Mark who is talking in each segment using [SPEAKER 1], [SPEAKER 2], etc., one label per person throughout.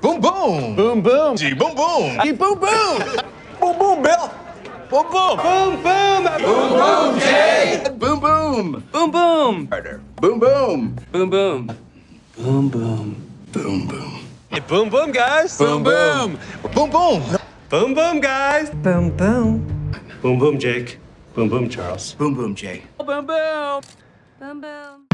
[SPEAKER 1] Boom, boom.
[SPEAKER 2] Boom, boom.
[SPEAKER 1] Gee, boom, boom.
[SPEAKER 2] Gee, boom, boom. boom, boom, Bill. Boom, boom. Boom, boom. Boom, boom, Jay.
[SPEAKER 1] Boom, boom.
[SPEAKER 2] Boom, boom.
[SPEAKER 1] Boom, boom.
[SPEAKER 2] Boom, boom. Boom, boom.
[SPEAKER 1] Boom, boom.
[SPEAKER 2] Hey, boom, boom, guys.
[SPEAKER 1] Boom, boom. Boom, boom.
[SPEAKER 2] Boom, boom, guys.
[SPEAKER 3] Boom, boom.
[SPEAKER 4] Boom, boom, Jake. Boom, boom, Charles.
[SPEAKER 1] Boom, boom, Jay.
[SPEAKER 2] Boom, boom.
[SPEAKER 3] Boom, boom.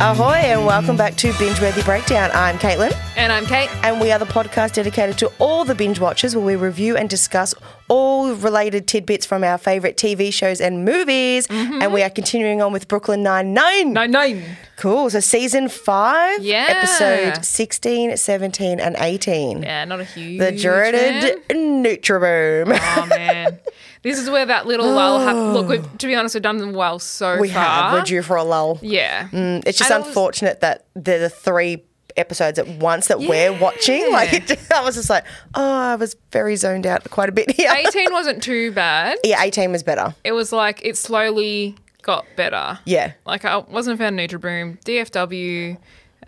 [SPEAKER 5] Ahoy, and welcome back to Binge Worthy Breakdown. I'm Caitlin,
[SPEAKER 3] And I'm Kate.
[SPEAKER 5] and we are the podcast dedicated to all the binge watchers where we review and discuss all related tidbits from our favourite TV shows and movies.
[SPEAKER 3] Mm-hmm.
[SPEAKER 5] And we are continuing on with Brooklyn Nine-Nine.
[SPEAKER 3] No, no.
[SPEAKER 5] Cool. So, season five,
[SPEAKER 3] Yeah.
[SPEAKER 5] episode 16, 17, and 18.
[SPEAKER 3] Yeah, not a huge.
[SPEAKER 5] The dreaded
[SPEAKER 3] fan.
[SPEAKER 5] Nutriboom.
[SPEAKER 3] Oh man, this is where that little lull. Hap- Look, we've, to be honest, we've done them well so
[SPEAKER 5] we
[SPEAKER 3] far.
[SPEAKER 5] have. We're Mm. due for a lull.
[SPEAKER 3] Yeah.
[SPEAKER 5] It's just
[SPEAKER 3] And I was-
[SPEAKER 5] unfortunate that they're the three episodes at once that we're watching. Like, it just, I was just like, oh, I was very zoned out quite a bit here.
[SPEAKER 3] 18 wasn't too bad.
[SPEAKER 5] yeah, 18 was better.
[SPEAKER 3] It was like it slowly got better.
[SPEAKER 5] Yeah.
[SPEAKER 3] Like I wasn't a fan of Nutriboom. DFW.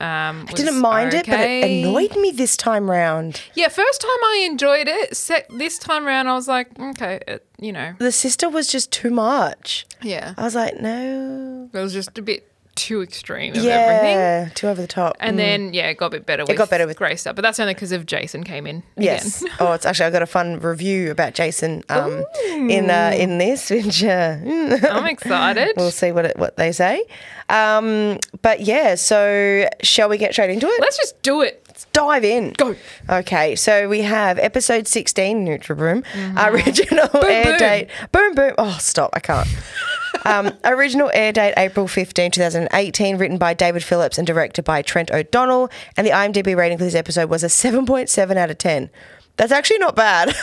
[SPEAKER 3] Um, was
[SPEAKER 5] Didn't mind it, but it
[SPEAKER 3] okay.
[SPEAKER 5] annoyed me this time round.
[SPEAKER 3] Yeah, first time I enjoyed it. Sec- this time around, I was like, okay, it, you know,
[SPEAKER 5] The sister was just too much.
[SPEAKER 3] yeah,
[SPEAKER 5] I was like, no.
[SPEAKER 3] it was just a bit too extreme of everything.
[SPEAKER 5] Yeah, too over the top.
[SPEAKER 3] And then yeah, it got a bit better. It with
[SPEAKER 5] Mm. got better with-
[SPEAKER 3] Grace up, but that's only because of Jason came in.
[SPEAKER 5] Yes.
[SPEAKER 3] again.
[SPEAKER 5] oh, it's actually I got a fun review about Jason um, in uh, in this, which uh,
[SPEAKER 3] I'm excited.
[SPEAKER 5] we'll see what it, what they say. Um, but yeah, so shall we get straight into it?
[SPEAKER 3] Let's just do it.
[SPEAKER 5] dive in.
[SPEAKER 3] Go.
[SPEAKER 5] Okay, so we have episode 16, Nutriboom, original air
[SPEAKER 3] Mm-hmm. boom.
[SPEAKER 5] date. Boom, boom. Oh, stop, I can't. um, original air date April 15, 2018, written by David Phillips and directed by Trent O'Donnell. And the IMDb rating for this episode was a 7.7 out of 10. That's actually not bad.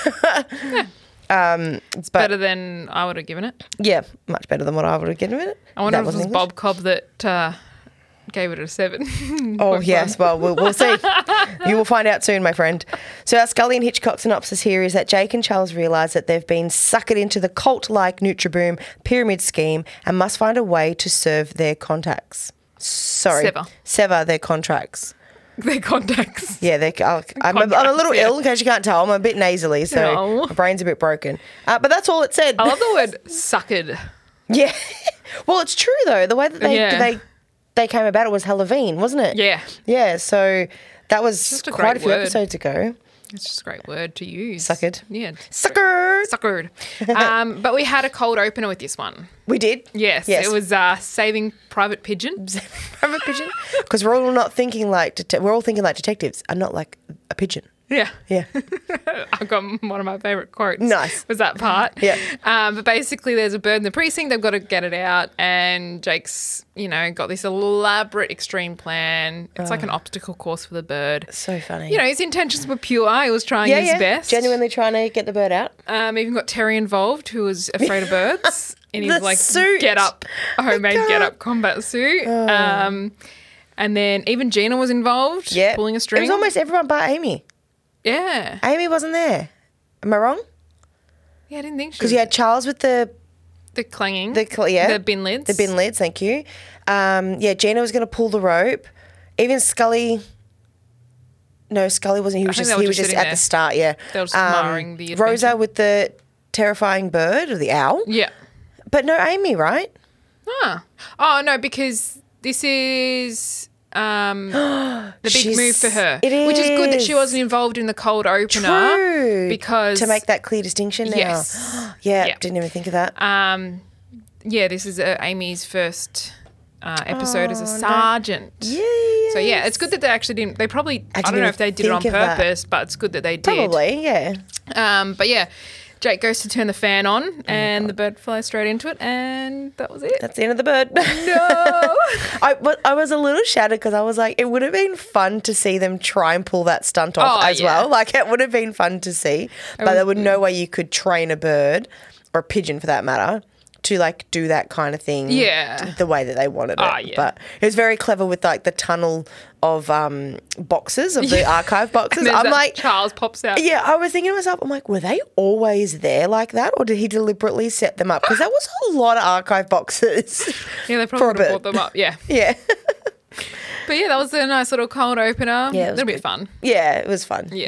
[SPEAKER 5] Um,
[SPEAKER 3] It's better than I would have given it.
[SPEAKER 5] yeah, much better than what I would have given it.
[SPEAKER 3] I wonder
[SPEAKER 5] That
[SPEAKER 3] if it
[SPEAKER 5] wasn't
[SPEAKER 3] was
[SPEAKER 5] English.
[SPEAKER 3] Bob Cobb that uh, gave it a seven.
[SPEAKER 5] Oh, yes. Well, we'll, we'll see. you will find out soon, my friend. So, our Scully and Hitchcock synopsis here is that Jake and Charles realize that they've been suckered into the cult like Nutriboom pyramid scheme and must find a way to serve their contacts. Sorry.
[SPEAKER 3] Sever.
[SPEAKER 5] Sever their contracts.
[SPEAKER 3] Their contacts.
[SPEAKER 5] Yeah, they, I'll, I'm, a, I'm a little
[SPEAKER 3] Contracts, yeah.
[SPEAKER 5] ill, in case you can't tell. I'm a bit nasally, so
[SPEAKER 3] No.
[SPEAKER 5] my brain's a bit broken. Uh, but that's all it said.
[SPEAKER 3] I love the word "suckered."
[SPEAKER 5] yeah. well, it's true, though. The way that they,
[SPEAKER 3] Yeah.
[SPEAKER 5] they, they came about it was Halloween, wasn't it?
[SPEAKER 3] Yeah,
[SPEAKER 5] Yeah, so that was
[SPEAKER 3] Just a
[SPEAKER 5] quite a
[SPEAKER 3] great
[SPEAKER 5] few
[SPEAKER 3] word.
[SPEAKER 5] episodes ago.
[SPEAKER 3] it's just a great word to use.
[SPEAKER 5] Suckered.
[SPEAKER 3] Yeah.
[SPEAKER 5] Sucker!
[SPEAKER 3] Suckered. Um, but we had a cold opener with this one.
[SPEAKER 5] We did.
[SPEAKER 3] Yes, it was uh, Saving Private Pigeon.
[SPEAKER 5] I'm a pigeon. Because we're all not thinking like det- we're all thinking like detectives and not like a pigeon.
[SPEAKER 3] Yeah.
[SPEAKER 5] Yeah.
[SPEAKER 3] I got one of my favorite quotes.
[SPEAKER 5] Nice.
[SPEAKER 3] Was that part?
[SPEAKER 5] Yeah.
[SPEAKER 3] Um, but basically, there's a bird in the precinct. They've got to get it out. And Jake's, you know, got this elaborate extreme plan. It's like an obstacle course for the bird.
[SPEAKER 5] Oh. So funny.
[SPEAKER 3] You know, his intentions were pure. He was trying
[SPEAKER 5] yeah,
[SPEAKER 3] his
[SPEAKER 5] yeah.
[SPEAKER 3] best.
[SPEAKER 5] Genuinely trying to get the bird out.
[SPEAKER 3] Um, even got Terry involved, who was afraid of birds, in his
[SPEAKER 5] The
[SPEAKER 3] like
[SPEAKER 5] suit.
[SPEAKER 3] get up, a homemade
[SPEAKER 5] God. Oh.
[SPEAKER 3] get up combat suit. Um, and then even Gina was involved,
[SPEAKER 5] Yeah.
[SPEAKER 3] pulling a string.
[SPEAKER 5] It was almost everyone but Amy.
[SPEAKER 3] yeah,
[SPEAKER 5] Amy wasn't there. Am I wrong?
[SPEAKER 3] yeah. I didn't think she
[SPEAKER 5] Because
[SPEAKER 3] was
[SPEAKER 5] you had Charles with the
[SPEAKER 3] the clanging,
[SPEAKER 5] the cl- yeah
[SPEAKER 3] the bin lids,
[SPEAKER 5] The bin lids. Thank you. Um, yeah, Gina was going to pull the rope. Even Scully. No, Scully wasn't. He was
[SPEAKER 3] think
[SPEAKER 5] just
[SPEAKER 3] they were
[SPEAKER 5] he was
[SPEAKER 3] just
[SPEAKER 5] just at
[SPEAKER 3] sitting
[SPEAKER 5] the
[SPEAKER 3] there.
[SPEAKER 5] start. Yeah, Um,
[SPEAKER 3] They were just admiring the
[SPEAKER 5] Rosa
[SPEAKER 3] adventure.
[SPEAKER 5] with the terrifying bird or the owl,
[SPEAKER 3] Yeah.
[SPEAKER 5] but no Amy, right?
[SPEAKER 3] Ah. Oh no, because this is um the big
[SPEAKER 5] She's-
[SPEAKER 3] move for her.
[SPEAKER 5] it
[SPEAKER 3] Which is good that she
[SPEAKER 5] is.
[SPEAKER 3] wasn't involved in the cold opener
[SPEAKER 5] True.
[SPEAKER 3] because
[SPEAKER 5] to make that clear distinction now.
[SPEAKER 3] Yes.
[SPEAKER 5] yeah,
[SPEAKER 3] Yeah.
[SPEAKER 5] didn't even think of that.
[SPEAKER 3] um yeah, this is uh, Amy's first uh, episode
[SPEAKER 5] Oh,
[SPEAKER 3] as a sergeant.
[SPEAKER 5] yeah.
[SPEAKER 3] So yeah, it's good that they actually didn't. They probably
[SPEAKER 5] I
[SPEAKER 3] I,
[SPEAKER 5] didn't
[SPEAKER 3] don't know
[SPEAKER 5] even
[SPEAKER 3] if they did it on
[SPEAKER 5] think of that.
[SPEAKER 3] purpose, but it's good that they did.
[SPEAKER 5] Probably, yeah.
[SPEAKER 3] Um, but yeah, Jake goes to turn the fan
[SPEAKER 5] Oh
[SPEAKER 3] on, and the bird flies straight into it, and that was it.
[SPEAKER 5] That's the end of the bird.
[SPEAKER 3] no.
[SPEAKER 5] I, but I was a little shattered because I was like, it would have been fun to see them try and pull that stunt off
[SPEAKER 3] Oh,
[SPEAKER 5] as
[SPEAKER 3] yeah.
[SPEAKER 5] well. Like, it would have been fun to see, but there would no way you could train a bird or a pigeon for that matter to like do that kind of thing
[SPEAKER 3] Yeah.
[SPEAKER 5] t- the way that they wanted it.
[SPEAKER 3] Ah, yeah.
[SPEAKER 5] But it was very clever with like the tunnel of um, boxes, of the
[SPEAKER 3] Yeah.
[SPEAKER 5] archive boxes.
[SPEAKER 3] And there's
[SPEAKER 5] I'm
[SPEAKER 3] that
[SPEAKER 5] like,
[SPEAKER 3] Charles pops out.
[SPEAKER 5] yeah, I was thinking to myself, I'm like, were they always there like that, or did he deliberately set them up? Because that was a lot of archive boxes.
[SPEAKER 3] Yeah, they
[SPEAKER 5] for
[SPEAKER 3] probably
[SPEAKER 5] a
[SPEAKER 3] would
[SPEAKER 5] bit.
[SPEAKER 3] have brought them up. Yeah.
[SPEAKER 5] Yeah,
[SPEAKER 3] But yeah, that was a nice little cold opener.
[SPEAKER 5] Yeah, it
[SPEAKER 3] a
[SPEAKER 5] was
[SPEAKER 3] little
[SPEAKER 5] good.
[SPEAKER 3] bit fun.
[SPEAKER 5] yeah, it was fun. Yeah,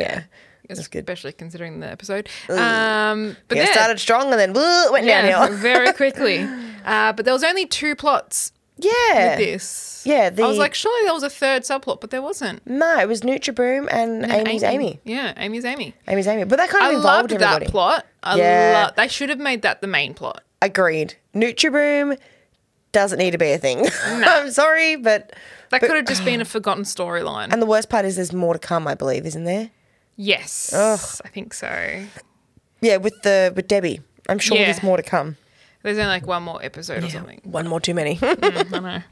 [SPEAKER 3] Yeah.
[SPEAKER 5] was good.
[SPEAKER 3] Especially considering the episode. Um, but
[SPEAKER 5] Yeah,
[SPEAKER 3] yeah,
[SPEAKER 5] started strong and then woo, went
[SPEAKER 3] yeah,
[SPEAKER 5] downhill.
[SPEAKER 3] very quickly. Uh, but there was only two plots
[SPEAKER 5] yeah,
[SPEAKER 3] with this.
[SPEAKER 5] Yeah,
[SPEAKER 3] I was
[SPEAKER 5] the-
[SPEAKER 3] like, surely there was a third subplot, but there wasn't.
[SPEAKER 5] no, it was Nutriboom and Amy's Amy.
[SPEAKER 3] Yeah, Amy's Amy.
[SPEAKER 5] Amy's Amy, but that kind of
[SPEAKER 3] I
[SPEAKER 5] involved
[SPEAKER 3] loved
[SPEAKER 5] everybody.
[SPEAKER 3] that plot. I
[SPEAKER 5] Yeah.
[SPEAKER 3] lo- they should have made that the main plot.
[SPEAKER 5] Agreed. Nutriboom doesn't need to be a thing. I'm sorry, but
[SPEAKER 3] That
[SPEAKER 5] But-
[SPEAKER 3] could have just been a forgotten storyline.
[SPEAKER 5] and the worst part is there's more to come, I believe, isn't there?
[SPEAKER 3] Yes, I think so.
[SPEAKER 5] Yeah, with the with Debbie, I'm sure
[SPEAKER 3] Yeah.
[SPEAKER 5] there's more to come.
[SPEAKER 3] There's only like one more episode or something.
[SPEAKER 5] One more too many.
[SPEAKER 3] Mm, I know.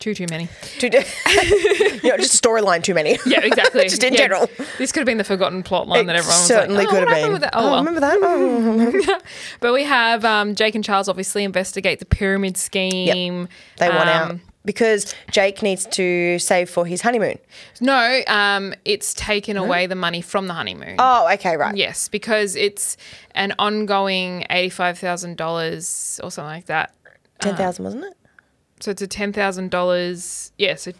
[SPEAKER 3] Too, too many.
[SPEAKER 5] Too de- you know, just a storyline too many.
[SPEAKER 3] Yeah, exactly.
[SPEAKER 5] Just in
[SPEAKER 3] Yeah,
[SPEAKER 5] general.
[SPEAKER 3] This could have been the forgotten plot line that
[SPEAKER 5] It
[SPEAKER 3] everyone was
[SPEAKER 5] certainly
[SPEAKER 3] like, oh,
[SPEAKER 5] could
[SPEAKER 3] what
[SPEAKER 5] have
[SPEAKER 3] happened
[SPEAKER 5] been.
[SPEAKER 3] With that? Oh, well.
[SPEAKER 5] remember that? Oh.
[SPEAKER 3] But we have um, Jake and Charles obviously investigate the pyramid scheme.
[SPEAKER 5] They want out
[SPEAKER 3] Um,
[SPEAKER 5] because Jake needs to save for his honeymoon.
[SPEAKER 3] No, um, it's taken away the money from the honeymoon.
[SPEAKER 5] Oh, okay, right.
[SPEAKER 3] Yes, because it's an ongoing $85,000 or something like that.
[SPEAKER 5] ten thousand, wasn't it?
[SPEAKER 3] Oh So it's a $10,000. Yeah, so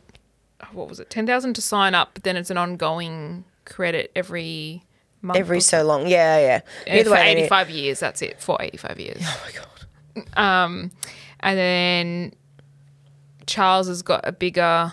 [SPEAKER 3] oh, what was it? 10000 to sign up, but then it's an ongoing credit every month.
[SPEAKER 5] Every
[SPEAKER 3] or
[SPEAKER 5] so long. Yeah, yeah.
[SPEAKER 3] And
[SPEAKER 5] Either
[SPEAKER 3] for
[SPEAKER 5] way, they need-
[SPEAKER 3] 85 years, that's it. For 85 years. Oh my god. Um, and then Charles has got a bigger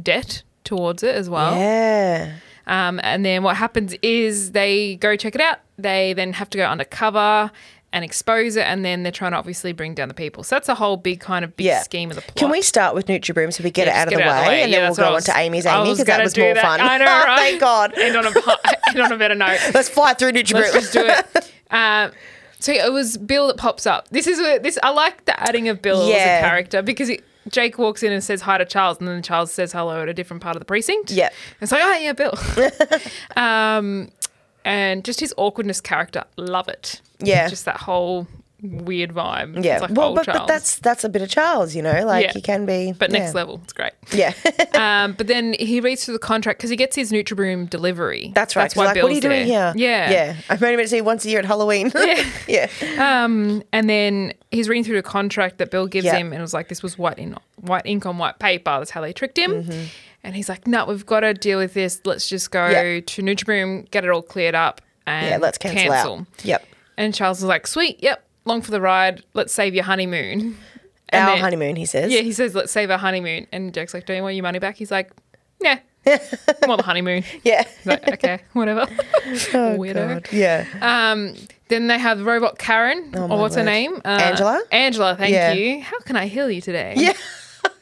[SPEAKER 3] debt towards it as well.
[SPEAKER 5] Yeah.
[SPEAKER 3] Um, and then what happens is they go check it out. They then have to go undercover and expose it, and then they're trying to obviously bring down the people. So that's a whole big kind of big
[SPEAKER 5] Yeah.
[SPEAKER 3] scheme of the plot.
[SPEAKER 5] Can we start with Nutriboom so we get
[SPEAKER 3] Yeah,
[SPEAKER 5] it
[SPEAKER 3] just
[SPEAKER 5] out of the
[SPEAKER 3] get
[SPEAKER 5] way,
[SPEAKER 3] it
[SPEAKER 5] and then
[SPEAKER 3] Yeah,
[SPEAKER 5] we'll
[SPEAKER 3] that's
[SPEAKER 5] go
[SPEAKER 3] what I
[SPEAKER 5] on to
[SPEAKER 3] was-
[SPEAKER 5] Amy's
[SPEAKER 3] I
[SPEAKER 5] Amy because that
[SPEAKER 3] gonna
[SPEAKER 5] was
[SPEAKER 3] do
[SPEAKER 5] more
[SPEAKER 3] that.
[SPEAKER 5] fun.
[SPEAKER 3] I know, right?
[SPEAKER 5] Thank God.
[SPEAKER 3] End on a, pi- end on a better note.
[SPEAKER 5] Let's fly through Nutriboom.
[SPEAKER 3] Let's just do it. Uh, so it was Bill that pops up. This is a, this. I like the adding of Bill
[SPEAKER 5] Yeah.
[SPEAKER 3] as a character because it, Jake walks in and says hi to Charles, and then Charles says hello at a different part of the precinct.
[SPEAKER 5] Yeah.
[SPEAKER 3] it's like oh yeah, Bill. um, and just his awkwardness character, love it.
[SPEAKER 5] Yeah.
[SPEAKER 3] just that whole weird vibe.
[SPEAKER 5] yeah.
[SPEAKER 3] it's like
[SPEAKER 5] well,
[SPEAKER 3] old
[SPEAKER 5] but, but
[SPEAKER 3] Charles.
[SPEAKER 5] that's that's a bit of Charles, you know. Like
[SPEAKER 3] Yeah.
[SPEAKER 5] you can be,
[SPEAKER 3] but
[SPEAKER 5] yeah.
[SPEAKER 3] next level. It's great.
[SPEAKER 5] Yeah.
[SPEAKER 3] um, but then he reads through the contract because he gets his Nutriboom delivery.
[SPEAKER 5] That's right. 'cause
[SPEAKER 3] why
[SPEAKER 5] like,
[SPEAKER 3] Bill's
[SPEAKER 5] what are you doing here?
[SPEAKER 3] there. Yeah,
[SPEAKER 5] Yeah. I'm only meant to see you once a year at Halloween. Yeah.
[SPEAKER 3] Um, and then he's reading through the contract that Bill gives
[SPEAKER 5] Yeah.
[SPEAKER 3] him, and it was like, "This was white in white ink on white paper." That's how they tricked him.
[SPEAKER 5] Mm-hmm.
[SPEAKER 3] And he's like, "No, we've got to deal with this. Let's just go
[SPEAKER 5] Yeah.
[SPEAKER 3] to Nutriboom, get it all cleared up, and
[SPEAKER 5] Yeah, let's cancel out. Yep.
[SPEAKER 3] And Charles is like, "Sweet, yep, long for the ride. Let's save your honeymoon." And
[SPEAKER 5] Our
[SPEAKER 3] then-
[SPEAKER 5] honeymoon, he says.
[SPEAKER 3] Yeah, he says, "Let's save our honeymoon." And Jake's like, "Do you want your money back?" He's like, "Nah, want the honeymoon."
[SPEAKER 5] Yeah. Oh,
[SPEAKER 3] He's like, "Okay, whatever." Weirdo.
[SPEAKER 5] God. Yeah.
[SPEAKER 3] Um, then they have robot Karen,
[SPEAKER 5] Oh my
[SPEAKER 3] or what's her
[SPEAKER 5] word.
[SPEAKER 3] name? Uh,
[SPEAKER 5] Angela?
[SPEAKER 3] Angela, thank
[SPEAKER 5] Yeah.
[SPEAKER 3] you. How can I heal you today?
[SPEAKER 5] Yeah.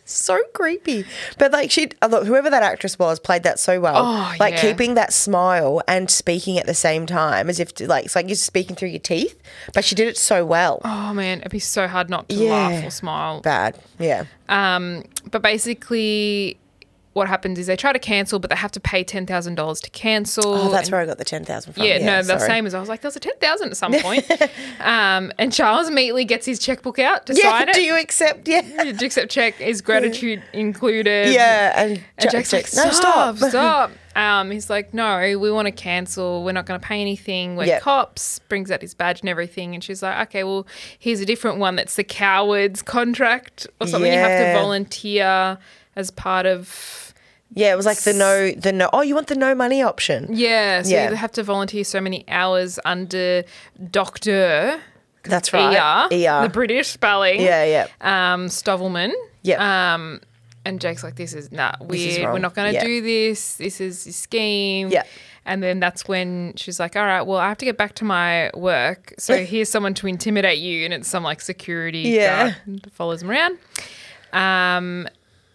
[SPEAKER 5] so creepy. But like she oh, look, whoever that actress was played that so well.
[SPEAKER 3] Oh,
[SPEAKER 5] like
[SPEAKER 3] yeah.
[SPEAKER 5] keeping that smile and speaking at the same time as if to, like it's like you're speaking through your teeth, but she did it so well.
[SPEAKER 3] Oh man, it'd be so hard not to
[SPEAKER 5] Yeah.
[SPEAKER 3] laugh or smile.
[SPEAKER 5] Bad. Yeah.
[SPEAKER 3] Um, but basically, what happens is they try to cancel, but they have to pay ten thousand dollars to cancel.
[SPEAKER 5] Oh, that's
[SPEAKER 3] and-
[SPEAKER 5] where I got the 10,000 from.
[SPEAKER 3] Yeah, no, the
[SPEAKER 5] sorry.
[SPEAKER 3] same as I was like, there's a ten thousand at some point. um, and Charles immediately gets his checkbook out to
[SPEAKER 5] Yeah,
[SPEAKER 3] sign it.
[SPEAKER 5] do you accept? Yeah.
[SPEAKER 3] Except check is gratitude included.
[SPEAKER 5] Yeah, and,
[SPEAKER 3] And
[SPEAKER 5] Ja-
[SPEAKER 3] Jack's like,
[SPEAKER 5] Jack's,
[SPEAKER 3] stop, stop. Um, he's like, no, we want to cancel. We're not going to pay anything. We're
[SPEAKER 5] Yep.
[SPEAKER 3] cops. Brings out his badge and everything. And she's like, okay, well, here's a different one. That's the cowards contract or something. You have
[SPEAKER 5] Yeah.
[SPEAKER 3] to volunteer as part of.
[SPEAKER 5] Yeah, it was like the no, the no. Oh, you want the no money option?
[SPEAKER 3] Yeah. So
[SPEAKER 5] Yeah.
[SPEAKER 3] you have to volunteer so many hours under Doctor
[SPEAKER 5] That's right.
[SPEAKER 3] ER,
[SPEAKER 5] ER.
[SPEAKER 3] the British spelling.
[SPEAKER 5] Yeah, yeah.
[SPEAKER 3] Um, Stovelman.
[SPEAKER 5] Yep.
[SPEAKER 3] Um, and Jake's like, this is nah,
[SPEAKER 5] is
[SPEAKER 3] weird. We're
[SPEAKER 5] wrong.
[SPEAKER 3] not going to
[SPEAKER 5] Yeah.
[SPEAKER 3] do this. This is a scheme.
[SPEAKER 5] Yeah.
[SPEAKER 3] And then that's when she's like, all right, well, I have to get back to my work. So here's someone to intimidate you. And it's some like security
[SPEAKER 5] Yeah.
[SPEAKER 3] guard that follows him around. Um,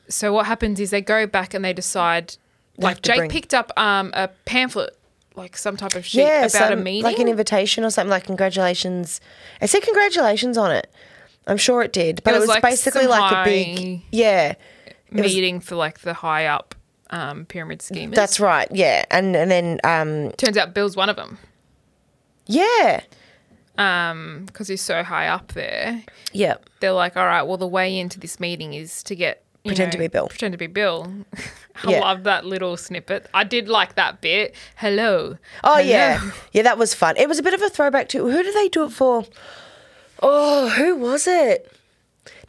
[SPEAKER 3] so what happens is they go back and they decide, like,
[SPEAKER 5] to
[SPEAKER 3] Jake
[SPEAKER 5] bring-
[SPEAKER 3] picked up um, a pamphlet, like some type of sheet
[SPEAKER 5] yeah,
[SPEAKER 3] about a
[SPEAKER 5] some-
[SPEAKER 3] meeting.
[SPEAKER 5] like an invitation or something. Like congratulations. It said congratulations on it. I'm sure it did, but it
[SPEAKER 3] It
[SPEAKER 5] was,
[SPEAKER 3] was like
[SPEAKER 5] basically
[SPEAKER 3] some
[SPEAKER 5] like a big
[SPEAKER 3] high-
[SPEAKER 5] yeah. it was-
[SPEAKER 3] meeting for like the high up um, pyramid schemers.
[SPEAKER 5] That's right. Yeah, and and then um
[SPEAKER 3] turns out Bill's one of them.
[SPEAKER 5] yeah.
[SPEAKER 3] um, because he's so high up there,
[SPEAKER 5] Yep.
[SPEAKER 3] they're like, all right, well, the way into this meeting is to get you
[SPEAKER 5] Pretend to
[SPEAKER 3] know,
[SPEAKER 5] be Bill.
[SPEAKER 3] Pretend to be Bill. I
[SPEAKER 5] Yeah.
[SPEAKER 3] love that little snippet. I did like that bit. Hello.
[SPEAKER 5] Oh
[SPEAKER 3] Hello.
[SPEAKER 5] yeah, yeah, that was fun. It was a bit of a throwback to who did they do it for? Oh, who was it?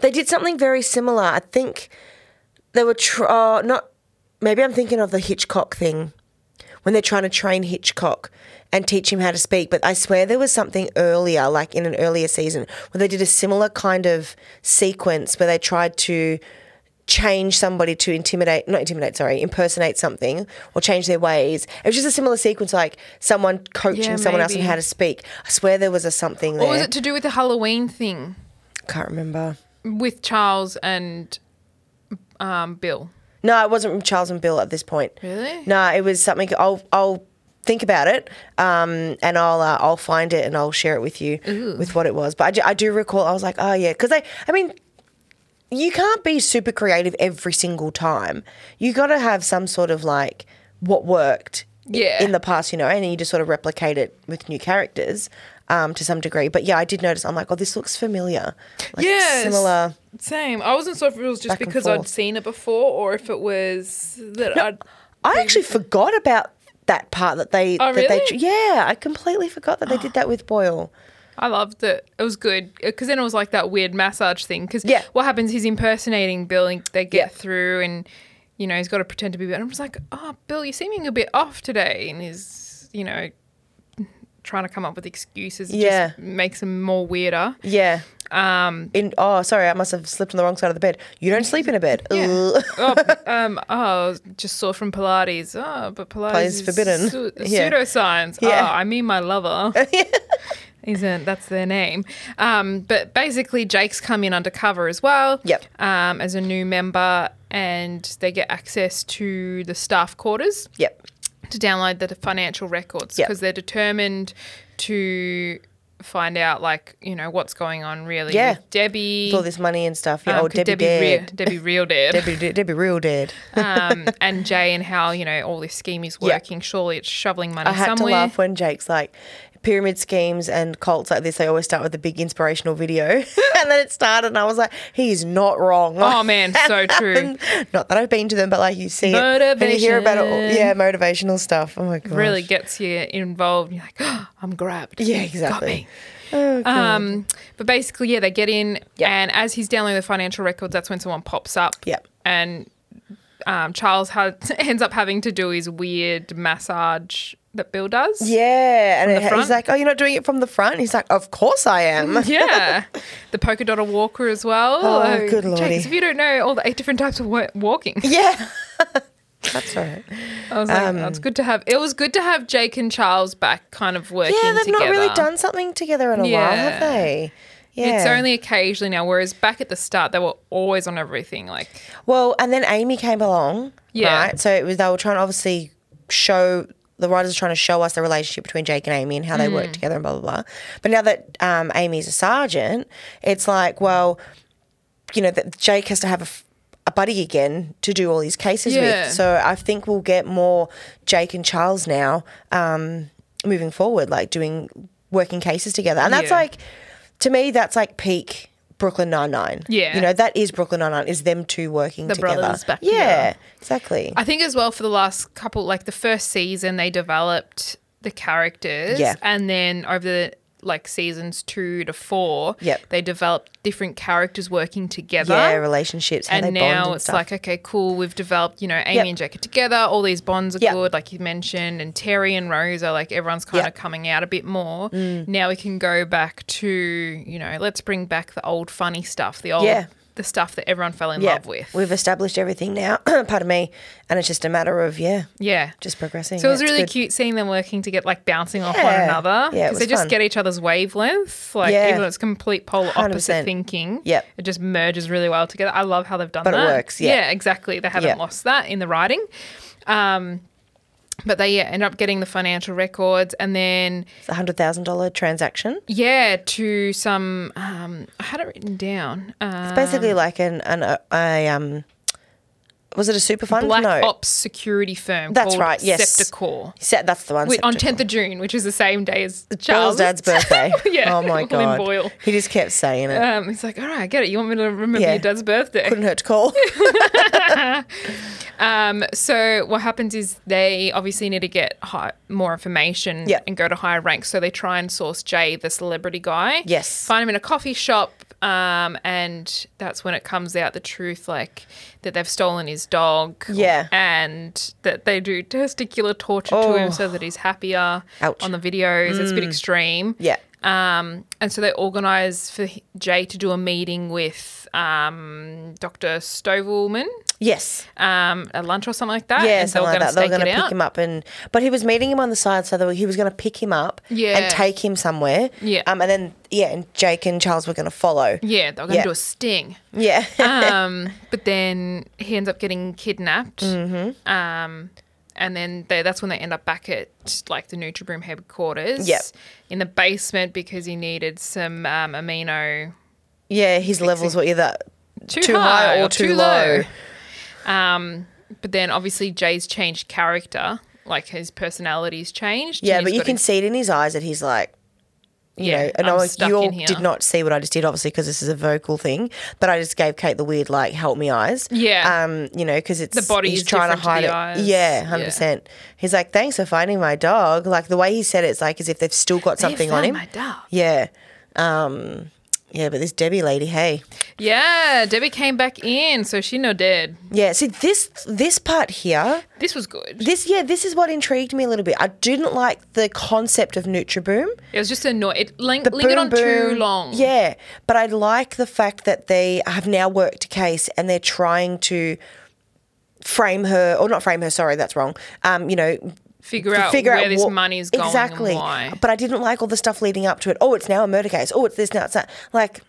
[SPEAKER 5] They did something very similar. I think they were tr- uh, not. Maybe I'm thinking of the Hitchcock thing when they're trying to train Hitchcock and teach him how to speak. But I swear there was something earlier, like in an earlier season, where they did a similar kind of sequence where they tried to change somebody to intimidate, not intimidate, sorry, impersonate something or change their ways. It was just a similar sequence, like someone coaching
[SPEAKER 3] Yeah,
[SPEAKER 5] someone else on
[SPEAKER 3] maybe.
[SPEAKER 5] how to speak. I swear there was a something there.
[SPEAKER 3] What was it to do with the Halloween thing
[SPEAKER 5] Can't remember.
[SPEAKER 3] with Charles and um, Bill?
[SPEAKER 5] No, it wasn't from Charles and Bill at this point.
[SPEAKER 3] Really?
[SPEAKER 5] No, it was something. I'll I'll think about it, um, and I'll uh, I'll find it and I'll share it with you with what it was. But I do, I do recall I was like, oh yeah, because I I mean, you can't be super creative every single time. You got to have some sort of like what worked. i-
[SPEAKER 3] Yeah.
[SPEAKER 5] In the past, you know, and then you just sort of replicate it with new characters um, to some degree. But yeah, I did notice, I'm like, oh, this looks familiar. Like
[SPEAKER 3] Yes.
[SPEAKER 5] Similar.
[SPEAKER 3] Same. I wasn't sure if it was just
[SPEAKER 5] Back and
[SPEAKER 3] because
[SPEAKER 5] forth.
[SPEAKER 3] I'd seen it before or if it was that I'd.
[SPEAKER 5] I actually forgot about that part that they.
[SPEAKER 3] Oh,
[SPEAKER 5] that they,
[SPEAKER 3] really?
[SPEAKER 5] yeah, I completely forgot that they did that with Boyle.
[SPEAKER 3] I loved it. It was good because then it was like that weird massage thing. Because
[SPEAKER 5] Yeah.
[SPEAKER 3] what happens? He's impersonating Bill, and they get
[SPEAKER 5] Yeah.
[SPEAKER 3] through, and you know he's got to pretend to be. And I'm just like, oh, Bill, you're seeming a bit off today, and he's you know trying to come up with excuses. It
[SPEAKER 5] Yeah.
[SPEAKER 3] just makes him more weirder.
[SPEAKER 5] Yeah. Um. In oh, sorry, I must have slipped on the wrong side of the bed. You don't sleep in a bed.
[SPEAKER 3] Yeah.
[SPEAKER 5] Ugh.
[SPEAKER 3] oh, um, oh, just saw from Pilates. Oh, but Pilates
[SPEAKER 5] Pilates
[SPEAKER 3] is
[SPEAKER 5] forbidden.
[SPEAKER 3] Su-
[SPEAKER 5] Yeah.
[SPEAKER 3] Pseudoscience.
[SPEAKER 5] Yeah.
[SPEAKER 3] Oh, I mean my lover. Isn't that's their name? Um, but basically, Jake's come in undercover as well.
[SPEAKER 5] Yep.
[SPEAKER 3] Um, as a new member, and they get access to the staff quarters
[SPEAKER 5] Yep.
[SPEAKER 3] to download the financial records
[SPEAKER 5] Yep.
[SPEAKER 3] because they're determined to find out, like you know, what's going on really
[SPEAKER 5] Yeah.
[SPEAKER 3] with Debbie.
[SPEAKER 5] With all this money and stuff. Yeah.
[SPEAKER 3] um,
[SPEAKER 5] oh,
[SPEAKER 3] 'cause
[SPEAKER 5] Debbie,
[SPEAKER 3] Rea-
[SPEAKER 5] dead.
[SPEAKER 3] Debbie real dead.
[SPEAKER 5] Debbie, de- Debbie, real dead.
[SPEAKER 3] um, and Jay and how you know all this scheme is
[SPEAKER 5] Yeah.
[SPEAKER 3] working. Surely it's shoveling money
[SPEAKER 5] I had
[SPEAKER 3] somewhere.
[SPEAKER 5] to laugh when Jake's like, pyramid schemes and cults like this. They always start with a big inspirational video, and then it started, and I was like, he's not wrong.
[SPEAKER 3] Oh, man, so true.
[SPEAKER 5] Not that I've been to them, but like you see it and you hear about it. All.
[SPEAKER 3] Motivation.
[SPEAKER 5] Yeah, motivational stuff. Oh my god,
[SPEAKER 3] really gets you involved. You're like, oh, I'm grabbed.
[SPEAKER 5] Yeah,
[SPEAKER 3] Got me.
[SPEAKER 5] exactly. Oh,
[SPEAKER 3] Um, but basically, yeah, they get in,
[SPEAKER 5] Yeah.
[SPEAKER 3] and as he's downloading the financial records, that's when someone pops up.
[SPEAKER 5] Yeah.
[SPEAKER 3] And um, Charles has, ends up having to do his weird massage that Bill does.
[SPEAKER 5] Yeah, and
[SPEAKER 3] the
[SPEAKER 5] it, ha-
[SPEAKER 3] front?
[SPEAKER 5] he's like, "Oh, you're not doing it from the front." He's like, "Of course I am."
[SPEAKER 3] Yeah. the polka dot walker as well.
[SPEAKER 5] Oh,
[SPEAKER 3] Like,
[SPEAKER 5] good lordy.
[SPEAKER 3] Jake, if you don't know all the eight different types of wa- walking.
[SPEAKER 5] yeah, that's all right.
[SPEAKER 3] I was
[SPEAKER 5] Um,
[SPEAKER 3] like, oh, it's good to have. It was good to have Jake and Charles back, kind of working.
[SPEAKER 5] Yeah, they've not really
[SPEAKER 3] together.
[SPEAKER 5] done something together in a while,
[SPEAKER 3] Yeah.
[SPEAKER 5] have they? Yeah.
[SPEAKER 3] It's only occasionally now, whereas back at the start they were always on everything. Like,
[SPEAKER 5] Well, and then Amy came along.
[SPEAKER 3] Yeah.
[SPEAKER 5] Right. So it was they were trying to obviously show the writers were trying to show us the relationship between Jake and Amy and how they
[SPEAKER 3] Mm.
[SPEAKER 5] work together and blah blah blah. But now that um, Amy's a sergeant, it's like, well, you know, that Jake has to have a f- a buddy again to do all these cases
[SPEAKER 3] Yeah.
[SPEAKER 5] with. So I think we'll get more Jake and Charles now um, moving forward, like doing working cases together. And that's
[SPEAKER 3] Yeah.
[SPEAKER 5] like to me, that's like peak Brooklyn Nine Nine.
[SPEAKER 3] Yeah.
[SPEAKER 5] you know, that is Brooklyn Nine Nine. Is them two working
[SPEAKER 3] The
[SPEAKER 5] together?
[SPEAKER 3] brothers back
[SPEAKER 5] yeah,
[SPEAKER 3] together.
[SPEAKER 5] exactly.
[SPEAKER 3] I think as well for the last couple, like the first season, they developed the characters,
[SPEAKER 5] Yeah.
[SPEAKER 3] and then over the like seasons two to four,
[SPEAKER 5] Yep.
[SPEAKER 3] they developed different characters working together.
[SPEAKER 5] yeah, relationships. How they
[SPEAKER 3] and
[SPEAKER 5] bond
[SPEAKER 3] now
[SPEAKER 5] and
[SPEAKER 3] it's
[SPEAKER 5] stuff.
[SPEAKER 3] like okay cool we've developed you know amy
[SPEAKER 5] Yep.
[SPEAKER 3] and jake are together all these bonds are
[SPEAKER 5] Yep.
[SPEAKER 3] good like you mentioned and terry and rose are like everyone's
[SPEAKER 5] Yep.
[SPEAKER 3] kind
[SPEAKER 5] Mm.
[SPEAKER 3] of coming out a bit more now we can go back to you know let's bring back the old funny stuff the old
[SPEAKER 5] Yeah.
[SPEAKER 3] the stuff that everyone fell in
[SPEAKER 5] yeah,
[SPEAKER 3] love with
[SPEAKER 5] we've established everything now. pardon me, and it's just a matter of yeah,
[SPEAKER 3] yeah
[SPEAKER 5] just progressing.
[SPEAKER 3] so it was
[SPEAKER 5] That's
[SPEAKER 3] really
[SPEAKER 5] good.
[SPEAKER 3] cute seeing them working to get like bouncing off one
[SPEAKER 5] Yeah.
[SPEAKER 3] another
[SPEAKER 5] Yeah, it
[SPEAKER 3] because they
[SPEAKER 5] was
[SPEAKER 3] just
[SPEAKER 5] fun.
[SPEAKER 3] get each other's wavelength like
[SPEAKER 5] Yeah.
[SPEAKER 3] even though it's complete polar opposite
[SPEAKER 5] 100%.
[SPEAKER 3] thinking
[SPEAKER 5] Yep.
[SPEAKER 3] it just merges really well together i love how they've done
[SPEAKER 5] But it
[SPEAKER 3] that
[SPEAKER 5] works, yeah.
[SPEAKER 3] exactly they haven't
[SPEAKER 5] Yeah.
[SPEAKER 3] lost that in the writing um but they yeah, end up getting the financial records and then
[SPEAKER 5] It's a hundred thousand dollar transaction.
[SPEAKER 3] yeah to some um i had it written down uh,
[SPEAKER 5] It's basically like an, an a, a um was it a super fund?
[SPEAKER 3] black
[SPEAKER 5] no.
[SPEAKER 3] ops security firm
[SPEAKER 5] That's
[SPEAKER 3] called
[SPEAKER 5] right, yes.
[SPEAKER 3] Septicor.
[SPEAKER 5] Se- that's the one.
[SPEAKER 3] Wait, on
[SPEAKER 5] Septic-
[SPEAKER 3] 10th of June, which is the same day as
[SPEAKER 5] Bill's
[SPEAKER 3] Charles'
[SPEAKER 5] dad's birthday.
[SPEAKER 3] Yeah,
[SPEAKER 5] Oh my
[SPEAKER 3] Lynn
[SPEAKER 5] god.
[SPEAKER 3] Boyle.
[SPEAKER 5] He just kept saying it.
[SPEAKER 3] Um, he's like, all right, I get it. You want me to remember
[SPEAKER 5] Yeah.
[SPEAKER 3] your dad's birthday?
[SPEAKER 5] Couldn't hurt to call.
[SPEAKER 3] Um, so what happens is they obviously need to get high, more information
[SPEAKER 5] Yeah.
[SPEAKER 3] and go to higher ranks. So they try and source Jay, the celebrity guy.
[SPEAKER 5] Yes.
[SPEAKER 3] Find him in a coffee shop. Um, and that's when it comes out the truth, like that they've stolen his dog.
[SPEAKER 5] Yeah.
[SPEAKER 3] And that they do testicular torture to him so that he's happier
[SPEAKER 5] Oh. Ouch. Mm.
[SPEAKER 3] on the videos. It's a bit extreme.
[SPEAKER 5] yeah.
[SPEAKER 3] Um, and so they organise for h- Jay to do a meeting with um, Dr. Stovelman
[SPEAKER 5] Yes.
[SPEAKER 3] um, a lunch or something like that.
[SPEAKER 5] Yeah,
[SPEAKER 3] and
[SPEAKER 5] something like that. They were
[SPEAKER 3] stake
[SPEAKER 5] going to
[SPEAKER 3] it
[SPEAKER 5] pick
[SPEAKER 3] out.
[SPEAKER 5] him up, and but he was meeting him on the side, so they were, he was going to pick him up
[SPEAKER 3] Yeah.
[SPEAKER 5] and take him somewhere.
[SPEAKER 3] Yeah.
[SPEAKER 5] Um, and then yeah, and Jake and Charles were going to follow.
[SPEAKER 3] Yeah, they're going to
[SPEAKER 5] Yeah.
[SPEAKER 3] do a sting.
[SPEAKER 5] Yeah.
[SPEAKER 3] Um, but then he ends up getting kidnapped. Mm-hmm. Um, and then they, that's when they end up back at like the Nutribroom headquarters.
[SPEAKER 5] Yep.
[SPEAKER 3] In the basement because he needed some um, amino
[SPEAKER 5] yeah. His levels were either
[SPEAKER 3] too,
[SPEAKER 5] too high or too low.
[SPEAKER 3] Um, but then obviously Jay's changed character. Like his personality's changed.
[SPEAKER 5] Yeah,
[SPEAKER 3] and
[SPEAKER 5] but
[SPEAKER 3] he's
[SPEAKER 5] you
[SPEAKER 3] got
[SPEAKER 5] can
[SPEAKER 3] his-
[SPEAKER 5] see it in his eyes that he's like, you
[SPEAKER 3] Yeah,
[SPEAKER 5] know, and
[SPEAKER 3] I'm
[SPEAKER 5] I was,
[SPEAKER 3] stuck
[SPEAKER 5] you all
[SPEAKER 3] in here.
[SPEAKER 5] did not see what I just did, obviously, because this is a vocal thing. But I just gave Kate the weird like, help me eyes.
[SPEAKER 3] Yeah.
[SPEAKER 5] Um, you know, because it's
[SPEAKER 3] The body
[SPEAKER 5] he's
[SPEAKER 3] is
[SPEAKER 5] trying to hide
[SPEAKER 3] different to
[SPEAKER 5] it.
[SPEAKER 3] the eyes.
[SPEAKER 5] Yeah,
[SPEAKER 3] Yeah.
[SPEAKER 5] hundred percent. He's like, thanks for finding my dog. Like the way he said it, it's like as if they've still got
[SPEAKER 3] They
[SPEAKER 5] something on
[SPEAKER 3] found
[SPEAKER 5] him.
[SPEAKER 3] My dog.
[SPEAKER 5] Yeah. Um. Yeah, but this Debbie lady, hey.
[SPEAKER 3] Yeah, Debbie came back in, so she no dead.
[SPEAKER 5] Yeah, see this this part here,
[SPEAKER 3] This was good.
[SPEAKER 5] this yeah, this is what intrigued me a little bit. I didn't like the concept of Nutriboom.
[SPEAKER 3] It was just annoying. It ling-
[SPEAKER 5] the
[SPEAKER 3] lingered
[SPEAKER 5] boom,
[SPEAKER 3] on too
[SPEAKER 5] boom.
[SPEAKER 3] long.
[SPEAKER 5] Yeah, but I like the fact that they have now worked a case and they're trying to frame her, or not frame her. Sorry, that's wrong. Um, you know,
[SPEAKER 3] Figure out
[SPEAKER 5] figure
[SPEAKER 3] where
[SPEAKER 5] out
[SPEAKER 3] this
[SPEAKER 5] what-
[SPEAKER 3] money's going
[SPEAKER 5] exactly.
[SPEAKER 3] and why.
[SPEAKER 5] But I didn't like all the stuff leading up to it. Oh, it's now a murder case. Oh, it's this now it's that. Like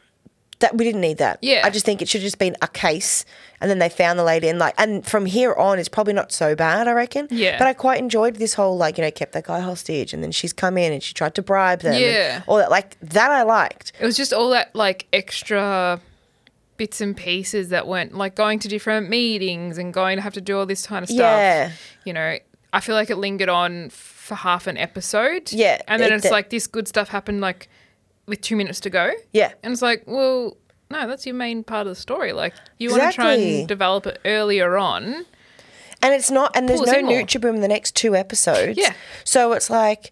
[SPEAKER 5] that we didn't need that.
[SPEAKER 3] Yeah.
[SPEAKER 5] I just think it should have just been a case, and then they found the lady, and like, and from here on, it's probably not so bad. I reckon.
[SPEAKER 3] Yeah.
[SPEAKER 5] But I quite enjoyed this whole like you know kept that guy hostage, and then she's come in and she tried to bribe them. and
[SPEAKER 3] Yeah.
[SPEAKER 5] All that like that I liked.
[SPEAKER 3] It was just all that like extra bits and pieces that weren't like going to different meetings and going to have to do all this kind of stuff.
[SPEAKER 5] Yeah.
[SPEAKER 3] You know, I feel like it lingered on for half an episode.
[SPEAKER 5] Yeah,
[SPEAKER 3] And then
[SPEAKER 5] it
[SPEAKER 3] it's
[SPEAKER 5] did.
[SPEAKER 3] like this good stuff happened like with two minutes to go.
[SPEAKER 5] Yeah.
[SPEAKER 3] And it's like, well, no, that's your main part of the story. Like you want to try
[SPEAKER 5] Exactly.
[SPEAKER 3] and develop it earlier on.
[SPEAKER 5] And it's not, and there's
[SPEAKER 3] Pulls
[SPEAKER 5] no
[SPEAKER 3] in more.
[SPEAKER 5] Nutriboom in the next two episodes.
[SPEAKER 3] Yeah.
[SPEAKER 5] So it's like,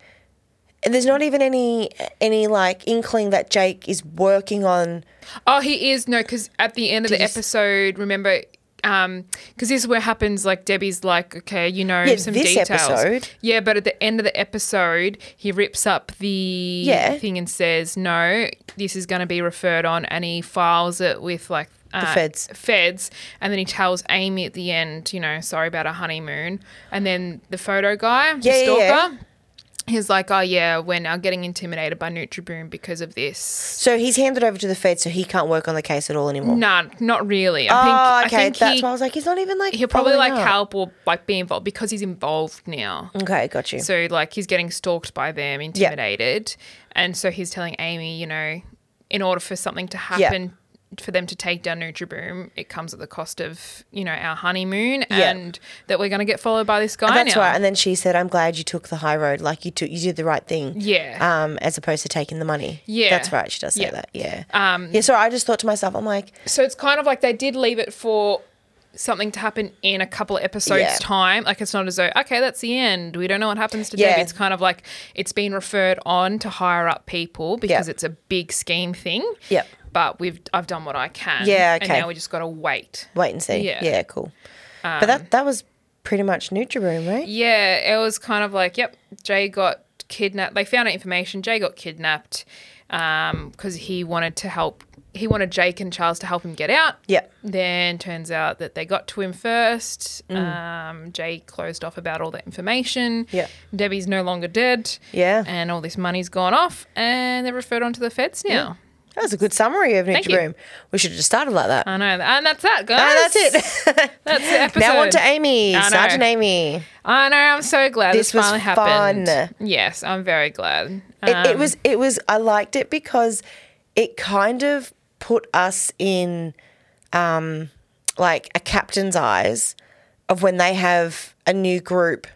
[SPEAKER 5] and there's not even any any like inkling that Jake is working on.
[SPEAKER 3] Oh, he is no, because at the end of the
[SPEAKER 5] you s-
[SPEAKER 3] episode, remember, because this is where happens. Like Debbie's like, okay, you know
[SPEAKER 5] Yeah,
[SPEAKER 3] some
[SPEAKER 5] this
[SPEAKER 3] details.
[SPEAKER 5] episode.
[SPEAKER 3] Yeah, but at the end of the episode, he rips up the
[SPEAKER 5] Yeah.
[SPEAKER 3] thing and says, no, this is going to be referred on, and he files it with like. Uh,
[SPEAKER 5] feds.
[SPEAKER 3] feds, and then he tells Amy at the end, you know, sorry about a honeymoon, and then the photo guy,
[SPEAKER 5] Yeah,
[SPEAKER 3] the
[SPEAKER 5] yeah,
[SPEAKER 3] stalker,
[SPEAKER 5] yeah.
[SPEAKER 3] he's like, oh yeah, we're now getting intimidated by Nutriboom because of this.
[SPEAKER 5] So he's handed over to the Fed, so he can't work on the case at all anymore.
[SPEAKER 3] Nah, not really. I
[SPEAKER 5] Oh,
[SPEAKER 3] think,
[SPEAKER 5] okay.
[SPEAKER 3] I think
[SPEAKER 5] That's
[SPEAKER 3] he,
[SPEAKER 5] why I was like, he's not even like.
[SPEAKER 3] he'll probably
[SPEAKER 5] following
[SPEAKER 3] like
[SPEAKER 5] up.
[SPEAKER 3] help or like be involved because he's involved now.
[SPEAKER 5] Okay, got you.
[SPEAKER 3] So like he's getting stalked by them, intimidated, and so he's telling Amy, you know, in order for something to happen for them to take down Nutriboom, it comes at the cost of you know our honeymoon
[SPEAKER 5] Yeah.
[SPEAKER 3] and that we're gonna get followed by this guy
[SPEAKER 5] And that's
[SPEAKER 3] now.
[SPEAKER 5] right. And then she said, "I'm glad you took the high road. Like you took, you did the right thing.
[SPEAKER 3] Yeah.
[SPEAKER 5] Um, as opposed to taking the money.
[SPEAKER 3] Yeah.
[SPEAKER 5] That's right. She does say
[SPEAKER 3] Yeah.
[SPEAKER 5] that. Yeah. Um. Yeah. So I just thought to myself, I'm like,
[SPEAKER 3] so it's kind of like they did leave it for something to happen in a couple of episodes
[SPEAKER 5] Yeah.
[SPEAKER 3] time like it's not as though okay that's the end we don't know what happens to
[SPEAKER 5] Yeah.
[SPEAKER 3] Debbie it's kind of like it's been referred on to higher up people because it's a big scheme thing
[SPEAKER 5] Yep.
[SPEAKER 3] but we've I've done what I can
[SPEAKER 5] Yeah, okay.
[SPEAKER 3] and now we just got to wait
[SPEAKER 5] wait and see. Yeah.
[SPEAKER 3] Yeah. Um,
[SPEAKER 5] cool. but that that was pretty much Nutriboom, right?
[SPEAKER 3] yeah it was kind of like yep Jay got kidnapped they found out information Jay got kidnapped um because he wanted to help he wanted Jake and Charles to help him get out
[SPEAKER 5] Yep.
[SPEAKER 3] Then turns out that they got to him first.
[SPEAKER 5] Mm.
[SPEAKER 3] Um, Jay closed off about all that information.
[SPEAKER 5] Yeah.
[SPEAKER 3] Debbie's no longer dead.
[SPEAKER 5] Yeah.
[SPEAKER 3] And all this money's gone off, and they're referred on to the feds now.
[SPEAKER 5] That was a good summary of
[SPEAKER 3] Thank you. Uh,
[SPEAKER 5] Nutriboom. We should have just started like that.
[SPEAKER 3] I know, and that's that, guys.
[SPEAKER 5] Ah, that's it.
[SPEAKER 3] That's the episode.
[SPEAKER 5] now on to Amy,
[SPEAKER 3] I know.
[SPEAKER 5] Sergeant Amy.
[SPEAKER 3] I know. I'm so glad
[SPEAKER 5] This
[SPEAKER 3] this,
[SPEAKER 5] was
[SPEAKER 3] finally happened.
[SPEAKER 5] fun.
[SPEAKER 3] Yes, I'm very glad.
[SPEAKER 5] It, it
[SPEAKER 3] Um,
[SPEAKER 5] was. It was. I liked it because it kind of put us in. Um, like a captain's eyes of when they have a new group.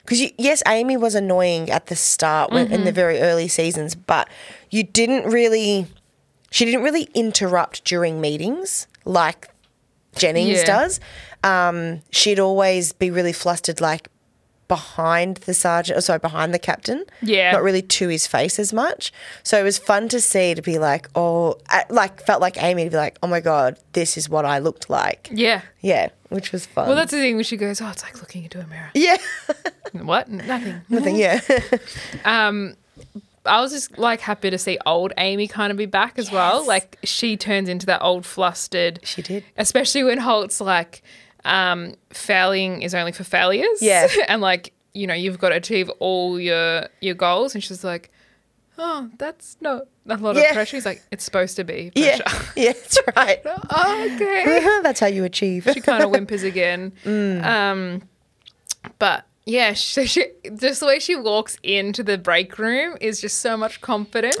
[SPEAKER 5] Because yes, Amy was annoying at the start when, in the
[SPEAKER 3] Mm-hmm.
[SPEAKER 5] very early seasons, but you didn't really, she didn't really interrupt during meetings like Jennings
[SPEAKER 3] Yeah.
[SPEAKER 5] does. Um, she'd always be really flustered, like behind the sergeant, or sorry, behind the captain.
[SPEAKER 3] Yeah.
[SPEAKER 5] Not really to his face as much. So it was fun to see to be like, oh, I- like felt like Amy to be like, oh my God, this is what I looked like.
[SPEAKER 3] Yeah.
[SPEAKER 5] Yeah, which was fun.
[SPEAKER 3] Well, that's the thing when she goes, oh, it's like looking into a mirror.
[SPEAKER 5] yeah,
[SPEAKER 3] What? Nothing.
[SPEAKER 5] nothing. Yeah,
[SPEAKER 3] I was just like happy to see old Amy kind of be back as well.
[SPEAKER 5] Yes.
[SPEAKER 3] Like she turns into that old flustered.
[SPEAKER 5] She did.
[SPEAKER 3] Especially when Holt's like, um, failing is only for failures.
[SPEAKER 5] Yeah.
[SPEAKER 3] and like, you know, you've got to achieve all your your goals. And she's like, oh, that's not a lot
[SPEAKER 5] Yeah.
[SPEAKER 3] of pressure. He's like, it's supposed to be
[SPEAKER 5] yeah,
[SPEAKER 3] pressure.
[SPEAKER 5] yeah. That's right.
[SPEAKER 3] oh, okay.
[SPEAKER 5] that's how you achieve.
[SPEAKER 3] she kind of whimpers again.
[SPEAKER 5] Mm.
[SPEAKER 3] Um, but yeah, she, she, just the way she walks into the break room is just so much confidence.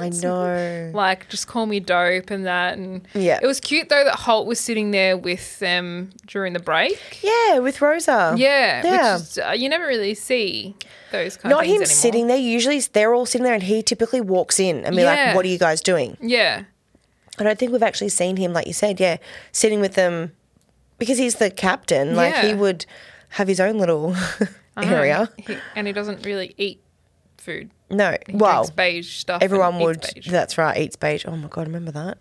[SPEAKER 5] I know.
[SPEAKER 3] Like, just call me dope and that. And
[SPEAKER 5] Yeah.
[SPEAKER 3] it was cute though that Holt was sitting there with them during the break.
[SPEAKER 5] Yeah, with Rosa.
[SPEAKER 3] Yeah,
[SPEAKER 5] yeah.
[SPEAKER 3] which is, uh, you never really see those kind
[SPEAKER 5] Not
[SPEAKER 3] of things
[SPEAKER 5] him
[SPEAKER 3] anymore.
[SPEAKER 5] sitting there. Usually they're all sitting there, and he typically walks in and be
[SPEAKER 3] Yeah.
[SPEAKER 5] like, "What are you guys doing?"
[SPEAKER 3] Yeah,
[SPEAKER 5] I don't think we've actually seen him, like you said, yeah, sitting with them because he's the captain. Like he
[SPEAKER 3] Yeah. Uh-huh.
[SPEAKER 5] would have his own little
[SPEAKER 3] I know.
[SPEAKER 5] area.
[SPEAKER 3] He- and he doesn't really eat food.
[SPEAKER 5] No,
[SPEAKER 3] He
[SPEAKER 5] well,
[SPEAKER 3] drinks beige stuff. and
[SPEAKER 5] everyone
[SPEAKER 3] eats
[SPEAKER 5] would.
[SPEAKER 3] beige.
[SPEAKER 5] That's right, eats beige. Oh my god, remember that?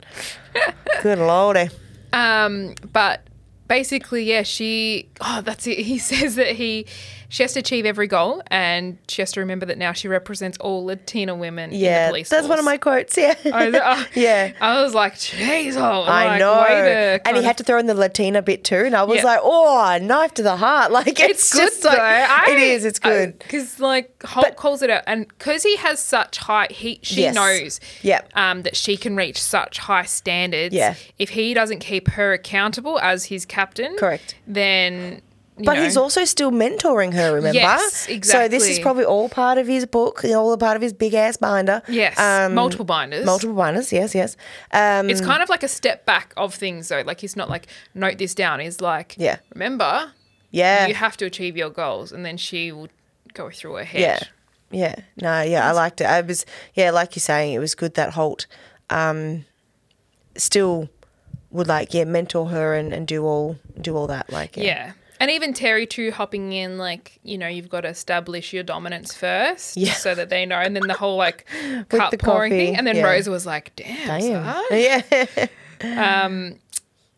[SPEAKER 5] Good lordy.
[SPEAKER 3] Um, but basically, yeah, she. Oh, that's it. He says that he she has to achieve every goal, and she has to remember that now she represents all Latina women. in the
[SPEAKER 5] Yeah,
[SPEAKER 3] police
[SPEAKER 5] that's one of
[SPEAKER 3] force.
[SPEAKER 5] my quotes. Yeah,
[SPEAKER 3] I was, oh,
[SPEAKER 5] yeah.
[SPEAKER 3] I was like, jeez, oh,
[SPEAKER 5] I
[SPEAKER 3] like,
[SPEAKER 5] know.
[SPEAKER 3] way to
[SPEAKER 5] and
[SPEAKER 3] kind
[SPEAKER 5] he
[SPEAKER 3] of-
[SPEAKER 5] had to throw in the Latina bit too, and I was
[SPEAKER 3] Yeah.
[SPEAKER 5] like, oh, knife to the heart. Like it's,
[SPEAKER 3] It's good
[SPEAKER 5] just like
[SPEAKER 3] though. I,
[SPEAKER 5] it is. It's good.
[SPEAKER 3] because like Holt calls it out, and because he has such high, he she
[SPEAKER 5] Yes.
[SPEAKER 3] knows,
[SPEAKER 5] Yep.
[SPEAKER 3] um, that she can reach such high standards.
[SPEAKER 5] Yeah.
[SPEAKER 3] if he doesn't keep her accountable as his captain,
[SPEAKER 5] Correct.
[SPEAKER 3] Then, you
[SPEAKER 5] But
[SPEAKER 3] know.
[SPEAKER 5] he's also still mentoring her, remember?
[SPEAKER 3] Yes,
[SPEAKER 5] So this is
[SPEAKER 3] exactly.
[SPEAKER 5] probably all part of his book, you know, all a part of his big ass binder. Um,
[SPEAKER 3] Yes, multiple binders.
[SPEAKER 5] Multiple binders, yes, yes. Um,
[SPEAKER 3] It's kind of like a step back of things, though. Like he's not like note this down. He's like,
[SPEAKER 5] Yeah.
[SPEAKER 3] remember,
[SPEAKER 5] yeah.
[SPEAKER 3] you have to achieve your goals, and then she will go through her head.
[SPEAKER 5] yeah. Yeah. No, yeah, I liked it. I was, yeah, like you're saying, it was good that Holt um, still would like, yeah, mentor her and, and do all do all that. Like,
[SPEAKER 3] yeah, And even Terry too hopping in, like you know, you've got to establish your dominance first,
[SPEAKER 5] Yeah.
[SPEAKER 3] so that they know. And then the whole like cup
[SPEAKER 5] the
[SPEAKER 3] pouring thing,
[SPEAKER 5] coffee,
[SPEAKER 3] and then
[SPEAKER 5] yeah.
[SPEAKER 3] Rose was like, "Damn,
[SPEAKER 5] Damn.
[SPEAKER 3] Sarge.
[SPEAKER 5] Yeah.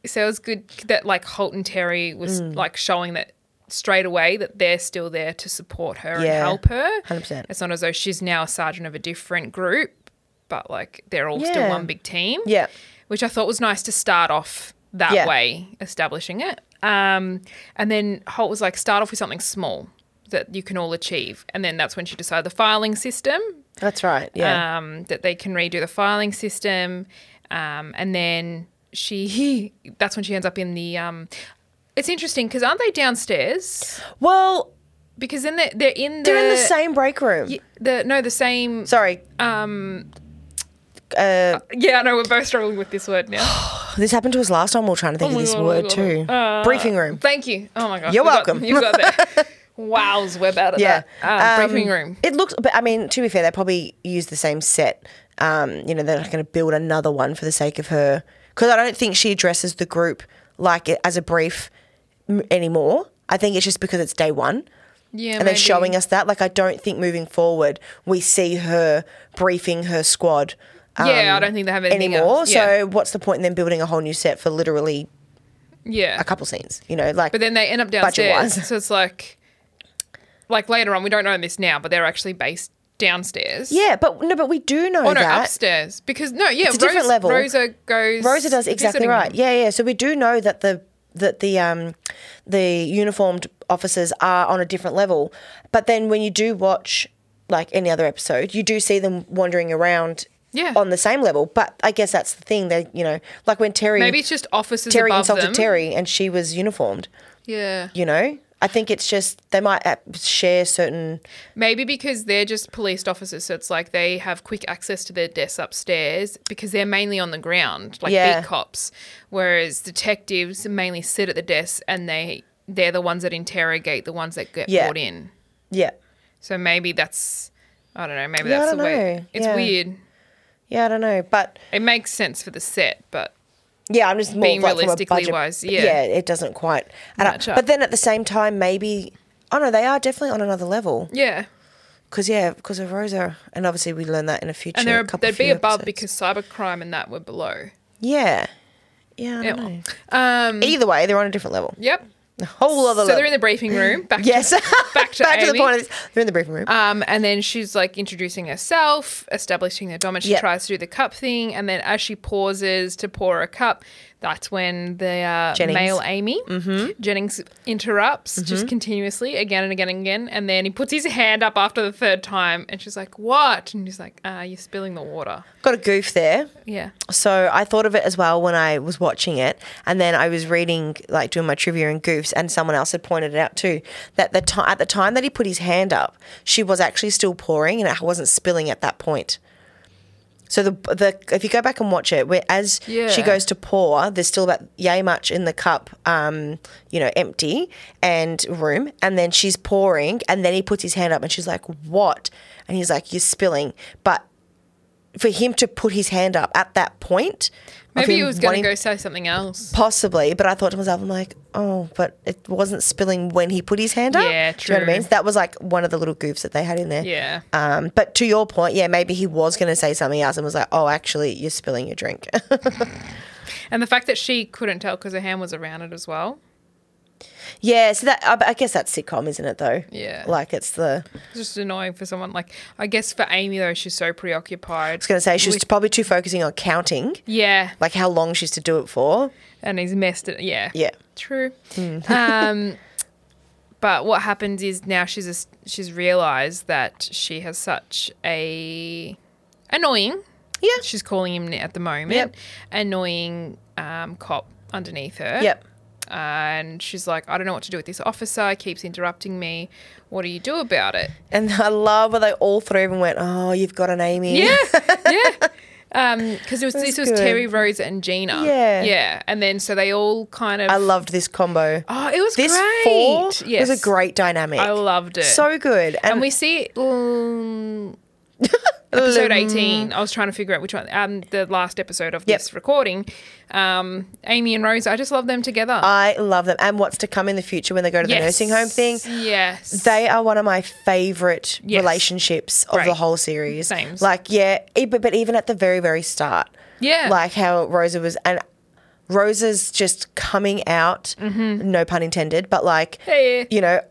[SPEAKER 3] So it was good that like Holt and Terry was
[SPEAKER 5] Mm.
[SPEAKER 3] like showing that straight away that they're still there to support her and
[SPEAKER 5] Yeah,
[SPEAKER 3] help her.
[SPEAKER 5] 100%.
[SPEAKER 3] It's not as though she's now a sergeant of a different group, but like they're all still
[SPEAKER 5] Yeah.
[SPEAKER 3] one big team.
[SPEAKER 5] Yeah.
[SPEAKER 3] Which I thought was nice to start off that
[SPEAKER 5] Yeah.
[SPEAKER 3] way, establishing it. Um, and then Holt was like, start off with something small that you can all achieve. And then that's when she decided the filing system
[SPEAKER 5] That's right. Yeah.
[SPEAKER 3] um, that they can redo the filing system, um, and then she that's when she ends up in the. Um, it's interesting because aren't they downstairs?
[SPEAKER 5] well,
[SPEAKER 3] Because then they're, they're in the
[SPEAKER 5] they're in the same break room.
[SPEAKER 3] y- the no the same.
[SPEAKER 5] Sorry. Um. Uh,
[SPEAKER 3] Yeah, I know we're both struggling with this word now.
[SPEAKER 5] this happened to us last time. We were trying to think of
[SPEAKER 3] my
[SPEAKER 5] this
[SPEAKER 3] God, oh my
[SPEAKER 5] word
[SPEAKER 3] God.
[SPEAKER 5] too. Briefing room.
[SPEAKER 3] Thank you. Oh my god,
[SPEAKER 5] You're
[SPEAKER 3] we got-
[SPEAKER 5] welcome.
[SPEAKER 3] you got that. Wow's, we're bad at
[SPEAKER 5] Yeah.
[SPEAKER 3] that. Um,
[SPEAKER 5] Um,
[SPEAKER 3] briefing room.
[SPEAKER 5] It looks, but I mean, to be fair, they probably use the same set. Um, you know, they're not going to build another one for the sake of her because I don't think she addresses the group like it- as a brief m- anymore. I think it's just because it's day one.
[SPEAKER 3] Yeah,
[SPEAKER 5] and they're showing us that. Like, I don't think moving forward we see her briefing her squad. um,
[SPEAKER 3] Yeah, I don't think they have anything
[SPEAKER 5] anymore.
[SPEAKER 3] else. Yeah.
[SPEAKER 5] So, what's the point in then building a whole new set for literally
[SPEAKER 3] yeah
[SPEAKER 5] a couple scenes? You know, like
[SPEAKER 3] But then they end up
[SPEAKER 5] Budget-wise.
[SPEAKER 3] downstairs. So it's like, like later on, we don't know this now, but they're actually based downstairs.
[SPEAKER 5] yeah, but no, but we do know
[SPEAKER 3] Oh no,
[SPEAKER 5] that.
[SPEAKER 3] upstairs because no, yeah,
[SPEAKER 5] It's a different
[SPEAKER 3] Rose-
[SPEAKER 5] level.
[SPEAKER 3] Rosa goes.
[SPEAKER 5] Rosa does exactly
[SPEAKER 3] visiting
[SPEAKER 5] right.
[SPEAKER 3] them.
[SPEAKER 5] Yeah, yeah. So we do know that the that the um the uniformed officers are on a different level. But then when you do watch like any other episode, you do see them wandering around
[SPEAKER 3] Yeah.
[SPEAKER 5] on the same level. But I guess that's the thing. They you know, like when Terry
[SPEAKER 3] Maybe it's just officers
[SPEAKER 5] Terry
[SPEAKER 3] above
[SPEAKER 5] insulted
[SPEAKER 3] them.
[SPEAKER 5] Terry and she was uniformed,
[SPEAKER 3] Yeah.
[SPEAKER 5] you know? I think it's just they might uh, share certain.
[SPEAKER 3] Maybe because they're just police officers, so it's like they have quick access to their desks upstairs because they're mainly on the ground, like
[SPEAKER 5] Yeah.
[SPEAKER 3] beat cops. Whereas detectives mainly sit at the desk and they they're the ones that interrogate the ones that get
[SPEAKER 5] Yeah.
[SPEAKER 3] brought in.
[SPEAKER 5] Yeah,
[SPEAKER 3] So maybe that's I don't know. Maybe
[SPEAKER 5] Yeah, I
[SPEAKER 3] that's the
[SPEAKER 5] don't know.
[SPEAKER 3] way. It's
[SPEAKER 5] Yeah.
[SPEAKER 3] weird.
[SPEAKER 5] yeah, I don't know, but
[SPEAKER 3] It makes sense for the set, but
[SPEAKER 5] yeah, I'm just more
[SPEAKER 3] Being
[SPEAKER 5] of, like, from a
[SPEAKER 3] realistically
[SPEAKER 5] budget-
[SPEAKER 3] wise, yeah.
[SPEAKER 5] yeah, it doesn't quite. add up.
[SPEAKER 3] Match up.
[SPEAKER 5] But then at the same time, maybe. Oh no, they are definitely on another level.
[SPEAKER 3] yeah.
[SPEAKER 5] Because yeah, because of Rosa, and obviously we learn that in a future.
[SPEAKER 3] And they're,
[SPEAKER 5] couple
[SPEAKER 3] they'd be
[SPEAKER 5] few
[SPEAKER 3] above
[SPEAKER 5] episodes.
[SPEAKER 3] because cybercrime and that were below.
[SPEAKER 5] yeah, yeah. I don't
[SPEAKER 3] Yeah.
[SPEAKER 5] know.
[SPEAKER 3] Um,
[SPEAKER 5] Either way, they're on a different level.
[SPEAKER 3] yep.
[SPEAKER 5] A whole other
[SPEAKER 3] So
[SPEAKER 5] level.
[SPEAKER 3] they're in the briefing room. Back
[SPEAKER 5] yes.
[SPEAKER 3] To, back to
[SPEAKER 5] back to the
[SPEAKER 3] Amy.
[SPEAKER 5] point. Of this. They're in the briefing room.
[SPEAKER 3] Um, and then she's like introducing herself, establishing their dominance. She
[SPEAKER 5] Yep.
[SPEAKER 3] tries to do the cup thing, and then as she pauses to pour a cup, that's when the uh,
[SPEAKER 5] Jennings. Mm-hmm.
[SPEAKER 3] male Amy Jennings interrupts just continuously again and again and again, and then he puts his hand up after the third time, and she's like, "What?" And he's like, uh, "You're spilling the water."
[SPEAKER 5] Got a goof there.
[SPEAKER 3] Yeah.
[SPEAKER 5] So I thought of it as well when I was watching it, and then I was reading, like doing my trivia and goofs, and someone else had pointed it out too that the ti at the time that he put his hand up, she was actually still pouring, and it wasn't spilling at that point. So the the if you go back and watch it, where as she
[SPEAKER 3] Yeah.
[SPEAKER 5] goes to pour, there's still about yay much in the cup, um, you know, empty and room, and then she's pouring, and then he puts his hand up, and she's like, "What?" And he's like, "You're spilling," but for him to put his hand up at that point. of
[SPEAKER 3] Maybe he
[SPEAKER 5] him
[SPEAKER 3] was going
[SPEAKER 5] wanting-
[SPEAKER 3] to go say something else.
[SPEAKER 5] Possibly, but I thought to myself, I'm like, oh, but it wasn't spilling when he put his hand up.
[SPEAKER 3] Yeah,
[SPEAKER 5] Do you know what I mean?
[SPEAKER 3] true.
[SPEAKER 5] That was like one of the little goofs that they had in there.
[SPEAKER 3] Yeah.
[SPEAKER 5] Um, but to your point, yeah, maybe he was going to say something else and was like, oh, actually, you're spilling your drink.
[SPEAKER 3] And the fact that she couldn't tell because her hand was around it as well.
[SPEAKER 5] yeah, so that I, I guess that's sitcom, isn't it? Though.
[SPEAKER 3] Yeah.
[SPEAKER 5] Like it's the. I
[SPEAKER 3] It's just annoying for someone like I guess for Amy though she's so preoccupied.
[SPEAKER 5] was going to say she was
[SPEAKER 3] with-
[SPEAKER 5] probably too focusing on counting,
[SPEAKER 3] yeah,
[SPEAKER 5] like how long she's to do it for.
[SPEAKER 3] and he's messed it. Yeah,
[SPEAKER 5] Yeah. Hmm.
[SPEAKER 3] true. um, but what happens is now she's a, she's realized that she has such a annoying.
[SPEAKER 5] Yeah.
[SPEAKER 3] she's calling him at the moment.
[SPEAKER 5] Yep.
[SPEAKER 3] Annoying um, cop underneath her.
[SPEAKER 5] Yep.
[SPEAKER 3] And she's like, I don't know what to do with this officer. He keeps interrupting me. What do you do about it?
[SPEAKER 5] And I love where they all three of them went, oh, you've got an Amy.
[SPEAKER 3] Yeah, yeah. Because it was
[SPEAKER 5] That's
[SPEAKER 3] this was
[SPEAKER 5] good.
[SPEAKER 3] Terry Rose and Gina.
[SPEAKER 5] Yeah.
[SPEAKER 3] yeah. And then so they all kind of.
[SPEAKER 5] I loved this combo.
[SPEAKER 3] Oh, it was
[SPEAKER 5] This
[SPEAKER 3] great.
[SPEAKER 5] four
[SPEAKER 3] Yes.
[SPEAKER 5] was a great dynamic.
[SPEAKER 3] I loved it.
[SPEAKER 5] So good. And,
[SPEAKER 3] And we see um,
[SPEAKER 5] Um,
[SPEAKER 3] episode eighteen. I was trying to figure out which one. Um, the last episode of
[SPEAKER 5] Yep.
[SPEAKER 3] this recording. Um, Amy and Rose. I just love them together.
[SPEAKER 5] I love them. And what's to come in the future when they go to Ah, the nursing home thing.
[SPEAKER 3] Yes.
[SPEAKER 5] They are one of my favorite
[SPEAKER 3] Yes.
[SPEAKER 5] relationships of the
[SPEAKER 3] Right.
[SPEAKER 5] whole series.
[SPEAKER 3] Same.
[SPEAKER 5] Like, yeah, e- but, but even at the very, very start.
[SPEAKER 3] Yeah.
[SPEAKER 5] Like how Rosa was, and Rosa's just coming out, no pun intended, but like,
[SPEAKER 3] Mm-hmm. Hey.
[SPEAKER 5] you know,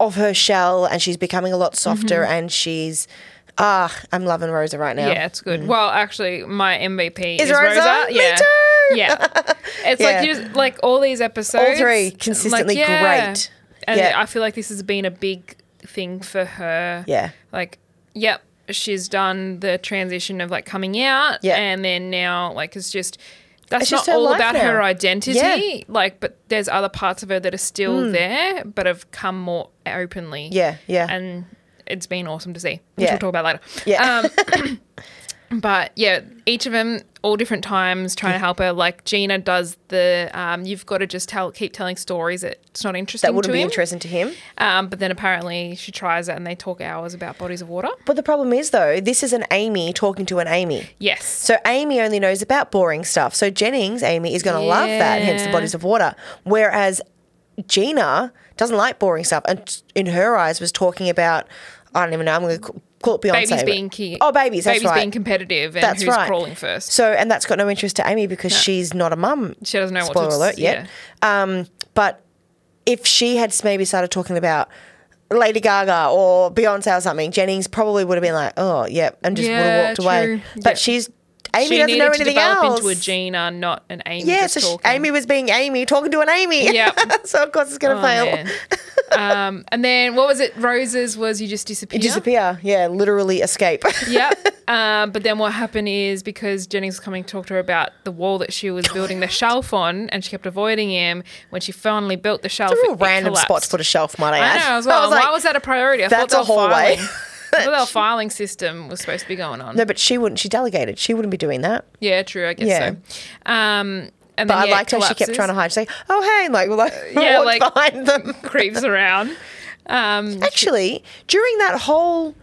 [SPEAKER 5] of her shell and she's becoming a lot softer
[SPEAKER 3] Mm-hmm.
[SPEAKER 5] and she's, ah, I'm loving Rosa right now.
[SPEAKER 3] Yeah, it's good. Well, actually, my MVP
[SPEAKER 5] Mm. Is
[SPEAKER 3] is,
[SPEAKER 5] Rosa?
[SPEAKER 3] Rosa.
[SPEAKER 5] Me
[SPEAKER 3] Yeah.
[SPEAKER 5] too!
[SPEAKER 3] Yeah. It's
[SPEAKER 5] Yeah.
[SPEAKER 3] like you just, like all these episodes.
[SPEAKER 5] three
[SPEAKER 3] like,
[SPEAKER 5] consistently great.
[SPEAKER 3] And
[SPEAKER 5] Yeah.
[SPEAKER 3] I feel like this has been a big thing for her.
[SPEAKER 5] Yeah.
[SPEAKER 3] Like, yep, she's done the transition of like coming out.
[SPEAKER 5] Yeah.
[SPEAKER 3] And then now, like, it's just. That's
[SPEAKER 5] It's just
[SPEAKER 3] not
[SPEAKER 5] her
[SPEAKER 3] all
[SPEAKER 5] life
[SPEAKER 3] about her
[SPEAKER 5] now.
[SPEAKER 3] identity,
[SPEAKER 5] Yeah.
[SPEAKER 3] like, but there's other parts of her that are still there, but have come more openly.
[SPEAKER 5] Mm. Yeah, yeah.
[SPEAKER 3] And it's been awesome to see, which
[SPEAKER 5] Yeah.
[SPEAKER 3] we'll talk about later.
[SPEAKER 5] Yeah.
[SPEAKER 3] Um, but yeah, each of them all different times trying to help her. Like Gina does the um, you've got to just tell keep telling stories. It's not interesting.
[SPEAKER 5] That
[SPEAKER 3] to
[SPEAKER 5] wouldn't be
[SPEAKER 3] him.
[SPEAKER 5] interesting to him.
[SPEAKER 3] Um, but then apparently she tries it, and they talk hours about bodies of water.
[SPEAKER 5] But the problem is, though, this is an Amy talking to an Amy.
[SPEAKER 3] Yes.
[SPEAKER 5] So Amy only knows about boring stuff. So Jennings, Amy, is going to love that, hence the
[SPEAKER 3] Yeah.
[SPEAKER 5] bodies of water. Whereas Gina doesn't like boring stuff, and in her eyes, was talking about I don't even know. I'm going to call it Beyonce.
[SPEAKER 3] babies
[SPEAKER 5] but-
[SPEAKER 3] being key.
[SPEAKER 5] Oh, babies. That's
[SPEAKER 3] babies
[SPEAKER 5] right.
[SPEAKER 3] being competitive and
[SPEAKER 5] that's
[SPEAKER 3] who's
[SPEAKER 5] right.
[SPEAKER 3] crawling first.
[SPEAKER 5] So, and that's got no interest to Amy because she's not a mum.
[SPEAKER 3] She doesn't know what to-
[SPEAKER 5] Spoiler alert yet. Um, but if she had maybe started talking about Lady Gaga or Beyonce or something, Jennings probably would have been like, "Oh, yeah," and just would
[SPEAKER 3] Yeah,
[SPEAKER 5] have walked away.
[SPEAKER 3] true.
[SPEAKER 5] But
[SPEAKER 3] Yeah.
[SPEAKER 5] she's Amy
[SPEAKER 3] she
[SPEAKER 5] doesn't
[SPEAKER 3] needed
[SPEAKER 5] know
[SPEAKER 3] to
[SPEAKER 5] anything
[SPEAKER 3] develop
[SPEAKER 5] else.
[SPEAKER 3] into a Gina, not an Amy.
[SPEAKER 5] yeah,
[SPEAKER 3] just
[SPEAKER 5] so she,
[SPEAKER 3] talking.
[SPEAKER 5] Amy was being Amy, talking to an Amy.
[SPEAKER 3] Yep.
[SPEAKER 5] so of course it's gonna
[SPEAKER 3] Oh,
[SPEAKER 5] fail.
[SPEAKER 3] man. um, and then what was it? Roses was you just disappear.
[SPEAKER 5] You disappear. Yeah, literally escape.
[SPEAKER 3] Yep. Um, but then what happened is because Jennings was coming to talk to her about the wall that she was building the shelf on, and she kept avoiding him. When she finally built the shelf,
[SPEAKER 5] Real
[SPEAKER 3] it- it
[SPEAKER 5] random spots
[SPEAKER 3] collapsed.
[SPEAKER 5] for the shelf, might I
[SPEAKER 3] I
[SPEAKER 5] add.
[SPEAKER 3] know as
[SPEAKER 5] I
[SPEAKER 3] well.
[SPEAKER 5] was
[SPEAKER 3] Why
[SPEAKER 5] like,
[SPEAKER 3] was that a priority? I
[SPEAKER 5] that's a
[SPEAKER 3] thought their
[SPEAKER 5] hallway.
[SPEAKER 3] filing, I thought their filing system was supposed to be going on.
[SPEAKER 5] no, but she wouldn't. She delegated. She wouldn't be doing that.
[SPEAKER 3] Yeah, true. I guess
[SPEAKER 5] Yeah.
[SPEAKER 3] so. Um, and
[SPEAKER 5] But
[SPEAKER 3] then,
[SPEAKER 5] I
[SPEAKER 3] yeah,
[SPEAKER 5] liked how she kept
[SPEAKER 3] collapses,
[SPEAKER 5] trying to hide. She's like, oh, hey, like, like
[SPEAKER 3] yeah,
[SPEAKER 5] walked
[SPEAKER 3] like-
[SPEAKER 5] behind them.
[SPEAKER 3] creeps around. Um,
[SPEAKER 5] Actually, during that whole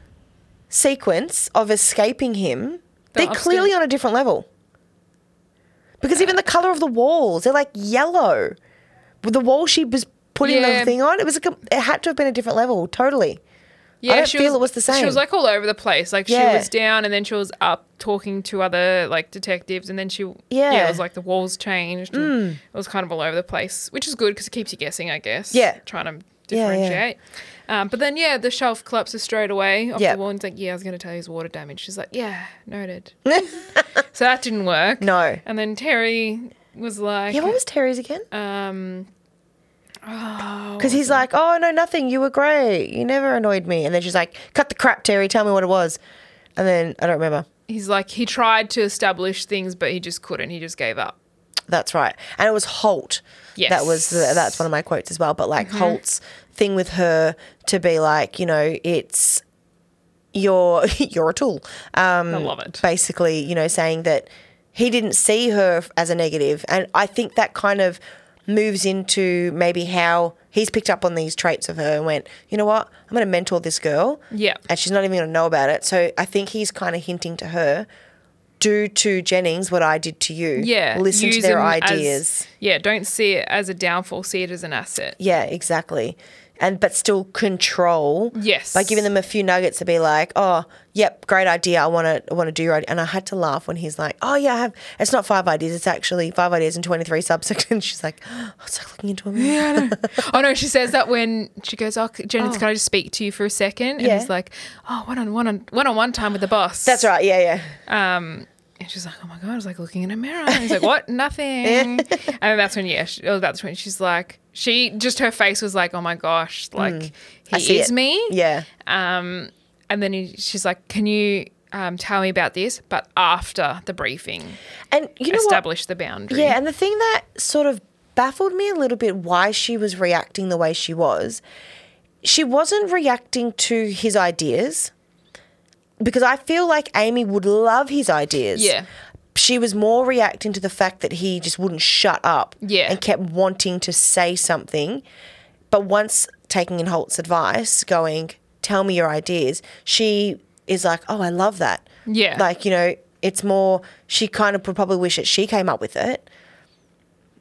[SPEAKER 5] sequence of escaping him, they're
[SPEAKER 3] upstairs.
[SPEAKER 5] clearly on a different level. Because even the color of the walls, they're like yellow. With the wall she was putting
[SPEAKER 3] Yeah.
[SPEAKER 5] the thing on, it was like a, it had to have been a different level, totally.
[SPEAKER 3] yeah,
[SPEAKER 5] don't
[SPEAKER 3] she
[SPEAKER 5] feel it was the
[SPEAKER 3] She
[SPEAKER 5] same.
[SPEAKER 3] was like all over the place. Like
[SPEAKER 5] Yeah.
[SPEAKER 3] she was down, and then she was up talking to other like detectives, and then she
[SPEAKER 5] Yeah. Mm.
[SPEAKER 3] it was like the walls changed. and It was kind of all over the place, which is good because it keeps you guessing, I guess.
[SPEAKER 5] Yeah.
[SPEAKER 3] trying to
[SPEAKER 5] Yeah, yeah.
[SPEAKER 3] differentiate. Um, but then yeah, the shelf collapses straight away off
[SPEAKER 5] Yeah.
[SPEAKER 3] the wall. And it's like, yeah, I was going to tell you it's water damage. She's like, yeah, noted. so that didn't work.
[SPEAKER 5] No.
[SPEAKER 3] And then Terry was like,
[SPEAKER 5] Yeah, Oh, what was Terry's again?
[SPEAKER 3] um,
[SPEAKER 5] Because he's like, oh, no, nothing. You were great. You never annoyed me. And then she's like, cut the crap, Terry. Tell me what it was. And then I don't remember.
[SPEAKER 3] he's like he tried to establish things but he just couldn't he just gave up
[SPEAKER 5] That's right. And it was Holt. That was
[SPEAKER 3] Yes.
[SPEAKER 5] that's one of my quotes as well. But like Holt's thing with her to be like, you know, it's you're you're a tool. Um
[SPEAKER 3] i love it
[SPEAKER 5] basically, you know, saying that he didn't see her f- as a negative. And I think that kind of moves into maybe how he's picked up on these traits of her and went, you know what, I'm going to mentor this girl.
[SPEAKER 3] Yeah.
[SPEAKER 5] And she's not even going to know about it. So I think he's kind of hinting to her, do to Jennings what I did to you.
[SPEAKER 3] yeah
[SPEAKER 5] Listen to
[SPEAKER 3] use
[SPEAKER 5] their
[SPEAKER 3] them as-
[SPEAKER 5] ideas.
[SPEAKER 3] yeah don't see it as a downfall see it as an asset
[SPEAKER 5] Yeah, exactly. And but still control.
[SPEAKER 3] Yes.
[SPEAKER 5] By giving them a few nuggets to be like, oh, yep, great idea. I want to, I want to do your idea. And I had to laugh when he's like, oh yeah, I have. It's not five ideas. It's actually five ideas and twenty three subsections. She's like, oh, it's like looking into a mirror.
[SPEAKER 3] oh no she says that when she goes oh c- jennings can i just speak to you for a second and
[SPEAKER 5] Yeah.
[SPEAKER 3] he's like oh one on one on one on one time with the boss
[SPEAKER 5] That's right. Yeah, yeah.
[SPEAKER 3] um and she's like, oh my God, I was like looking in a mirror. And he's like, what? Nothing. and then that's when, yeah, she, oh, that's when she's like, she just, her face was like, oh my gosh, like,
[SPEAKER 5] Hmm. I
[SPEAKER 3] he
[SPEAKER 5] see
[SPEAKER 3] is
[SPEAKER 5] it.
[SPEAKER 3] me.
[SPEAKER 5] Yeah.
[SPEAKER 3] Um, and then he, she's like, "Can you um, tell me about this?" But after the briefing,
[SPEAKER 5] And you know what?
[SPEAKER 3] establish the boundary.
[SPEAKER 5] Yeah, and the thing that sort of baffled me a little bit why she was reacting the way she was, she wasn't reacting to his ideas because I feel like Amy would love his ideas.
[SPEAKER 3] Yeah.
[SPEAKER 5] She was more reacting to the fact that he just wouldn't shut up
[SPEAKER 3] Yeah.
[SPEAKER 5] and kept wanting to say something. But once taking in Holt's advice, going, tell me your ideas, she is like, oh, I love that.
[SPEAKER 3] Yeah.
[SPEAKER 5] Like, you know, it's more, she kind of would probably wish that she came up with it.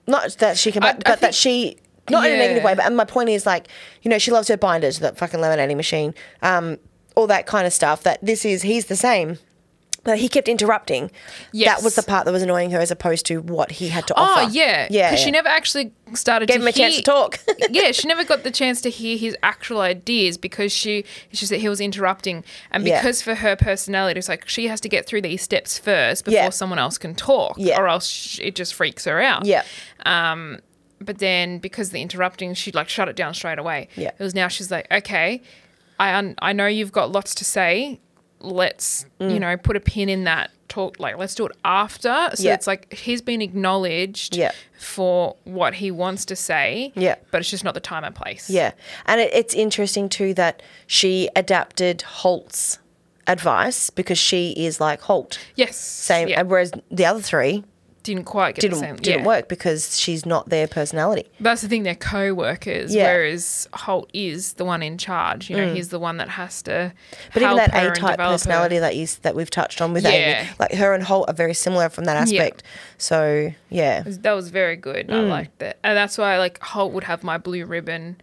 [SPEAKER 5] Not that she came
[SPEAKER 3] I-
[SPEAKER 5] up,
[SPEAKER 3] I
[SPEAKER 5] but that
[SPEAKER 3] think-
[SPEAKER 5] she, not in a negative
[SPEAKER 3] Yeah.
[SPEAKER 5] way, but and my point is like, you know, she loves her binders, that fucking lemonade machine, um, all that kind of stuff. That this is, he's the same. But he kept interrupting.
[SPEAKER 3] Yes.
[SPEAKER 5] That was the part that was annoying her as opposed to what he had to
[SPEAKER 3] Oh
[SPEAKER 5] offer.
[SPEAKER 3] yeah,
[SPEAKER 5] Yeah.
[SPEAKER 3] Because she
[SPEAKER 5] yeah.
[SPEAKER 3] never actually started
[SPEAKER 5] gave
[SPEAKER 3] to
[SPEAKER 5] him a chance to
[SPEAKER 3] hear-
[SPEAKER 5] talk.
[SPEAKER 3] yeah, she never got the chance to hear his actual ideas because she she said he was interrupting, and
[SPEAKER 5] Yeah.
[SPEAKER 3] because for her personality, it's like she has to get through these steps first before
[SPEAKER 5] Yeah.
[SPEAKER 3] someone else can talk,
[SPEAKER 5] Yeah.
[SPEAKER 3] or else sh it just freaks her out.
[SPEAKER 5] Yeah.
[SPEAKER 3] Um, but then because of the interrupting, she like shut it down straight away.
[SPEAKER 5] Yeah.
[SPEAKER 3] It was now she's like, okay, I un- I know you've got lots to say. Let's
[SPEAKER 5] Mm.
[SPEAKER 3] you know put a pin in that talk. Like let's do it after. So
[SPEAKER 5] Yeah.
[SPEAKER 3] it's like he's been acknowledged
[SPEAKER 5] Yeah.
[SPEAKER 3] for what he wants to say.
[SPEAKER 5] Yeah.
[SPEAKER 3] But it's just not the time and place.
[SPEAKER 5] Yeah. And it, it's interesting too that she adapted Holt's advice because she is like Holt.
[SPEAKER 3] Yes.
[SPEAKER 5] Same.
[SPEAKER 3] Yeah.
[SPEAKER 5] And whereas the other three
[SPEAKER 3] Didn't quite get
[SPEAKER 5] didn't,
[SPEAKER 3] the same.
[SPEAKER 5] didn't
[SPEAKER 3] yeah.
[SPEAKER 5] work because she's not their personality.
[SPEAKER 3] That's the thing. They're co-workers,
[SPEAKER 5] Yeah. Mm.
[SPEAKER 3] whereas Holt is the one in charge. You know, he's the one that has to.
[SPEAKER 5] But even
[SPEAKER 3] help
[SPEAKER 5] that A
[SPEAKER 3] her and
[SPEAKER 5] type
[SPEAKER 3] develop her.
[SPEAKER 5] personality that you s- that we've touched on with
[SPEAKER 3] Yeah.
[SPEAKER 5] Amy, like her and Holt are very similar from that
[SPEAKER 3] Yeah.
[SPEAKER 5] aspect. So yeah,
[SPEAKER 3] was- that was very good. I
[SPEAKER 5] Mm.
[SPEAKER 3] liked that, and that's why like Holt would have my blue ribbon.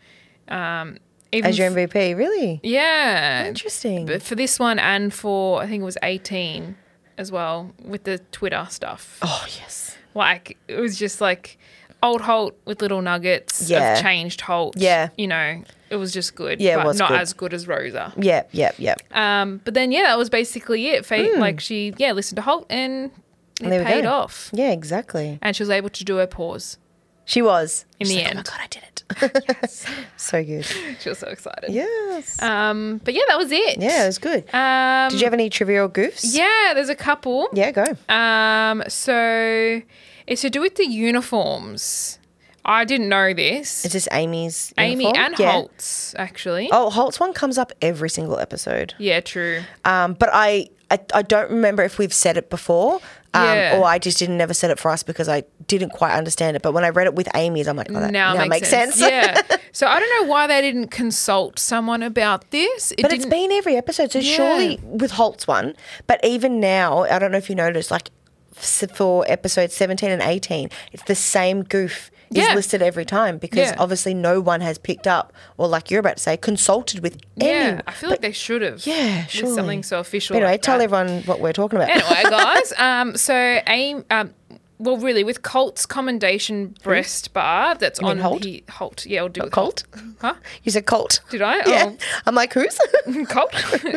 [SPEAKER 3] Um, even
[SPEAKER 5] as your
[SPEAKER 3] f-
[SPEAKER 5] MVP, really
[SPEAKER 3] yeah,
[SPEAKER 5] Interesting.
[SPEAKER 3] But for this one and for I think it was eighteen as well with the Twitter stuff.
[SPEAKER 5] Oh yes,
[SPEAKER 3] Like it was just like old Holt with little nuggets
[SPEAKER 5] Yeah.
[SPEAKER 3] of changed Holt.
[SPEAKER 5] Yeah.
[SPEAKER 3] you know, it was just good.
[SPEAKER 5] Yeah, it
[SPEAKER 3] but
[SPEAKER 5] was
[SPEAKER 3] not
[SPEAKER 5] good.
[SPEAKER 3] as good as Rosa.
[SPEAKER 5] yep, yep, yep.
[SPEAKER 3] Um, but then yeah, that was basically it. Fate, like she yeah listened to Holt and It
[SPEAKER 5] Hmm. There we
[SPEAKER 3] paid
[SPEAKER 5] go.
[SPEAKER 3] off.
[SPEAKER 5] Yeah, exactly.
[SPEAKER 3] And she was able to do her pause
[SPEAKER 5] She was.
[SPEAKER 3] in the
[SPEAKER 5] She's like,
[SPEAKER 3] end.
[SPEAKER 5] Oh my god, I did it. so good.
[SPEAKER 3] She was so excited.
[SPEAKER 5] Yes.
[SPEAKER 3] Um, but yeah, that was it.
[SPEAKER 5] yeah, it was good.
[SPEAKER 3] Um,
[SPEAKER 5] did you have any trivial goofs?
[SPEAKER 3] yeah, there's a couple.
[SPEAKER 5] Yeah, go.
[SPEAKER 3] Um, so it's to do with the uniforms. I didn't know this.
[SPEAKER 5] Is this Amy's?
[SPEAKER 3] Amy
[SPEAKER 5] uniform?
[SPEAKER 3] and
[SPEAKER 5] Yeah.
[SPEAKER 3] Holtz, actually.
[SPEAKER 5] Oh, Holt's one comes up every single episode.
[SPEAKER 3] Yeah, true.
[SPEAKER 5] Um, but I, I I don't remember if we've said it before, um,
[SPEAKER 3] Yeah.
[SPEAKER 5] or I just didn't never said it for us because I didn't quite understand it. But when I read it with Amy's, I'm like, oh, that
[SPEAKER 3] now
[SPEAKER 5] now,
[SPEAKER 3] it makes, sense. yeah. So I don't know why they didn't consult someone about this. It
[SPEAKER 5] But
[SPEAKER 3] didn't,
[SPEAKER 5] it's been every episode, so
[SPEAKER 3] Yeah.
[SPEAKER 5] surely with Holt's one. But even now, I don't know if you noticed, like s- for episodes 17 and 18, it's the same goof is
[SPEAKER 3] Yeah.
[SPEAKER 5] listed every time because
[SPEAKER 3] Yeah.
[SPEAKER 5] obviously no one has picked up or, like you're about to say, consulted with
[SPEAKER 3] Yeah,
[SPEAKER 5] anyone.
[SPEAKER 3] I feel like they should have.
[SPEAKER 5] Yeah,
[SPEAKER 3] With
[SPEAKER 5] surely.
[SPEAKER 3] something so official.
[SPEAKER 5] Anyway,
[SPEAKER 3] like
[SPEAKER 5] tell
[SPEAKER 3] that.
[SPEAKER 5] everyone what we're talking about.
[SPEAKER 3] Anyway, guys. Um, so aim. Um, well, really, with Colt's commendation breast bar that's
[SPEAKER 5] mean
[SPEAKER 3] on
[SPEAKER 5] Holt? Oh,
[SPEAKER 3] he- Holt. Yeah, I'll do with
[SPEAKER 5] Colt?
[SPEAKER 3] Huh?
[SPEAKER 5] You said Colt.
[SPEAKER 3] Did I?
[SPEAKER 5] Yeah. I'm like, who's?
[SPEAKER 3] Oh, Colt.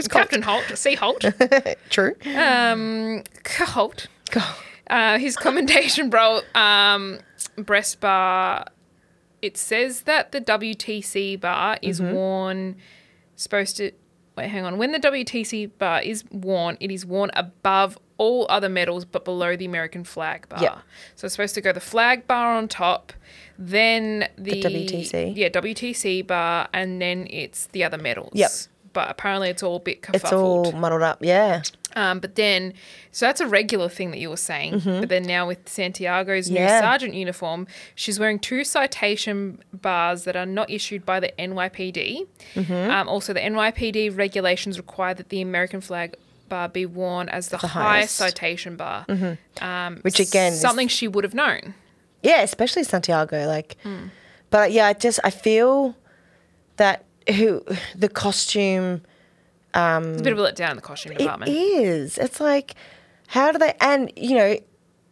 [SPEAKER 3] Captain Holt. See Holt.
[SPEAKER 5] True.
[SPEAKER 3] Um, Holt. Uh, his commendation bro um, breast bar. It says that the WTC bar is
[SPEAKER 5] Mm-hmm.
[SPEAKER 3] worn, supposed to. Wait, hang on. When the WTC bar is worn, it is worn above all other medals but below the American flag bar.
[SPEAKER 5] Yep.
[SPEAKER 3] So it's supposed to go the flag bar on top, then the,
[SPEAKER 5] WTC.
[SPEAKER 3] Yeah, WTC bar, and then it's the other medals.
[SPEAKER 5] Yep.
[SPEAKER 3] But apparently it's all a bit kerfuffled.
[SPEAKER 5] It's all muddled up. Yeah.
[SPEAKER 3] Um, but then, so that's a regular thing that you were saying. But then now with Santiago's
[SPEAKER 5] Mm-hmm. Yeah.
[SPEAKER 3] new sergeant uniform, she's wearing two citation bars that are not issued by the NYPD.
[SPEAKER 5] Mm-hmm.
[SPEAKER 3] Um, also, the NYPD regulations require that the American flag bar be worn as the, highest.
[SPEAKER 5] highest. Mm-hmm.
[SPEAKER 3] citation bar, um,
[SPEAKER 5] Which again is-
[SPEAKER 3] something she would have known.
[SPEAKER 5] Yeah, especially Santiago. Like,
[SPEAKER 3] Hmm.
[SPEAKER 5] but yeah, I just I feel that who the costume
[SPEAKER 3] It's a bit of a letdown in the costume
[SPEAKER 5] it
[SPEAKER 3] department.
[SPEAKER 5] is. It's like how do they? And you know,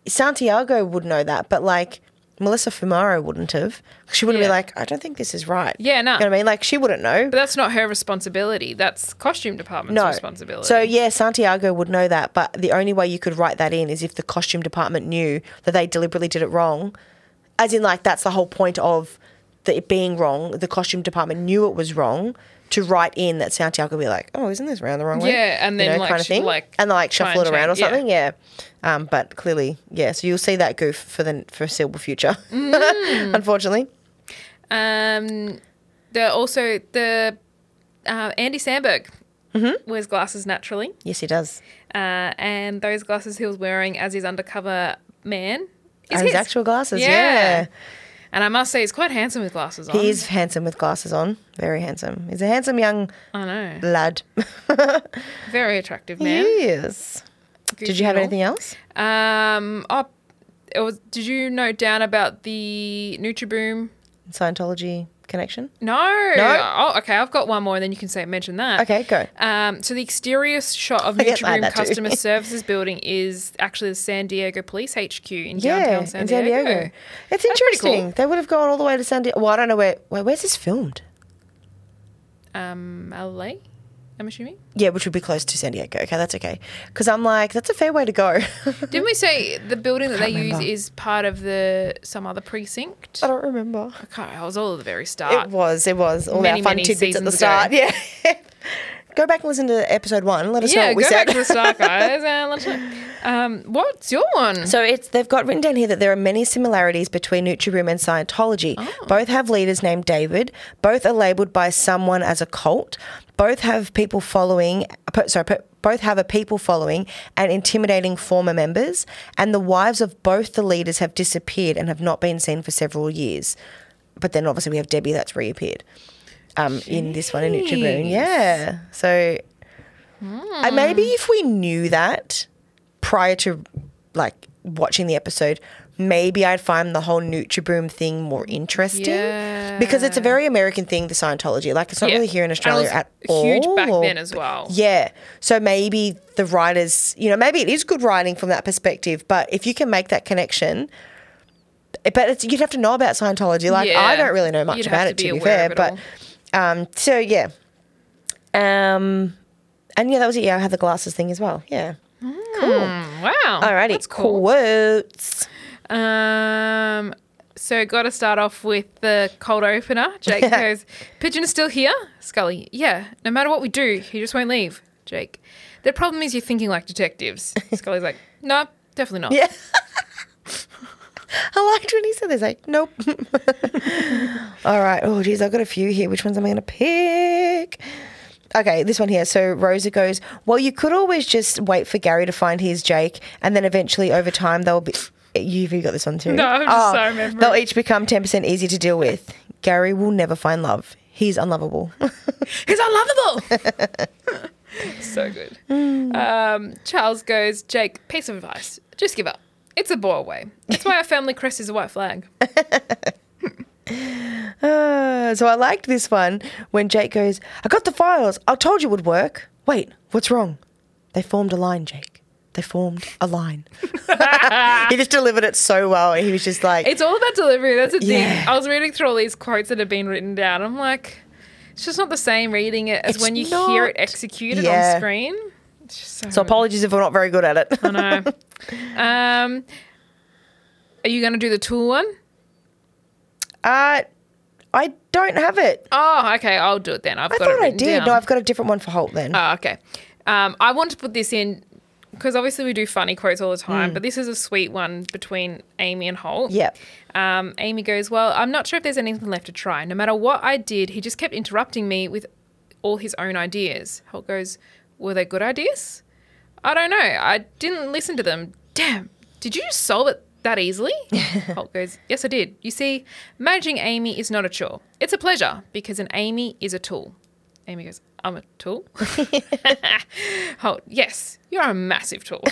[SPEAKER 5] Santiago would know that, but like. Melissa Fumaro wouldn't have. She wouldn't be
[SPEAKER 3] Yeah.
[SPEAKER 5] like, I don't think this is right.
[SPEAKER 3] Yeah, no.
[SPEAKER 5] You know what I mean? Like, she wouldn't know.
[SPEAKER 3] but that's not her responsibility. That's costume department's
[SPEAKER 5] no.
[SPEAKER 3] responsibility.
[SPEAKER 5] So, yeah, Santiago would know that, but the only way you could write that in is if the costume department knew that they deliberately did it wrong. As in, like, that's the whole point of the, it being wrong. The costume department knew it was wrong to write in that Santiago would be like, oh, isn't this round the wrong way?
[SPEAKER 3] Yeah, and then, like,
[SPEAKER 5] kinda
[SPEAKER 3] sh- like,
[SPEAKER 5] and like
[SPEAKER 3] try
[SPEAKER 5] shuffle it
[SPEAKER 3] and
[SPEAKER 5] around or
[SPEAKER 3] change- yeah.
[SPEAKER 5] something. Yeah. Um, but clearly, yeah. So you'll see that goof for the foreseeable future,
[SPEAKER 3] Mm.
[SPEAKER 5] unfortunately.
[SPEAKER 3] Um, the also the uh, Andy Sandberg
[SPEAKER 5] Mm-hmm.
[SPEAKER 3] wears glasses naturally,
[SPEAKER 5] Yes, he does.
[SPEAKER 3] uh, and those glasses he was wearing as his undercover man is
[SPEAKER 5] And his actual glasses, yeah.
[SPEAKER 3] And I must say, he's quite handsome with glasses on.
[SPEAKER 5] He is handsome with glasses on. Very handsome. He's a handsome young
[SPEAKER 3] I know.
[SPEAKER 5] lad.
[SPEAKER 3] Very attractive man.
[SPEAKER 5] Yes. Did you have anything else?
[SPEAKER 3] Um. Oh, it was, did you note down about the NutriBoom?
[SPEAKER 5] Scientology connection?
[SPEAKER 3] No.
[SPEAKER 5] No?
[SPEAKER 3] Oh, okay. I've got one more, and then you can say mention that.
[SPEAKER 5] Okay, go.
[SPEAKER 3] Um, so the exterior shot of
[SPEAKER 5] I guess I had
[SPEAKER 3] NutriBroom
[SPEAKER 5] that too.
[SPEAKER 3] Customer Services Building is actually the San Diego Police HQ in
[SPEAKER 5] Yeah,
[SPEAKER 3] downtown San,
[SPEAKER 5] in San Diego.
[SPEAKER 3] Diego.
[SPEAKER 5] It's
[SPEAKER 3] That's pretty cool.
[SPEAKER 5] interesting. They would have gone all the way to San Diego. Well, I don't know where. where where's this filmed?
[SPEAKER 3] Um, LA, I'm assuming.
[SPEAKER 5] Yeah, which would be close to San Diego. Okay, that's okay. Because I'm like, that's a fair way to go.
[SPEAKER 3] Didn't we say the building that they
[SPEAKER 5] remember.
[SPEAKER 3] use is part of the some other precinct?
[SPEAKER 5] I don't remember.
[SPEAKER 3] I can't. I was all at the very
[SPEAKER 5] It
[SPEAKER 3] start.
[SPEAKER 5] was. It was all
[SPEAKER 3] Many,
[SPEAKER 5] our fun
[SPEAKER 3] many
[SPEAKER 5] tidbits at the
[SPEAKER 3] seasons
[SPEAKER 5] start.
[SPEAKER 3] ago.
[SPEAKER 5] Yeah. go back and listen to episode one. Let us know
[SPEAKER 3] yeah,
[SPEAKER 5] what
[SPEAKER 3] go
[SPEAKER 5] we said.
[SPEAKER 3] back to the start, guys. and let's know. um, what's your one?
[SPEAKER 5] So it's they've got written down here that there are many similarities between NutriBroom and Scientology. Both have leaders named David. Both are labelled by someone as a cult. Both have people following. po- Sorry. po- Both have a people following and intimidating former members, and the wives of both the leaders have disappeared and have not been seen for several years. But then obviously we have Debbie that's reappeared um, in this one in NutriBroom. Yeah. So and maybe if we knew that prior to like watching the episode, maybe I'd find the whole NutriBroom thing more interesting because it's a very American thing, the Scientology. Like it's not
[SPEAKER 3] Yeah.
[SPEAKER 5] really here in
[SPEAKER 3] And it
[SPEAKER 5] Australia
[SPEAKER 3] was
[SPEAKER 5] at all.
[SPEAKER 3] Huge back
[SPEAKER 5] or-
[SPEAKER 3] then as well.
[SPEAKER 5] Yeah. So maybe the writers, you know, maybe it is good writing from that perspective, but if you can make that connection, but it's, you'd have to know about Scientology. Like I
[SPEAKER 3] Yeah.
[SPEAKER 5] don't really know much
[SPEAKER 3] You'd have
[SPEAKER 5] about
[SPEAKER 3] to
[SPEAKER 5] it to
[SPEAKER 3] be
[SPEAKER 5] be,
[SPEAKER 3] aware
[SPEAKER 5] fair,
[SPEAKER 3] of it
[SPEAKER 5] but um, so yeah, um, and yeah, that was it. Yeah, I had the glasses thing as well. Yeah, Cool.
[SPEAKER 3] Wow.
[SPEAKER 5] Alrighty.
[SPEAKER 3] That's cool.
[SPEAKER 5] Quotes.
[SPEAKER 3] Um, so got to start off with the cold opener. Jake goes, "Pigeon is still here." Scully, yeah. No matter what we do, he just won't leave. Jake, the problem is you're thinking like detectives. Scully's like, no, definitely not.
[SPEAKER 5] Yeah. I liked when he said this. Like, nope. All right. Oh, geez, I've got a few here. Which ones am I going to pick? Okay, this one here. So Rosa goes, Well, you could always just wait for Gary to find his Jake, and then eventually over time they'll be. Eh, You've you got this one too. Ah,
[SPEAKER 3] No, I'm just so remembering.
[SPEAKER 5] They'll each become 10% easier to deal with. Gary will never find love. He's unlovable.
[SPEAKER 3] He's unlovable. so good. Um, Charles goes, Jake, piece of advice. Just give up. It's a bore away. That's why our family crest is a white flag.
[SPEAKER 5] Uh, so I liked this one when Jake goes, I got the files. I told you it would work. Wait, what's wrong? They formed a line, Jake. They formed a line. he just delivered it so well. He was just like,
[SPEAKER 3] It's all about delivery. That's the thing.
[SPEAKER 5] Yeah.
[SPEAKER 3] I was reading through all these quotes that have been written down. I'm like, it's just not the same reading it as
[SPEAKER 5] It's
[SPEAKER 3] when you hear it
[SPEAKER 5] not.
[SPEAKER 3] executed
[SPEAKER 5] Yeah.
[SPEAKER 3] on screen. It's just so,
[SPEAKER 5] So apologies if we're not very good at it.
[SPEAKER 3] I know. um, are you going to do the tool one?
[SPEAKER 5] Uh, I don't have it.
[SPEAKER 3] Oh, okay. I'll do it then. I've
[SPEAKER 5] I
[SPEAKER 3] got it
[SPEAKER 5] thought I
[SPEAKER 3] written
[SPEAKER 5] did.
[SPEAKER 3] down.
[SPEAKER 5] No, I've got a different one for Holt then.
[SPEAKER 3] Oh, okay. Um, I want to put this in because obviously we do funny quotes all the
[SPEAKER 5] Hmm.
[SPEAKER 3] time, but this is a sweet one between Amy and Holt.
[SPEAKER 5] Yep.
[SPEAKER 3] Um, Amy goes, Well, I'm not sure if there's anything left to try. No matter what I did, he just kept interrupting me with all his own ideas. Holt goes, Were they good ideas? I don't know. I didn't listen to them. Damn. Did you just solve it that easily? Holt goes, Yes, I did. You see, managing Amy is not a chore. It's a pleasure because an Amy is a tool. Amy goes, I'm a tool. Holt, yes, you're a massive tool.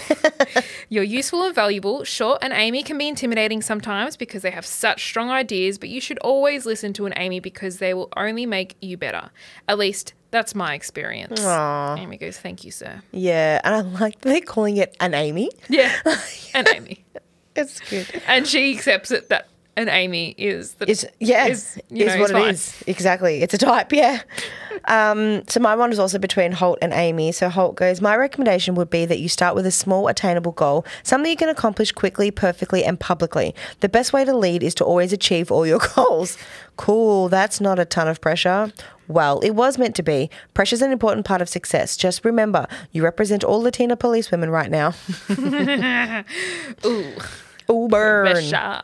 [SPEAKER 3] You're useful and valuable. Sure, an Amy can be intimidating sometimes because they have such strong ideas, but you should always listen to an Amy because they will only make you better. At least that's my experience. Amy goes, Thank you, sir.
[SPEAKER 5] Yeah, and I like they're calling it an Amy.
[SPEAKER 3] Yeah. an Amy.
[SPEAKER 5] It's good.
[SPEAKER 3] And she accepts it that an Amy is the
[SPEAKER 5] It's yeah,
[SPEAKER 3] is,
[SPEAKER 5] is,
[SPEAKER 3] you know,
[SPEAKER 5] what
[SPEAKER 3] is fine.
[SPEAKER 5] it is. Exactly. It's a type, yeah. Um, so my one is also between Holt and Amy. So Holt goes, My recommendation would be that you start with a small attainable goal, something you can accomplish quickly, perfectly, and publicly. The best way to lead is to always achieve all your goals. Cool, that's not a ton of pressure. Well, it was meant to be. Pressure's an important part of success. Just remember, you represent all Latina police women right now.
[SPEAKER 3] Ooh.
[SPEAKER 5] Ooh, burn.
[SPEAKER 3] Besha.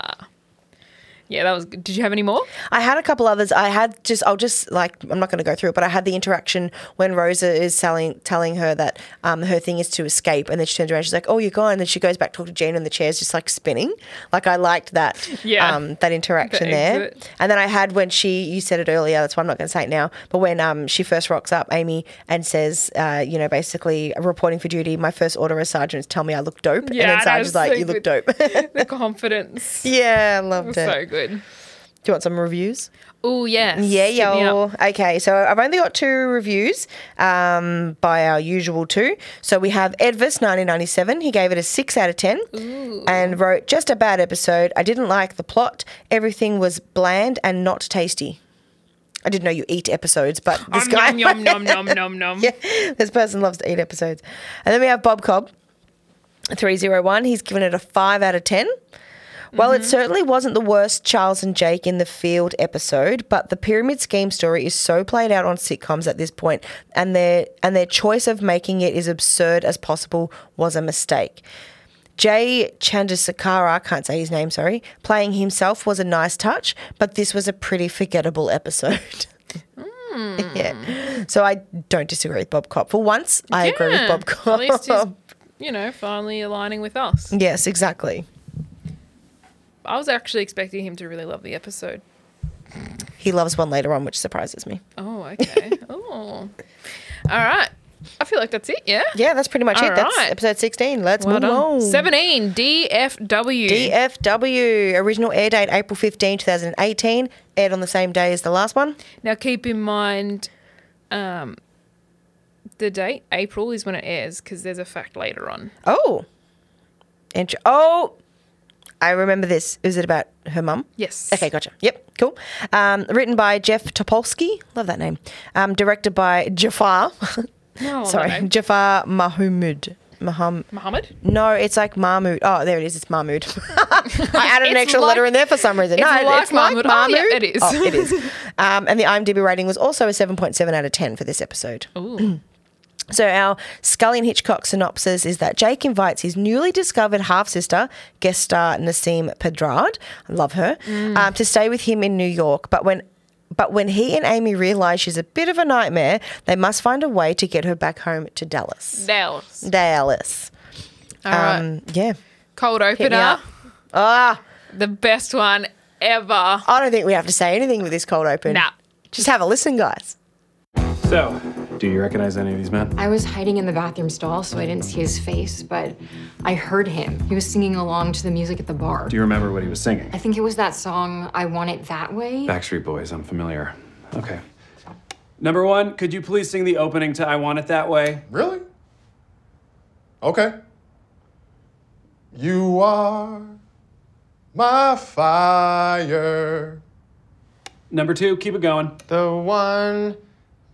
[SPEAKER 3] Yeah, that was good. Did you have any more?
[SPEAKER 5] I had a couple others. I had just, I'll just like, I'm not going to go through it, but I had the interaction when Rosa is selling, telling her that um, her thing is to escape. And then she turns around, she's like, oh, you're gone. And then she goes back to talk to Gina and the chair's just like spinning. Like, I liked that,
[SPEAKER 3] Yeah.
[SPEAKER 5] um, that interaction
[SPEAKER 3] The
[SPEAKER 5] there.
[SPEAKER 3] exit.
[SPEAKER 5] And then I had when she, you said it earlier, that's why I'm not going to say it now, but when um, she first rocks up, Amy, and says, uh, you know, basically reporting for duty, my first order as sergeant is tell me I look dope. and
[SPEAKER 3] Yeah,
[SPEAKER 5] then
[SPEAKER 3] that was
[SPEAKER 5] sergeant's like,
[SPEAKER 3] so
[SPEAKER 5] you look
[SPEAKER 3] good.
[SPEAKER 5] dope.
[SPEAKER 3] The confidence.
[SPEAKER 5] yeah, I loved
[SPEAKER 3] was
[SPEAKER 5] it.
[SPEAKER 3] so good.
[SPEAKER 5] Do you want some reviews?
[SPEAKER 3] Oh, yes.
[SPEAKER 5] Yeah,
[SPEAKER 3] Hit me
[SPEAKER 5] yo.
[SPEAKER 3] up.
[SPEAKER 5] Okay, so I've only got two reviews um, by our usual two. So we have Edvis, 1997. He gave it a 6 out of 10 and wrote, just a bad episode. I didn't like the plot. Everything was bland and not tasty. I didn't know you eat episodes, but this
[SPEAKER 3] Om
[SPEAKER 5] guy.
[SPEAKER 3] nom, nom, nom, nom, nom, nom.
[SPEAKER 5] Yeah, this person loves to eat episodes. And then we have Bob Cobb, 301. He's given it a 5 out of 10. Well, it certainly wasn't the worst Charles and Jake in the field episode, but the pyramid scheme story is so played out on sitcoms at this point, and their and their choice of making it as absurd as possible was a mistake. Jay Chandrasekara, I can't say his name, sorry, playing himself was a nice touch, but this was a pretty forgettable episode. yeah. So I don't disagree with Bob Cobb. For once, I agree with
[SPEAKER 3] Yeah.
[SPEAKER 5] Bob Cobb.
[SPEAKER 3] At least he's, you know, finally aligning with us.
[SPEAKER 5] yes, exactly.
[SPEAKER 3] I was actually expecting him to really love the episode.
[SPEAKER 5] He loves one later on, which surprises me.
[SPEAKER 3] Oh, okay. oh. All right. I feel like that's it, yeah?
[SPEAKER 5] Yeah, that's pretty much
[SPEAKER 3] All
[SPEAKER 5] it. That's
[SPEAKER 3] right.
[SPEAKER 5] episode 16. Let's
[SPEAKER 3] Well
[SPEAKER 5] move
[SPEAKER 3] done.
[SPEAKER 5] on.
[SPEAKER 3] 17, DFW.
[SPEAKER 5] DFW, original air date April 15, 2018. Aired on the same day as the last one.
[SPEAKER 3] now, keep in mind um, the date, April, is when it airs because there's a fact later on.
[SPEAKER 5] Oh. Int- oh, I remember this. Is it about her mum?
[SPEAKER 3] Yes.
[SPEAKER 5] Okay, gotcha. Yep, cool. Um, written by Jeff Topolsky. Love that name. Um, directed by Jafar.
[SPEAKER 3] No,
[SPEAKER 5] Sorry,
[SPEAKER 3] no.
[SPEAKER 5] Jafar Mahmood. Muhammad.
[SPEAKER 3] Muhammad?
[SPEAKER 5] No, it's like Mahmood. Oh, there it is. It's Mahmood. I added an
[SPEAKER 3] It's
[SPEAKER 5] extra
[SPEAKER 3] like-
[SPEAKER 5] letter in there for some reason.
[SPEAKER 3] it's
[SPEAKER 5] no,
[SPEAKER 3] like
[SPEAKER 5] it's like
[SPEAKER 3] Mahmood. Oh, yeah,
[SPEAKER 5] Mahmood.
[SPEAKER 3] it is.
[SPEAKER 5] Oh, it is. Um, and the IMDb rating was also a 7.7 out of 10 for this episode.
[SPEAKER 3] Ooh.
[SPEAKER 5] So our Scully and Hitchcock synopsis is that Jake invites his newly discovered half sister, guest star Nassim Pedrad, I love her,
[SPEAKER 3] Mm.
[SPEAKER 5] um, to stay with him in New York. But when but when he and Amy realize she's a bit of a nightmare, they must find a way to get her back home to Dallas.
[SPEAKER 3] Nails.
[SPEAKER 5] Dallas.
[SPEAKER 3] All right.
[SPEAKER 5] Um, yeah.
[SPEAKER 3] Cold
[SPEAKER 5] me
[SPEAKER 3] opener.
[SPEAKER 5] up. Ah, Um,
[SPEAKER 3] The best one ever.
[SPEAKER 5] I don't think we have to say anything with this cold open.
[SPEAKER 3] Nah.
[SPEAKER 5] Just have a listen, guys.
[SPEAKER 6] So, do you recognize any of these men?
[SPEAKER 7] I was hiding in the bathroom stall, so I didn't see his face, but I heard him. He was singing along to the music at the bar.
[SPEAKER 6] Do you remember what he was singing?
[SPEAKER 7] I think it was that song, I Want It That Way.
[SPEAKER 6] Backstreet Boys, I'm familiar. Okay. Number one, could you please sing the opening to I Want It That Way?
[SPEAKER 8] Really? Okay. You are my fire,
[SPEAKER 6] Number two, keep it going.
[SPEAKER 8] the one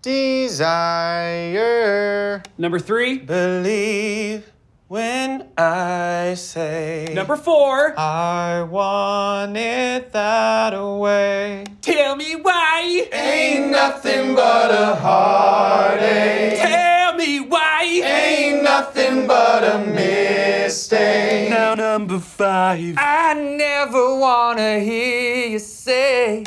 [SPEAKER 8] desire.
[SPEAKER 6] Number three,
[SPEAKER 2] Believe when I say
[SPEAKER 6] number four,
[SPEAKER 2] I want it that way.
[SPEAKER 6] tell me why.
[SPEAKER 8] Ain't nothing but a heartache.
[SPEAKER 6] Tell me why.
[SPEAKER 8] Ain't nothing but a mistake.
[SPEAKER 6] Now number five.
[SPEAKER 2] I never wanna hear you say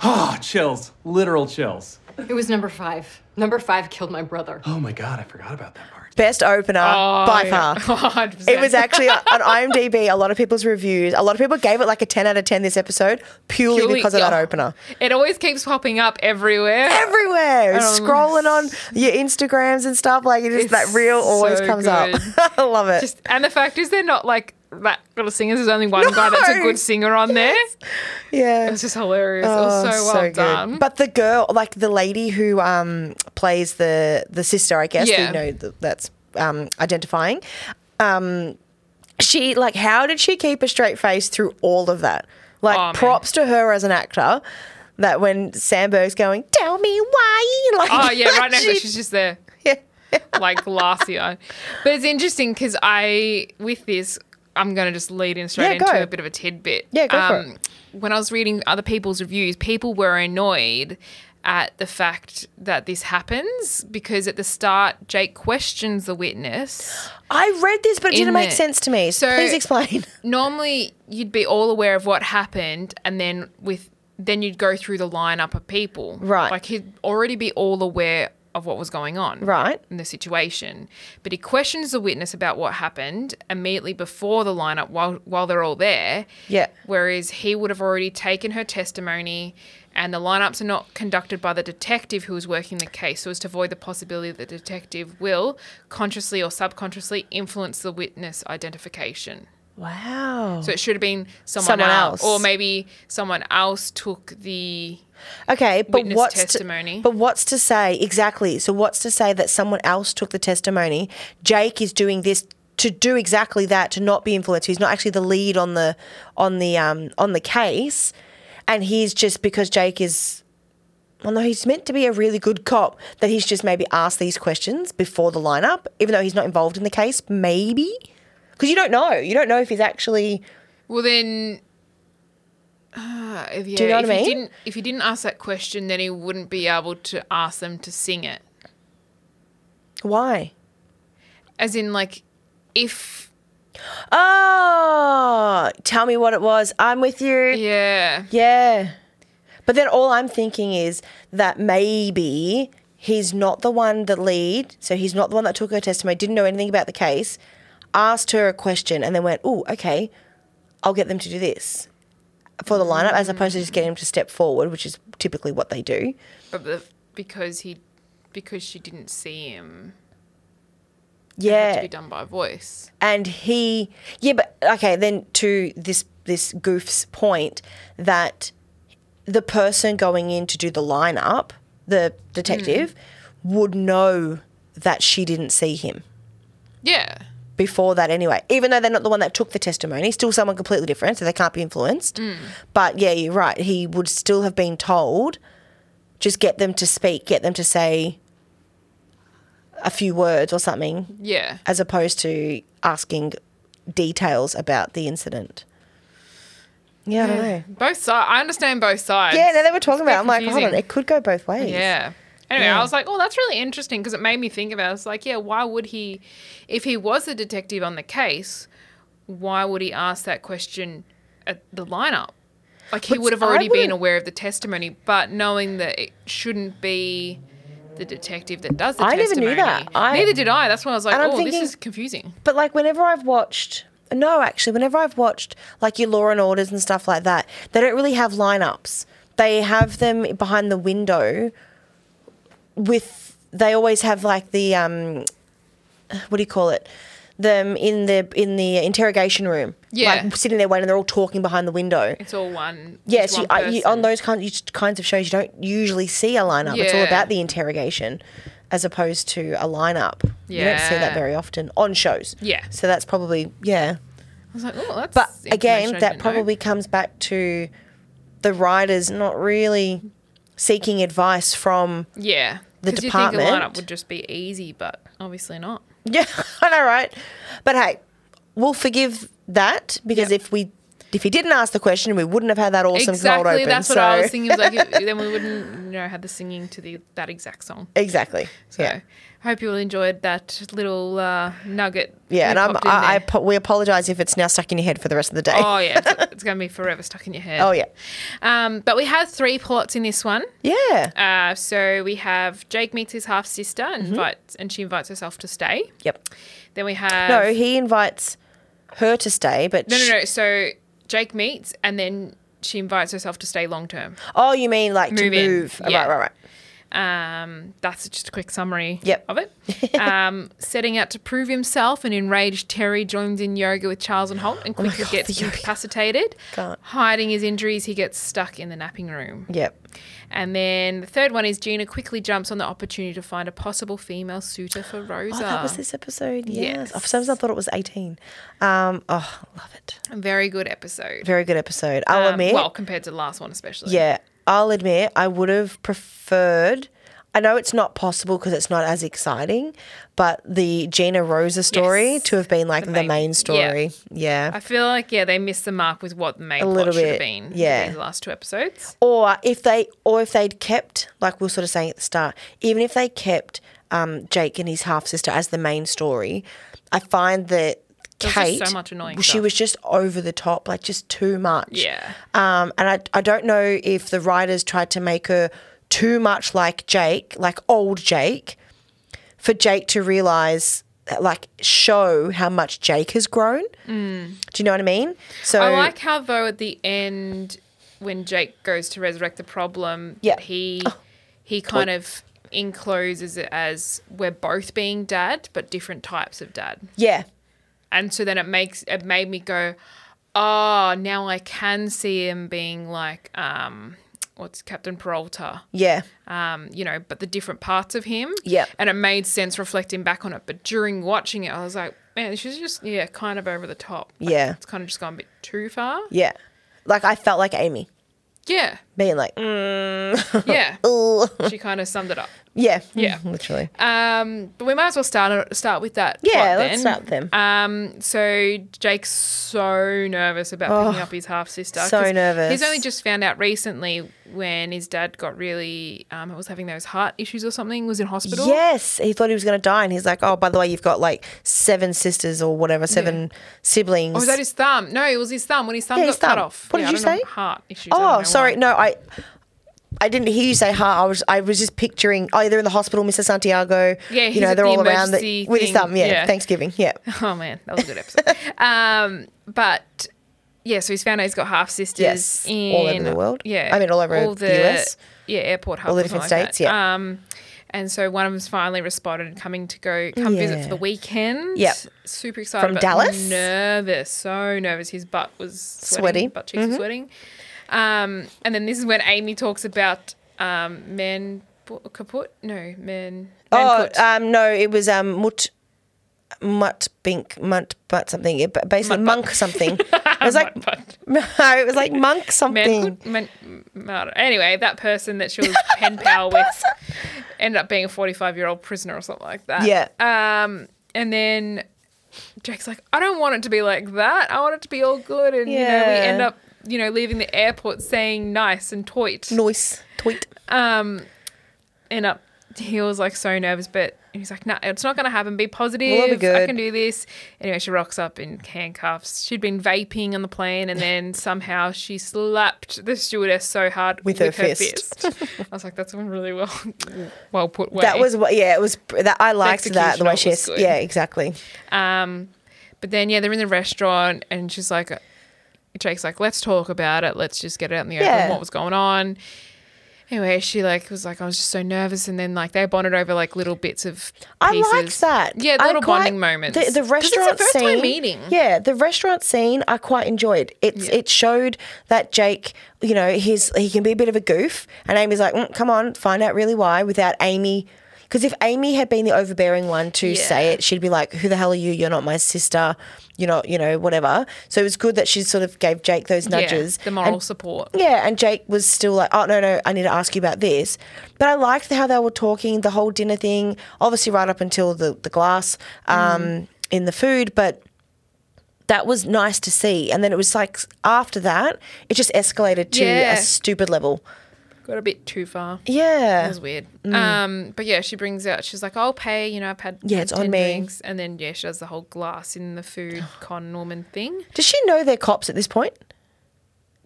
[SPEAKER 6] Ah, chills. Literal chills.
[SPEAKER 7] It was number five. Number five killed my brother.
[SPEAKER 6] Oh my god, I forgot about that part.
[SPEAKER 5] Best opener
[SPEAKER 3] Oh,
[SPEAKER 5] by far.
[SPEAKER 3] 100%.
[SPEAKER 5] It was actually on IMDb. A lot of people's reviews. A lot of people gave it like a ten out of ten. This episode purely,
[SPEAKER 3] Purely-
[SPEAKER 5] because of that
[SPEAKER 3] oh.
[SPEAKER 5] opener.
[SPEAKER 3] It always keeps popping up everywhere.
[SPEAKER 5] Everywhere, It was
[SPEAKER 3] Um,
[SPEAKER 5] scrolling on your Instagrams and stuff like it is.
[SPEAKER 3] it's
[SPEAKER 5] That reel always
[SPEAKER 3] so
[SPEAKER 5] comes
[SPEAKER 3] good.
[SPEAKER 5] up. I love it.
[SPEAKER 3] Just and the fact is they're not like that little singers. There's only one guy that's a
[SPEAKER 5] No.
[SPEAKER 3] good singer on there.
[SPEAKER 5] yeah,
[SPEAKER 3] It's just hilarious. it was
[SPEAKER 5] Oh,
[SPEAKER 3] so well
[SPEAKER 5] good.
[SPEAKER 3] done.
[SPEAKER 5] But the girl, like the lady who um, plays the the sister, I guess
[SPEAKER 3] Yeah.
[SPEAKER 5] you know th- that's um, identifying. Um, she like, how did she keep a straight face through all of that? Like,
[SPEAKER 3] Oh, man.
[SPEAKER 5] props to her as an actor. That when Sandberg's going, tell me why. Like,
[SPEAKER 3] oh yeah, right now
[SPEAKER 5] she-
[SPEAKER 3] she's just there.
[SPEAKER 5] yeah.
[SPEAKER 3] like last year. But it's interesting because I, with this, I'm going to just lead in straight
[SPEAKER 5] Yeah,
[SPEAKER 3] into
[SPEAKER 5] go.
[SPEAKER 3] a bit of a tidbit. Um,
[SPEAKER 5] Yeah, go for it.
[SPEAKER 3] When I was reading other people's reviews, people were annoyed at the fact that this happens because at the start, Jake questions the witness.
[SPEAKER 5] I read this, but it didn't
[SPEAKER 3] In
[SPEAKER 5] make
[SPEAKER 3] it.
[SPEAKER 5] sense to me. So
[SPEAKER 3] So-
[SPEAKER 5] please explain.
[SPEAKER 3] Normally, you'd be all aware of what happened, and then with then you'd go through the lineup of people.
[SPEAKER 5] Right.
[SPEAKER 3] Like he'd already be all aware of what was going on.
[SPEAKER 5] Right.
[SPEAKER 3] in the situation. But he questions the witness about what happened immediately before the lineup while while they're all there.
[SPEAKER 5] Yeah.
[SPEAKER 3] Whereas he would have already taken her testimony and the lineups are not conducted by the detective who is working the case so as to avoid the possibility that the detective will consciously or subconsciously influence the witness identification.
[SPEAKER 5] Wow.
[SPEAKER 3] So it should have been someone,
[SPEAKER 5] Someone
[SPEAKER 3] else.
[SPEAKER 5] else.
[SPEAKER 3] Or maybe someone else took the
[SPEAKER 5] Okay, but
[SPEAKER 3] witness
[SPEAKER 5] what's
[SPEAKER 3] testimony.
[SPEAKER 5] To, but what's to say exactly? So what's to say that someone else took the testimony? Jake is doing this to do exactly that to not be influenced. He's not actually the lead on the on the um on the case, and he's just because Jake is. Well, no, he's meant to be a really good cop. That he's just maybe asked these questions before the lineup, even though he's not involved in the case. Maybe because you don't know. You don't know if he's actually.
[SPEAKER 3] Well then, uh, if, yeah,
[SPEAKER 5] you know what
[SPEAKER 3] if
[SPEAKER 5] I mean?
[SPEAKER 3] He didn't, if he didn't ask that question, then he wouldn't be able to ask them to sing it.
[SPEAKER 5] Why?
[SPEAKER 3] As in, like, if
[SPEAKER 5] Oh, tell me what it was. I'm with you.
[SPEAKER 3] yeah,
[SPEAKER 5] Yeah. But then all I'm thinking is that maybe he's not the one that lead, so he's not the one that took her testimony, didn't know anything about the case, asked her a question and then went, "Oh, okay, I'll get them to do this." For the lineup, as opposed to just getting them to step forward, which is typically what they do.
[SPEAKER 3] but the, because he because she didn't see him, it had to
[SPEAKER 5] Yeah,
[SPEAKER 3] be done by voice.
[SPEAKER 5] and he, yeah, but okay. Then to this this goof's point that the person going in to do the lineup, the detective, would know that she didn't see him
[SPEAKER 3] Yeah,
[SPEAKER 5] before that anyway. Even though they're not the one that took the testimony, still someone completely different, so they can't be influenced. But yeah, you're right. He would still have been told Just get them to speak, get them to say a few words or something,
[SPEAKER 3] Yeah.
[SPEAKER 5] as opposed to asking details about the incident. Yeah, I don't know.
[SPEAKER 3] Both sides. I understand both sides.
[SPEAKER 5] Yeah, no, they were talking about. it. I'm like, hold on,
[SPEAKER 3] confusing.
[SPEAKER 5] it could go both ways.
[SPEAKER 3] Yeah. Anyway,
[SPEAKER 5] Yeah.
[SPEAKER 3] I was like, oh, that's really interesting because it made me think about it. It's like, yeah, why would he, if he was a detective on the case, why would he ask that question at the lineup? Like, he
[SPEAKER 5] But
[SPEAKER 3] would have
[SPEAKER 5] I
[SPEAKER 3] already been
[SPEAKER 5] wouldn't-
[SPEAKER 3] aware of the testimony, but knowing that it shouldn't be the detective that does the
[SPEAKER 5] I never
[SPEAKER 3] testimony.
[SPEAKER 5] knew that. I-
[SPEAKER 3] Neither did I. That's why I was like,
[SPEAKER 5] And I'm
[SPEAKER 3] oh,
[SPEAKER 5] thinking-
[SPEAKER 3] this is confusing.
[SPEAKER 5] But like whenever I've watched no, actually, whenever I've watched like your Law and Orders and stuff like that, they don't really have lineups. They have them behind the window with they always have like the um what do you call it? Them in the in the interrogation room.
[SPEAKER 3] Yeah.
[SPEAKER 5] Like sitting there waiting, they're all talking behind the window.
[SPEAKER 3] It's all one.
[SPEAKER 5] Yeah,
[SPEAKER 3] just
[SPEAKER 5] so you,
[SPEAKER 3] one
[SPEAKER 5] I, you,
[SPEAKER 3] person.
[SPEAKER 5] on those kind, you, kinds of shows, you don't usually see a lineup. It's all
[SPEAKER 3] Yeah.
[SPEAKER 5] about the interrogation, as opposed to a lineup. You don't see that
[SPEAKER 3] Yeah.
[SPEAKER 5] very often on shows.
[SPEAKER 3] Yeah.
[SPEAKER 5] So that's probably yeah.
[SPEAKER 3] I was like, oh, that's.
[SPEAKER 5] But
[SPEAKER 3] information
[SPEAKER 5] again,
[SPEAKER 3] I
[SPEAKER 5] that
[SPEAKER 3] didn't know."
[SPEAKER 5] probably comes back to the writers not really seeking advice from.
[SPEAKER 3] Yeah.
[SPEAKER 5] the
[SPEAKER 3] 'Cause You think a
[SPEAKER 5] department-
[SPEAKER 3] lineup would just be easy, but obviously not.
[SPEAKER 5] Yeah, I know, right? But hey, we'll forgive that because
[SPEAKER 3] Yep.
[SPEAKER 5] if we if he didn't ask the question, we wouldn't have had that awesome cold
[SPEAKER 3] Exactly,
[SPEAKER 5] open.
[SPEAKER 3] that's what I
[SPEAKER 5] so-
[SPEAKER 3] was thinking. It was like it- then we wouldn't, you know, have the singing to the that exact song.
[SPEAKER 5] Exactly.
[SPEAKER 3] So
[SPEAKER 5] yeah.
[SPEAKER 3] I hope you all enjoyed that little uh, nugget.
[SPEAKER 5] Yeah,
[SPEAKER 3] we
[SPEAKER 5] and I'm,
[SPEAKER 3] popped in
[SPEAKER 5] I, I
[SPEAKER 3] there.
[SPEAKER 5] apo- we apologize if it's now stuck in your head for the rest of the day.
[SPEAKER 3] oh yeah, it's, it's going to be forever stuck in your head.
[SPEAKER 5] Oh, yeah.
[SPEAKER 3] Um, but we have three plots in this one.
[SPEAKER 5] yeah.
[SPEAKER 3] Uh, so we have Jake meets his half sister and
[SPEAKER 5] Mm-hmm.
[SPEAKER 3] invites, and she invites herself to stay.
[SPEAKER 5] Yep.
[SPEAKER 3] Then we have
[SPEAKER 5] No, he invites her to stay, but
[SPEAKER 3] Um, no,
[SPEAKER 5] sh-
[SPEAKER 3] no, no. So Jake meets, and then she invites herself to stay long term.
[SPEAKER 5] oh, you mean like
[SPEAKER 3] Move
[SPEAKER 5] to
[SPEAKER 3] in.
[SPEAKER 5] move? Oh,
[SPEAKER 3] Yeah.
[SPEAKER 5] Right, right, right.
[SPEAKER 3] Um, that's just a quick summary
[SPEAKER 5] Yep.
[SPEAKER 3] of it. Um, setting out to prove himself, an enraged Terry joins in yoga with Charles and Holt and quickly
[SPEAKER 5] Oh God,
[SPEAKER 3] gets
[SPEAKER 5] the yoga.
[SPEAKER 3] incapacitated.
[SPEAKER 5] Can't.
[SPEAKER 3] Hiding his injuries, he gets stuck in the napping room.
[SPEAKER 5] Yep.
[SPEAKER 3] And then the third one is Gina quickly jumps on the opportunity to find a possible female suitor for Rosa.
[SPEAKER 5] Oh, that was this episode. Yes. Oh, For
[SPEAKER 3] Yes.
[SPEAKER 5] some reason, I thought it was 18. Um, oh, love it.
[SPEAKER 3] A very good episode.
[SPEAKER 5] Very good episode. I'll
[SPEAKER 3] Um,
[SPEAKER 5] admit.
[SPEAKER 3] well, compared to the last one, especially.
[SPEAKER 5] yeah, I'll admit, I would have preferred. I know it's not possible because it's not as exciting, but the Gina Rosa story
[SPEAKER 3] Yes.
[SPEAKER 5] to have been like the
[SPEAKER 3] The
[SPEAKER 5] main,
[SPEAKER 3] main- yeah.
[SPEAKER 5] story. Yeah.
[SPEAKER 3] I feel like yeah they missed the mark with what the main
[SPEAKER 5] A
[SPEAKER 3] plot
[SPEAKER 5] little
[SPEAKER 3] should
[SPEAKER 5] bit,
[SPEAKER 3] have been. with
[SPEAKER 5] yeah.
[SPEAKER 3] these last two episodes.
[SPEAKER 5] or if they or if they'd kept like we were sort of saying at the start even if they kept um, jake and his half sister as the main story i find that
[SPEAKER 3] There was
[SPEAKER 5] kate
[SPEAKER 3] just so much annoying
[SPEAKER 5] she
[SPEAKER 3] stuff.
[SPEAKER 5] was just over the top like just too much
[SPEAKER 3] Yeah.
[SPEAKER 5] um, and I, I don't know if the writers tried to make her too much like jake like old jake for jake to realize like show how much jake has grown do you know what i mean so
[SPEAKER 3] Mm. I like how though at the end when Jake goes to resurrect the problem,
[SPEAKER 5] Yeah. Oh.
[SPEAKER 3] he he kind of encloses it as we're both being dad, but different types of dad.
[SPEAKER 5] yeah
[SPEAKER 3] And so then it makes it made me go, Oh, now I can see him being like, um, what's Captain Peralta?
[SPEAKER 5] yeah
[SPEAKER 3] um, you know, but the different parts of him.
[SPEAKER 5] Yep.
[SPEAKER 3] And it made sense reflecting back on it. But during watching it, I was like, man, she's just, yeah, kind of over the top. Like,
[SPEAKER 5] Yeah.
[SPEAKER 3] It's kind of just gone a bit too far.
[SPEAKER 5] yeah like i felt like amy
[SPEAKER 3] Yeah.
[SPEAKER 5] being like, mm,
[SPEAKER 3] Yeah. she kind of summed it up.
[SPEAKER 5] yeah,
[SPEAKER 3] Yeah.
[SPEAKER 5] literally,
[SPEAKER 3] Um, but we might as well start start with that.
[SPEAKER 5] Yeah,
[SPEAKER 3] plot
[SPEAKER 5] let's
[SPEAKER 3] then.
[SPEAKER 5] start them.
[SPEAKER 3] Um, so Jake's so nervous about picking up his half sister.
[SPEAKER 5] Oh, so
[SPEAKER 3] 'cause
[SPEAKER 5] nervous.
[SPEAKER 3] He's only just found out recently when his dad got really um, was having those heart issues or something. Was in hospital.
[SPEAKER 5] yes. He thought he was going to die, and he's like, oh, by the way, you've got like seven sisters or whatever, seven siblings.
[SPEAKER 3] Oh, was that his thumb? No, it was his thumb when his thumb
[SPEAKER 5] Yeah,
[SPEAKER 3] got
[SPEAKER 5] his
[SPEAKER 3] cut
[SPEAKER 5] thumb.
[SPEAKER 3] off.
[SPEAKER 5] What did
[SPEAKER 3] Yeah, I
[SPEAKER 5] you
[SPEAKER 3] don't
[SPEAKER 5] say?
[SPEAKER 3] know, Heart issues. I don't
[SPEAKER 5] oh,
[SPEAKER 3] know
[SPEAKER 5] sorry,
[SPEAKER 3] why.
[SPEAKER 5] no, I. I didn't hear you say heart. I was I was just picturing. Oh, they're in the hospital, Mr. Santiago.
[SPEAKER 3] Yeah,
[SPEAKER 5] you
[SPEAKER 3] he's
[SPEAKER 5] know
[SPEAKER 3] at
[SPEAKER 5] they're
[SPEAKER 3] the
[SPEAKER 5] all around
[SPEAKER 3] emergency
[SPEAKER 5] with his
[SPEAKER 3] thing,
[SPEAKER 5] thumb. Yeah,
[SPEAKER 3] yeah.
[SPEAKER 5] Thanksgiving. Yeah,
[SPEAKER 3] Oh man, that was a good episode. um, but yeah, so he's found out he's got half sisters.
[SPEAKER 5] Yes,
[SPEAKER 3] in,
[SPEAKER 5] all over the world.
[SPEAKER 3] Yeah,
[SPEAKER 5] I mean, all over the US.
[SPEAKER 3] Yeah, airport hub.
[SPEAKER 5] All the
[SPEAKER 3] or something
[SPEAKER 5] different
[SPEAKER 3] like
[SPEAKER 5] states,
[SPEAKER 3] that.
[SPEAKER 5] yeah.
[SPEAKER 3] Um, and so one of them's finally responded and coming to go come visit
[SPEAKER 5] Yeah.
[SPEAKER 3] for the weekend.
[SPEAKER 5] Yep.
[SPEAKER 3] super excited.
[SPEAKER 5] From
[SPEAKER 3] but
[SPEAKER 5] Dallas?
[SPEAKER 3] nervous, so nervous. His butt was sweating,
[SPEAKER 5] Sweaty. Mm-hmm.
[SPEAKER 3] butt cheeks were sweating. Um, and then this is when Amy talks about um, men kaput. No, men.
[SPEAKER 5] Oh,
[SPEAKER 3] Mankut.
[SPEAKER 5] um, no, it was um, Mut. Mutt Bink Munt Butt something. It, but basically, monk something. It was like no, it was like monk something.
[SPEAKER 3] Man, man, man, anyway, that person that she was pen pal with ended up being a 45 year old prisoner or something like that.
[SPEAKER 5] Yeah.
[SPEAKER 3] Um, and then Jake's like, I don't want it to be like that. I want it to be all good. And, you know,
[SPEAKER 5] Yeah.
[SPEAKER 3] we end up, you know, leaving the airport saying nice and toit.
[SPEAKER 5] Noise tweet.
[SPEAKER 3] Um, and up, he was like so nervous, but he's like, no, it's not going to happen. Be positive.
[SPEAKER 5] We'll be good."
[SPEAKER 3] I can do this. Anyway, she rocks up in handcuffs. She'd been vaping on the plane, and then somehow she slapped the stewardess so hard
[SPEAKER 5] With her fist.
[SPEAKER 3] I was like, that's a really well, well put way.
[SPEAKER 5] That was what. Yeah, it was. That I liked that the
[SPEAKER 3] execution of
[SPEAKER 5] way
[SPEAKER 3] it
[SPEAKER 5] she.
[SPEAKER 3] was good.
[SPEAKER 5] Yeah, exactly.
[SPEAKER 3] Um, but then yeah, they're in the restaurant, and she's like, Jake's like, let's talk about it. Let's just get it out in the open.
[SPEAKER 5] Yeah.
[SPEAKER 3] What was going on? Anyway, she like was like, I was just so nervous, and then like they bonded over like little bits of.
[SPEAKER 5] I
[SPEAKER 3] pieces.
[SPEAKER 5] liked that.
[SPEAKER 3] Yeah,
[SPEAKER 5] I
[SPEAKER 3] little
[SPEAKER 5] quite-
[SPEAKER 3] bonding moments.
[SPEAKER 5] The, the
[SPEAKER 3] 'Cause it's
[SPEAKER 5] restaurant
[SPEAKER 3] the first
[SPEAKER 5] scene,
[SPEAKER 3] time meeting.
[SPEAKER 5] Yeah, the restaurant scene. I quite enjoyed. It it showed that Jake, you know, he's he can be a bit of a goof, and Amy's like, "Mm, come on, find out really why. Without Amy, because if Amy had been the overbearing one to say
[SPEAKER 3] Yeah.
[SPEAKER 5] it, she'd be like, "Who the hell are you? You're not my sister. You know, you know, whatever." So it was good that she sort of gave Jake those
[SPEAKER 3] Yeah,
[SPEAKER 5] nudges.
[SPEAKER 3] the moral
[SPEAKER 5] and
[SPEAKER 3] support.
[SPEAKER 5] yeah, and Jake was still like, "Oh no, no, I need to ask you about this." But I liked how they were talking the whole dinner thing, obviously right up until the the glass um, in the food, but that was nice to see. And then it was like after that, it just escalated to
[SPEAKER 3] Yeah.
[SPEAKER 5] a stupid level.
[SPEAKER 3] Got a bit too far. That
[SPEAKER 5] Yeah, Mm.
[SPEAKER 3] was weird. Um, but yeah, she brings out. She's like, "I'll pay." You know, I've had
[SPEAKER 5] Yeah, it's on
[SPEAKER 3] 10
[SPEAKER 5] me.
[SPEAKER 3] drinks. and then yeah, she does the whole glass in the food con Norman thing.
[SPEAKER 5] does she know they're cops at this point?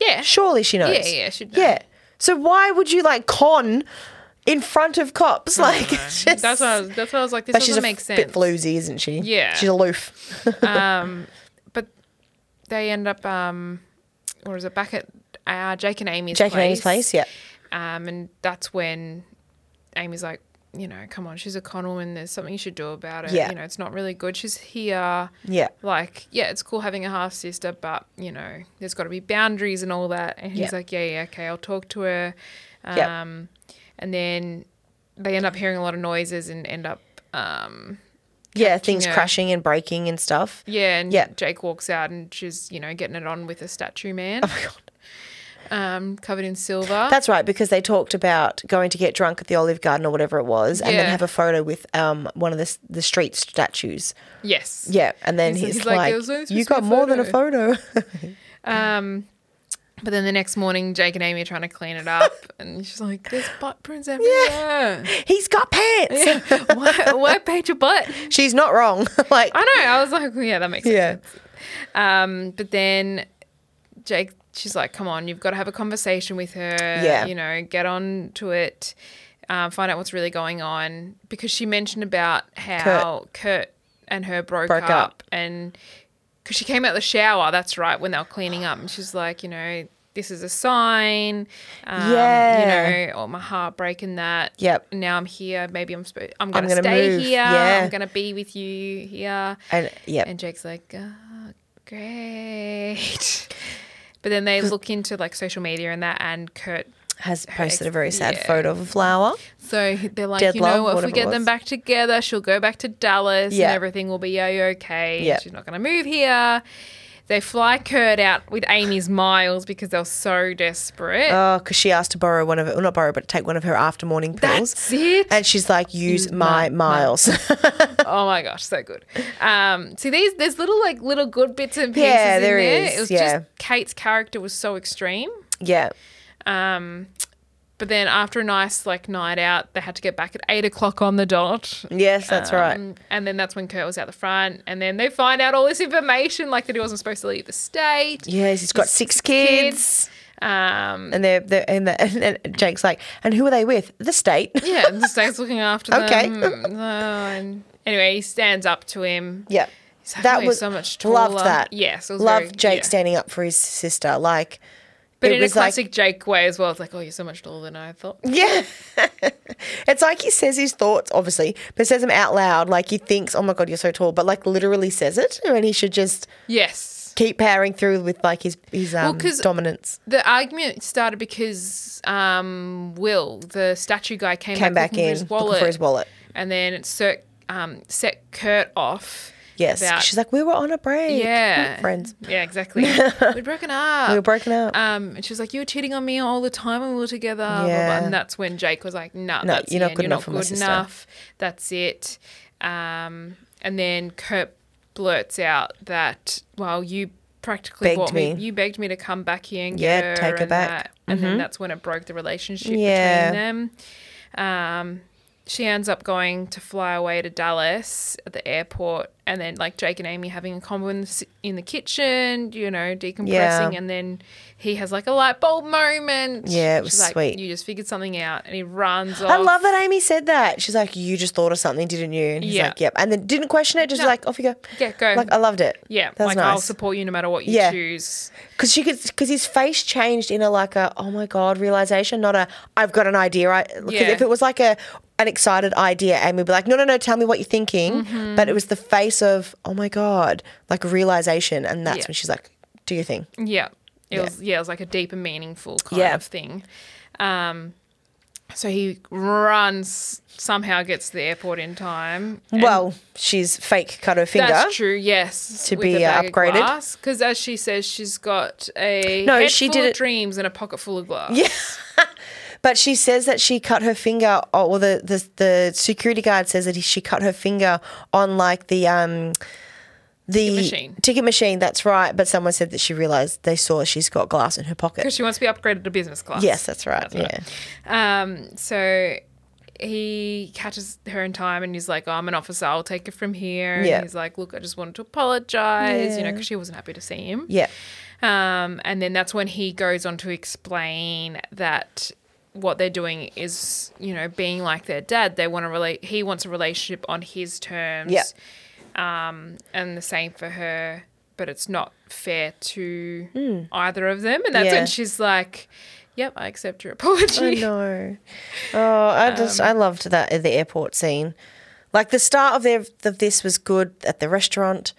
[SPEAKER 3] Yeah,
[SPEAKER 5] Surely she knows.
[SPEAKER 3] Yeah, yeah, she'd know.
[SPEAKER 5] yeah. So why would you like con in front of cops? Like, it's just,
[SPEAKER 3] That's why I was, that's why I was like, this
[SPEAKER 5] But
[SPEAKER 3] doesn't
[SPEAKER 5] she's a
[SPEAKER 3] make
[SPEAKER 5] f-
[SPEAKER 3] sense.
[SPEAKER 5] bit floozy, isn't she?
[SPEAKER 3] Yeah.
[SPEAKER 5] she's aloof.
[SPEAKER 3] um, but they end up, um, or is it back at uh, Jake and Amy's
[SPEAKER 5] Jake
[SPEAKER 3] place?
[SPEAKER 5] and Amy's place, yeah.
[SPEAKER 3] Um, and that's when Amy's like, you know, come on, she's a con woman. There's something you should do about it.
[SPEAKER 5] Yeah.
[SPEAKER 3] You know, it's not really good. She's here.
[SPEAKER 5] Yeah.
[SPEAKER 3] Like, yeah, it's cool having a half sister, but, you know, there's got to be boundaries and all that. And he's
[SPEAKER 5] Yeah.
[SPEAKER 3] like, yeah, yeah, okay, I'll talk to her. Um,
[SPEAKER 5] Yeah.
[SPEAKER 3] And then they end up hearing a lot of noises and end up. Um,
[SPEAKER 5] Yeah, things
[SPEAKER 3] her.
[SPEAKER 5] crashing and breaking and stuff.
[SPEAKER 3] Yeah, and
[SPEAKER 5] Yeah.
[SPEAKER 3] Jake walks out and she's, you know, getting it on with a statue man. Oh my god. Um, covered in silver.
[SPEAKER 5] That's right, because they talked about going to get drunk at the Olive Garden or whatever it was, and then
[SPEAKER 3] Yeah.
[SPEAKER 5] have a photo with um one of the s- the street statues.
[SPEAKER 3] yes.
[SPEAKER 5] Yeah, and then
[SPEAKER 3] He's-
[SPEAKER 5] he's,
[SPEAKER 3] he's like,
[SPEAKER 5] like,
[SPEAKER 3] "There was supposed to be
[SPEAKER 5] "You
[SPEAKER 3] a
[SPEAKER 5] got more than a photo."
[SPEAKER 3] Um but then the next morning Jake and Amy are trying to clean it up and she's like, There's butt prints everywhere.
[SPEAKER 5] he's got pants.
[SPEAKER 3] why why paint your butt?
[SPEAKER 5] She's not wrong. like,
[SPEAKER 3] I know. I was like, yeah, that makes
[SPEAKER 5] Yeah.
[SPEAKER 3] sense. Um, but then Jake, she's like, come on, you've got to have a conversation with her.
[SPEAKER 5] Yeah.
[SPEAKER 3] You know, get on to it, um, find out what's really going on. Because she mentioned about how Kurt, and her broke,
[SPEAKER 5] Broke
[SPEAKER 3] up,
[SPEAKER 5] up.
[SPEAKER 3] and because she came out the shower, that's right, when they were cleaning up. And she's like, you know, this is a sign. Um,
[SPEAKER 5] Yeah.
[SPEAKER 3] You know, or my heartbreak and that.
[SPEAKER 5] Yep.
[SPEAKER 3] Now I'm here. Maybe I'm, sp- I'm going to
[SPEAKER 5] gonna
[SPEAKER 3] stay
[SPEAKER 5] move.
[SPEAKER 3] here.
[SPEAKER 5] Yeah.
[SPEAKER 3] I'm going to be with you here.
[SPEAKER 5] and yeah,
[SPEAKER 3] And Jake's like, oh, great. But then they look into like social media and that, and Kurt.
[SPEAKER 5] has posted a
[SPEAKER 3] ex-
[SPEAKER 5] very sad
[SPEAKER 3] yeah.
[SPEAKER 5] photo of a flower.
[SPEAKER 3] So they're like,
[SPEAKER 5] Dead
[SPEAKER 3] you know,
[SPEAKER 5] love,
[SPEAKER 3] what, if
[SPEAKER 5] whatever
[SPEAKER 3] we
[SPEAKER 5] it
[SPEAKER 3] get them
[SPEAKER 5] was.
[SPEAKER 3] back together, she'll go back to Dallas
[SPEAKER 5] Yeah.
[SPEAKER 3] and everything will be okay.
[SPEAKER 5] Yeah.
[SPEAKER 3] She's not going to move here. They fly Kurt out with Amy's miles because they're so desperate.
[SPEAKER 5] Oh, because she asked to borrow one of her, well, not borrow, but take one of her after morning pills.
[SPEAKER 3] That's it.
[SPEAKER 5] And she's like, use, my,
[SPEAKER 3] my
[SPEAKER 5] miles.
[SPEAKER 3] oh my gosh, so good. Um, see these, there's little like little good bits and pieces
[SPEAKER 5] Yeah,
[SPEAKER 3] in
[SPEAKER 5] there
[SPEAKER 3] there.
[SPEAKER 5] is,
[SPEAKER 3] It was
[SPEAKER 5] yeah.
[SPEAKER 3] just Kate's character was so extreme.
[SPEAKER 5] yeah.
[SPEAKER 3] Um, but then after a nice like night out, they had to get back at eight o'clock on the dot.
[SPEAKER 5] Yes, that's right.
[SPEAKER 3] Um, and then that's when Kurt was out the front, and then they find out all this information, like that he wasn't supposed to leave the state.
[SPEAKER 5] Yes, he's got six kids.
[SPEAKER 3] Um,
[SPEAKER 5] And they're, they're and, the, and, and Jake's like, and who are they with? The state.
[SPEAKER 3] yeah, and the state's looking after
[SPEAKER 5] Okay.
[SPEAKER 3] them. Uh, and anyway, he stands up to him.
[SPEAKER 5] Yeah.
[SPEAKER 3] He's like, "Oh,
[SPEAKER 5] That
[SPEAKER 3] he's
[SPEAKER 5] was
[SPEAKER 3] so much
[SPEAKER 5] loved
[SPEAKER 3] taller."
[SPEAKER 5] that.
[SPEAKER 3] Yes, it was
[SPEAKER 5] loved
[SPEAKER 3] very-
[SPEAKER 5] Jake
[SPEAKER 3] yeah.
[SPEAKER 5] standing up for his sister. Like,
[SPEAKER 3] But
[SPEAKER 5] it
[SPEAKER 3] in a
[SPEAKER 5] was like-
[SPEAKER 3] classic Jake way as well, it's like, oh, you're so much taller than I thought.
[SPEAKER 5] yeah, it's like he says his thoughts, obviously, but says them out loud. Like he thinks, oh my god, you're so tall, but like literally says it, and he should just
[SPEAKER 3] Yes.
[SPEAKER 5] keep powering through with like his his um,
[SPEAKER 3] 'cause-
[SPEAKER 5] dominance.
[SPEAKER 3] The argument started because um, Will, the statue guy, came,
[SPEAKER 5] Came back
[SPEAKER 3] back, looking
[SPEAKER 5] in, looking for his wallet.
[SPEAKER 3] and then it set, um, set Kurt off.
[SPEAKER 5] Yes.
[SPEAKER 3] About-
[SPEAKER 5] She's like, we were on a break.
[SPEAKER 3] yeah,
[SPEAKER 5] We're friends.
[SPEAKER 3] Yeah, exactly. We'd broken up.
[SPEAKER 5] We were broken up.
[SPEAKER 3] Um, and she was like, "You were cheating on me all the time when we were together." blah, blah,
[SPEAKER 5] Yeah.
[SPEAKER 3] blah. And that's when Jake was like, "No,
[SPEAKER 5] No,
[SPEAKER 3] that's
[SPEAKER 5] you're
[SPEAKER 3] the
[SPEAKER 5] not
[SPEAKER 3] end.
[SPEAKER 5] good enough for my sister."
[SPEAKER 3] That's it." Um, and then Kurt blurts out that, "Well, you practically
[SPEAKER 5] Begged
[SPEAKER 3] bought me.
[SPEAKER 5] me.
[SPEAKER 3] You begged me to come back here and
[SPEAKER 5] Yeah,
[SPEAKER 3] get her
[SPEAKER 5] take her
[SPEAKER 3] and
[SPEAKER 5] back. Mm-hmm.
[SPEAKER 3] that." And then that's when it broke the relationship
[SPEAKER 5] Yeah.
[SPEAKER 3] between them. Um, she ends up going to fly away to Dallas at the airport, and then like Jake and Amy having a combo in the, s- in the kitchen, you know, decompressing,
[SPEAKER 5] Yeah.
[SPEAKER 3] and then he has like a light bulb moment.
[SPEAKER 5] Yeah, it was
[SPEAKER 3] She's like,
[SPEAKER 5] sweet.
[SPEAKER 3] You just figured something out, and he runs off.
[SPEAKER 5] I love that Amy said that. She's like, you just thought of something, didn't you? And he's
[SPEAKER 3] Yeah.
[SPEAKER 5] like, yep. And then didn't question it, just
[SPEAKER 3] No.
[SPEAKER 5] like, off you go.
[SPEAKER 3] Yeah, go.
[SPEAKER 5] Like, I loved it.
[SPEAKER 3] Yeah,
[SPEAKER 5] That was
[SPEAKER 3] like
[SPEAKER 5] nice.
[SPEAKER 3] I'll support you no matter what you
[SPEAKER 5] Yeah.
[SPEAKER 3] choose.
[SPEAKER 5] Because she could, because his face changed in a like a oh my god realization, not a I've got an idea. I 'cause
[SPEAKER 3] Yeah.
[SPEAKER 5] if it was like a an excited idea, Amy would be like, no, no, no, tell me what you're thinking.
[SPEAKER 3] Mm-hmm.
[SPEAKER 5] But it was the face of oh my god, like realization, and that's
[SPEAKER 3] Yeah.
[SPEAKER 5] when she's like, do your thing.
[SPEAKER 3] Yeah. It
[SPEAKER 5] Yeah.
[SPEAKER 3] was yeah, it was like a deep and meaningful kind
[SPEAKER 5] Yeah.
[SPEAKER 3] of thing. Um so he runs somehow gets to the airport in time. and
[SPEAKER 5] well, she's fake cut her finger.
[SPEAKER 3] that's true, yes.
[SPEAKER 5] To be, uh, upgraded.
[SPEAKER 3] Because as she says, she's got a
[SPEAKER 5] No,
[SPEAKER 3] head
[SPEAKER 5] she
[SPEAKER 3] full
[SPEAKER 5] did
[SPEAKER 3] of
[SPEAKER 5] it-
[SPEAKER 3] dreams and a pocket full of glass. Yeah.
[SPEAKER 5] But she says that she cut her finger, or the the, the security guard says that he, she cut her finger on like the um the
[SPEAKER 3] machine.
[SPEAKER 5] ticket machine. That's right. But someone said that she realized they saw she's got glass in her
[SPEAKER 3] Because
[SPEAKER 5] pocket.
[SPEAKER 3] she wants to be upgraded to business class.
[SPEAKER 5] Yes, that's right. yeah.
[SPEAKER 3] Um, so he catches her in time and he's like, oh, I'm an officer. I'll take it from here. And
[SPEAKER 5] Yeah.
[SPEAKER 3] he's like, look, I just wanted to apologize, you know, because she wasn't happy to see him.
[SPEAKER 5] Yeah.
[SPEAKER 3] Um, and then that's when he goes on to explain that what they're doing is, you know, being like their dad. They want to relate. He wants a relationship on his terms.
[SPEAKER 5] Yeah.
[SPEAKER 3] Um, and the same for her, but it's not fair to either of them. And that's
[SPEAKER 5] Hmm. Yeah.
[SPEAKER 3] when she's like, "Yep, I accept your apology."
[SPEAKER 5] I know. Oh, I just
[SPEAKER 3] Um,
[SPEAKER 5] I loved that at the airport scene. Like the start of their of this was good at the restaurant.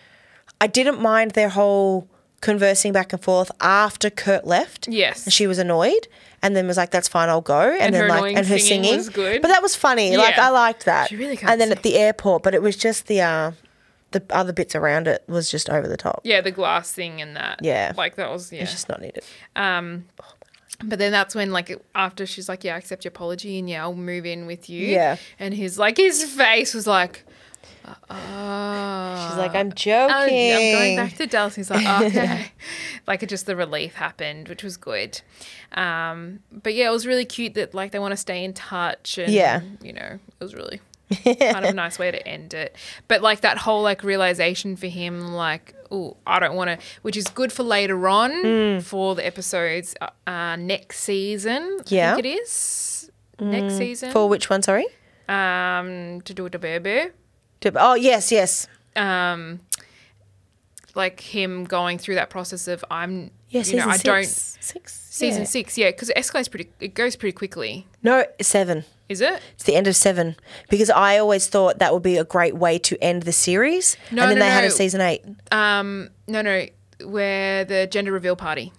[SPEAKER 5] I didn't mind their whole conversing back and forth after Kurt left.
[SPEAKER 3] Yes.
[SPEAKER 5] And she was annoyed and then was like, That's fine, I'll go. And,
[SPEAKER 3] And
[SPEAKER 5] then
[SPEAKER 3] her
[SPEAKER 5] like
[SPEAKER 3] annoying
[SPEAKER 5] and her
[SPEAKER 3] singing
[SPEAKER 5] singing.
[SPEAKER 3] was good.
[SPEAKER 5] But that was funny. Like
[SPEAKER 3] Yeah.
[SPEAKER 5] I liked that.
[SPEAKER 3] She really can't
[SPEAKER 5] and then
[SPEAKER 3] sing.
[SPEAKER 5] at the airport, but it was just the uh the other bits around it was just over the top.
[SPEAKER 3] Yeah, the glass thing and that.
[SPEAKER 5] Yeah.
[SPEAKER 3] Like that was yeah.
[SPEAKER 5] It's just not needed.
[SPEAKER 3] Um, But then that's when like after she's like, Yeah, I accept your apology and yeah, I'll move in with you.
[SPEAKER 5] Yeah.
[SPEAKER 3] And his like his face was like uh,
[SPEAKER 5] She's like, I'm joking.
[SPEAKER 3] Oh, I'm going back to Dallas. He's like, "Oh, okay. like, it just the relief happened, which was good. Um, but yeah, it was really cute that like they want to stay in touch, and
[SPEAKER 5] Yeah.
[SPEAKER 3] you know, it was really kind of a nice way to end it. But like that whole like realization for him, like, oh, I don't want to, which is good for later on
[SPEAKER 5] Mm.
[SPEAKER 3] for the episodes uh, uh, next season.
[SPEAKER 5] Yeah. Mm.
[SPEAKER 3] I think it is next season
[SPEAKER 5] For which one, sorry?
[SPEAKER 3] um to do a debut.
[SPEAKER 5] Oh yes, yes.
[SPEAKER 3] um like him going through that process of I'm
[SPEAKER 5] Yeah,
[SPEAKER 3] you
[SPEAKER 5] season
[SPEAKER 3] know I
[SPEAKER 5] six.
[SPEAKER 3] don't
[SPEAKER 5] Six.
[SPEAKER 3] season
[SPEAKER 5] yeah.
[SPEAKER 3] six yeah because it escalates pretty it goes pretty quickly
[SPEAKER 5] No, seven.
[SPEAKER 3] is it
[SPEAKER 5] It's the end of seven because I always thought that would be a great way to end the series.
[SPEAKER 3] No,
[SPEAKER 5] and then
[SPEAKER 3] no,
[SPEAKER 5] they had a
[SPEAKER 3] no.
[SPEAKER 5] season eight.
[SPEAKER 3] um no no where the gender reveal party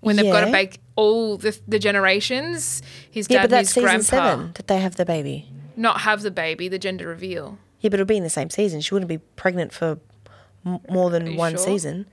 [SPEAKER 3] when they've got to
[SPEAKER 5] Yeah.
[SPEAKER 3] bake all the, the generations his dad
[SPEAKER 5] Yeah, but
[SPEAKER 3] and
[SPEAKER 5] that's
[SPEAKER 3] his
[SPEAKER 5] season
[SPEAKER 3] grandpa
[SPEAKER 5] seven that they have the baby.
[SPEAKER 3] not have the baby the gender reveal
[SPEAKER 5] Yeah, but it'll be in the same season. She wouldn't be pregnant for m- more than
[SPEAKER 3] you
[SPEAKER 5] one
[SPEAKER 3] sure?
[SPEAKER 5] season.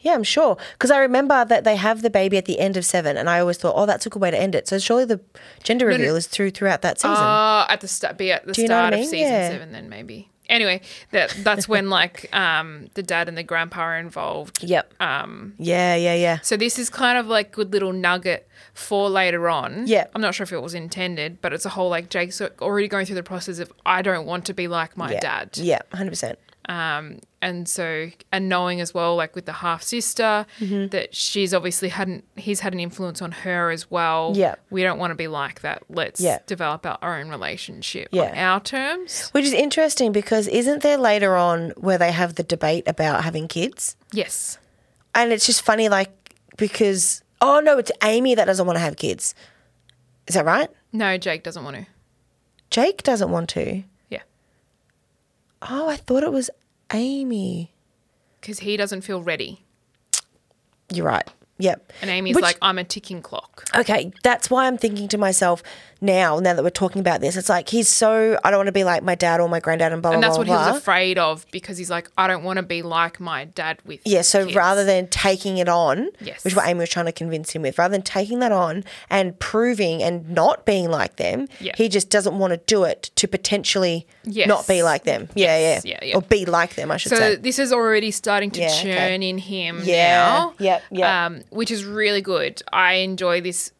[SPEAKER 5] Yeah, I'm sure because I remember that they have the baby at the end of seven, and I always thought, oh, that's a good way to end it. So surely the gender reveal is through throughout that season.
[SPEAKER 3] Uh, at the start, be at the
[SPEAKER 5] you know what I
[SPEAKER 3] start of
[SPEAKER 5] mean?
[SPEAKER 3] season
[SPEAKER 5] Yeah.
[SPEAKER 3] seven, then maybe. Anyway, that that's when like um, the dad and the grandpa are involved.
[SPEAKER 5] yep.
[SPEAKER 3] Um,
[SPEAKER 5] yeah, yeah, yeah.
[SPEAKER 3] so this is kind of like good little nugget for later on.
[SPEAKER 5] Yeah.
[SPEAKER 3] I'm not sure if it was intended, but it's a whole like Jake's already going through the process of I don't want to be like my
[SPEAKER 5] yeah.
[SPEAKER 3] dad.
[SPEAKER 5] Yeah, hundred percent.
[SPEAKER 3] Um, and so and knowing as well, like with the half sister,
[SPEAKER 5] Mm-hmm.
[SPEAKER 3] that she's obviously hadn't he's had an influence on her as well.
[SPEAKER 5] Yeah.
[SPEAKER 3] We don't want to be like that. Let's
[SPEAKER 5] Yeah.
[SPEAKER 3] develop our own relationship on
[SPEAKER 5] Yeah.
[SPEAKER 3] our terms.
[SPEAKER 5] Which is interesting because isn't there later on where they have the debate about having kids?
[SPEAKER 3] Yes.
[SPEAKER 5] And it's just funny, like, because, oh no, it's Amy that doesn't want to have kids. Is that right?
[SPEAKER 3] No, Jake doesn't want to.
[SPEAKER 5] Jake doesn't want to.
[SPEAKER 3] Yeah.
[SPEAKER 5] Oh, I thought it was Amy.
[SPEAKER 3] Because he doesn't feel ready.
[SPEAKER 5] You're right. Yep.
[SPEAKER 3] And Amy's
[SPEAKER 5] Which-
[SPEAKER 3] like, "Oh." I'm a ticking clock.
[SPEAKER 5] Okay, that's why I'm thinking to myself now, now that we're talking about this, it's like he's so I don't want to be like my dad or my granddad and blah
[SPEAKER 3] And
[SPEAKER 5] blah
[SPEAKER 3] that's
[SPEAKER 5] blah.
[SPEAKER 3] what he was
[SPEAKER 5] blah.
[SPEAKER 3] afraid of because he's like, I don't want to be like my dad with
[SPEAKER 5] Yeah, so
[SPEAKER 3] kids.
[SPEAKER 5] rather than taking it on,
[SPEAKER 3] Yes.
[SPEAKER 5] which is what Amy was trying to convince him with, rather than taking that on and proving and not being like them,
[SPEAKER 3] Yeah.
[SPEAKER 5] he just doesn't want to do it to potentially
[SPEAKER 3] Yes.
[SPEAKER 5] not be like them.
[SPEAKER 3] Yes,
[SPEAKER 5] Yeah, yeah.
[SPEAKER 3] yeah, yeah.
[SPEAKER 5] Or be like them, I should
[SPEAKER 3] So
[SPEAKER 5] say.
[SPEAKER 3] this is already starting to
[SPEAKER 5] Yeah, okay.
[SPEAKER 3] churn in him
[SPEAKER 5] Yeah,
[SPEAKER 3] now.
[SPEAKER 5] yep, yep.
[SPEAKER 3] Um, which is really good. I enjoy this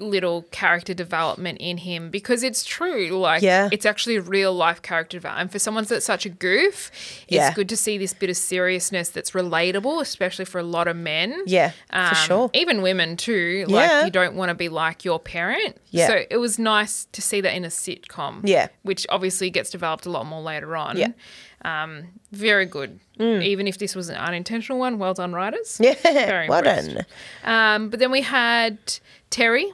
[SPEAKER 3] little character development in him because it's true. Like
[SPEAKER 5] Yeah.
[SPEAKER 3] it's actually real life character development. And for someone that's such a goof, it's
[SPEAKER 5] Yeah.
[SPEAKER 3] good to see this bit of seriousness that's relatable, especially for a lot of men. Um,
[SPEAKER 5] Yeah, for sure.
[SPEAKER 3] Even women too. Like
[SPEAKER 5] Yeah.
[SPEAKER 3] you don't want to be like your parent.
[SPEAKER 5] Yeah.
[SPEAKER 3] So it was nice to see that in a sitcom.
[SPEAKER 5] Yeah.
[SPEAKER 3] Which obviously gets developed a lot more later on.
[SPEAKER 5] Yeah.
[SPEAKER 3] Um, very good. Even if this was an unintentional one, well done, writers.
[SPEAKER 5] Mm. Yeah,
[SPEAKER 3] Very
[SPEAKER 5] well
[SPEAKER 3] impressed. Um, but then we had Terry.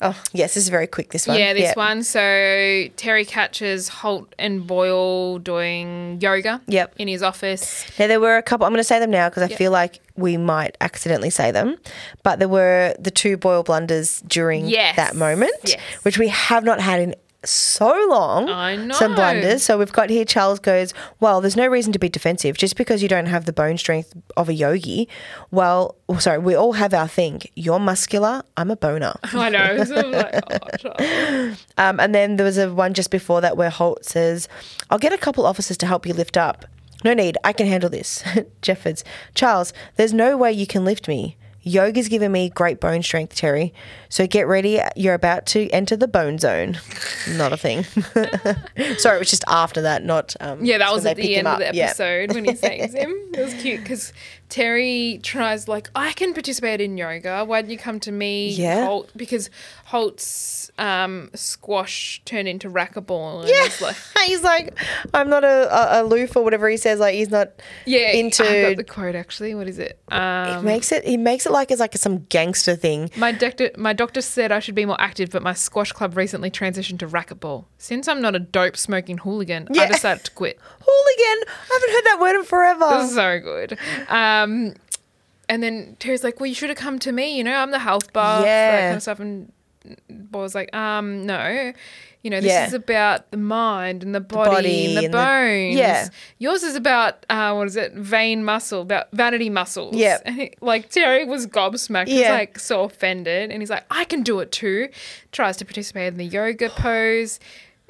[SPEAKER 5] oh, yes, this is very quick this one.
[SPEAKER 3] Yeah, this
[SPEAKER 5] Yep.
[SPEAKER 3] one. So Terry catches Holt and Boyle doing yoga
[SPEAKER 5] Yep.
[SPEAKER 3] in his office.
[SPEAKER 5] Now there were a couple. I'm going to say them now because I feel like we might accidentally say them, but there were the two boil blunders during
[SPEAKER 3] Yes.
[SPEAKER 5] that moment,
[SPEAKER 3] Yes.
[SPEAKER 5] which we have not had in so long.
[SPEAKER 3] I
[SPEAKER 5] Some
[SPEAKER 3] know.
[SPEAKER 5] blunders. So we've got here. Charles goes, "Well, there's no reason to be defensive just because you don't have the bone strength of a yogi." Well, oh, sorry, we all have our thing. You're muscular. I'm a boner.
[SPEAKER 3] I know. So I'm like, oh, Charles.
[SPEAKER 5] Um, and then there was a one just before that where Holt says, I'll get a couple officers to help you lift up. No need, I can handle this. Jeffords, Charles, there's no way you can lift me. Yoga's given me great bone strength, Terry. So get ready, you're about to enter the bone zone. Not a thing. Sorry, it was just after that, not. Um,
[SPEAKER 3] Yeah, that
[SPEAKER 5] when
[SPEAKER 3] was
[SPEAKER 5] they
[SPEAKER 3] at
[SPEAKER 5] pick
[SPEAKER 3] the
[SPEAKER 5] him
[SPEAKER 3] end of
[SPEAKER 5] up.
[SPEAKER 3] the
[SPEAKER 5] Yeah.
[SPEAKER 3] episode when he saves him. It was cute because Terry tries like, I can participate in yoga. Why didn't you come to me,
[SPEAKER 5] Yeah.
[SPEAKER 3] Holt? Because Holt's um, squash turned into racquetball. And yeah. Like,
[SPEAKER 5] He's like, I'm not a, a, a loof or whatever he says. Like he's not
[SPEAKER 3] yeah. I got
[SPEAKER 5] into. Uh,
[SPEAKER 3] the quote actually. What is it? Um,
[SPEAKER 5] He makes it. He makes it like it's like some gangster thing.
[SPEAKER 3] My doctor, my doctor said I should be more active, but my squash club recently transitioned to racquetball. Since I'm not a dope smoking hooligan,
[SPEAKER 5] Yeah.
[SPEAKER 3] I decided to quit.
[SPEAKER 5] Hooligan. I haven't heard that word in forever.
[SPEAKER 3] so good. Um, and then Terry's like, "Well, you should have come to me. You know, I'm the health buff, that
[SPEAKER 5] Yeah.
[SPEAKER 3] kind of stuff." And Boyle's like, "Um, no." You know, this
[SPEAKER 5] Yeah.
[SPEAKER 3] is about the mind and the body, and
[SPEAKER 5] body and
[SPEAKER 3] the
[SPEAKER 5] the-
[SPEAKER 3] bones.
[SPEAKER 5] Yeah.
[SPEAKER 3] Yours is about, uh, what is it, vein muscle, about vanity muscles.
[SPEAKER 5] Yep.
[SPEAKER 3] And it, like Terry was gobsmacked. He's
[SPEAKER 5] Yeah.
[SPEAKER 3] like so offended. And he's like, I can do it too. Tries to participate in the yoga pose,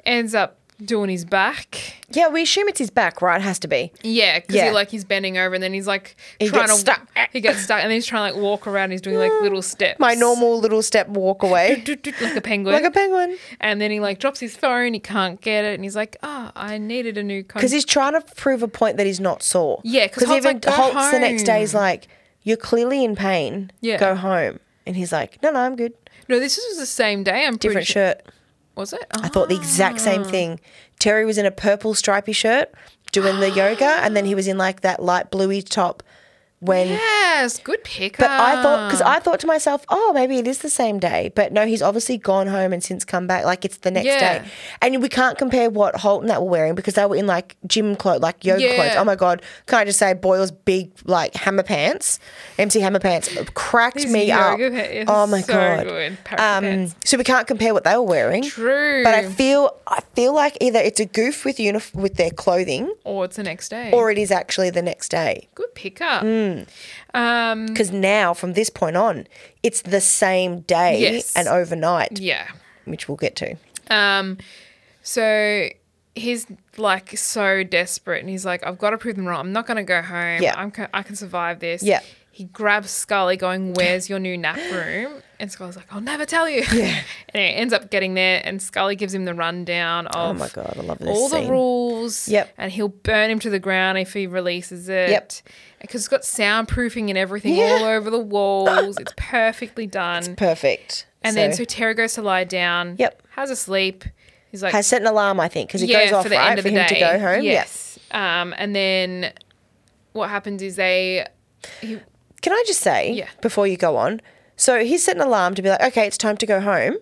[SPEAKER 3] ends up doing his back.
[SPEAKER 5] Yeah, we assume it's his back, right? Has to be.
[SPEAKER 3] Yeah, because
[SPEAKER 5] Yeah.
[SPEAKER 3] he like he's bending over and then he's like
[SPEAKER 5] He
[SPEAKER 3] trying
[SPEAKER 5] gets
[SPEAKER 3] to
[SPEAKER 5] stuck.
[SPEAKER 3] He gets stuck and then he's trying to like walk around. He's doing like little steps.
[SPEAKER 5] My normal little step walk away.
[SPEAKER 3] Doot, doot, like a penguin.
[SPEAKER 5] like a penguin.
[SPEAKER 3] and then he like drops his phone. He can't get it, and he's like, "Ah, I needed a new." Con-
[SPEAKER 5] Because he's trying to prove a point that he's not sore.
[SPEAKER 3] Yeah, 'cause Holt's like, "Go
[SPEAKER 5] the next day is
[SPEAKER 3] home."
[SPEAKER 5] like, You're clearly in pain.
[SPEAKER 3] Yeah.
[SPEAKER 5] Go home. And he's like, No, no, I'm good.
[SPEAKER 3] no, this was the same day. I'm pretty
[SPEAKER 5] Different
[SPEAKER 3] sure- Ah.
[SPEAKER 5] shirt.
[SPEAKER 3] Was it?
[SPEAKER 5] I thought the exact same thing. Terry was in a purple stripy shirt doing the yoga, and then he was in like that light bluey top when
[SPEAKER 3] Oh, yes, good pick.
[SPEAKER 5] But I thought because I thought to myself, oh, maybe it is the same day. But no, he's obviously gone home and since come back. Like it's the next
[SPEAKER 3] Yeah.
[SPEAKER 5] day, and we can't compare what Holt and that were wearing because they were in like gym clothes, like yoga
[SPEAKER 3] Yeah.
[SPEAKER 5] clothes. Oh my god! Can I just say Boyle's big like hammer pants, MC hammer pants, cracked
[SPEAKER 3] These
[SPEAKER 5] me up.
[SPEAKER 3] yoga pants,
[SPEAKER 5] oh my
[SPEAKER 3] so
[SPEAKER 5] god!
[SPEAKER 3] good. Parachute
[SPEAKER 5] Um,
[SPEAKER 3] pants.
[SPEAKER 5] so we can't compare what they were wearing.
[SPEAKER 3] True.
[SPEAKER 5] But I feel I feel like either it's a goof with unif- with their clothing,
[SPEAKER 3] or Oh, it's the next day.
[SPEAKER 5] or Mm. it is actually the next day.
[SPEAKER 3] good pick up. Um,
[SPEAKER 5] Because now, from this point on, it's the same day
[SPEAKER 3] Yes.
[SPEAKER 5] and overnight,
[SPEAKER 3] yeah.
[SPEAKER 5] which we'll get to.
[SPEAKER 3] Um, so he's like so desperate, and he's like, "I've got to prove them wrong. I'm not going to go home.
[SPEAKER 5] Yeah.
[SPEAKER 3] I'm co- I can survive this."
[SPEAKER 5] Yeah.
[SPEAKER 3] He grabs Scully, going, "Where's your new nap room?" And Scully's like, "I'll never tell you." Yeah. and he ends up getting there, and Scully gives him the rundown of
[SPEAKER 5] Oh my God, I love this
[SPEAKER 3] all
[SPEAKER 5] scene.
[SPEAKER 3] the rules.
[SPEAKER 5] Yep.
[SPEAKER 3] And he'll burn him to the ground if he releases it.
[SPEAKER 5] Yep.
[SPEAKER 3] Because it's got soundproofing and everything
[SPEAKER 5] Yeah.
[SPEAKER 3] all over the walls. It's perfectly done.
[SPEAKER 5] Perfect.
[SPEAKER 3] And then so Terry goes to lie down.
[SPEAKER 5] Yep.
[SPEAKER 3] Has a sleep. He's like,
[SPEAKER 5] has set an alarm, I think, because it goes off right for him to go home. Yeah.
[SPEAKER 3] Yes. Um, and then what happens is they, he,
[SPEAKER 5] Can I just say
[SPEAKER 3] Yeah.
[SPEAKER 5] before you go on? So he's set an alarm to be like, okay, it's time to go home.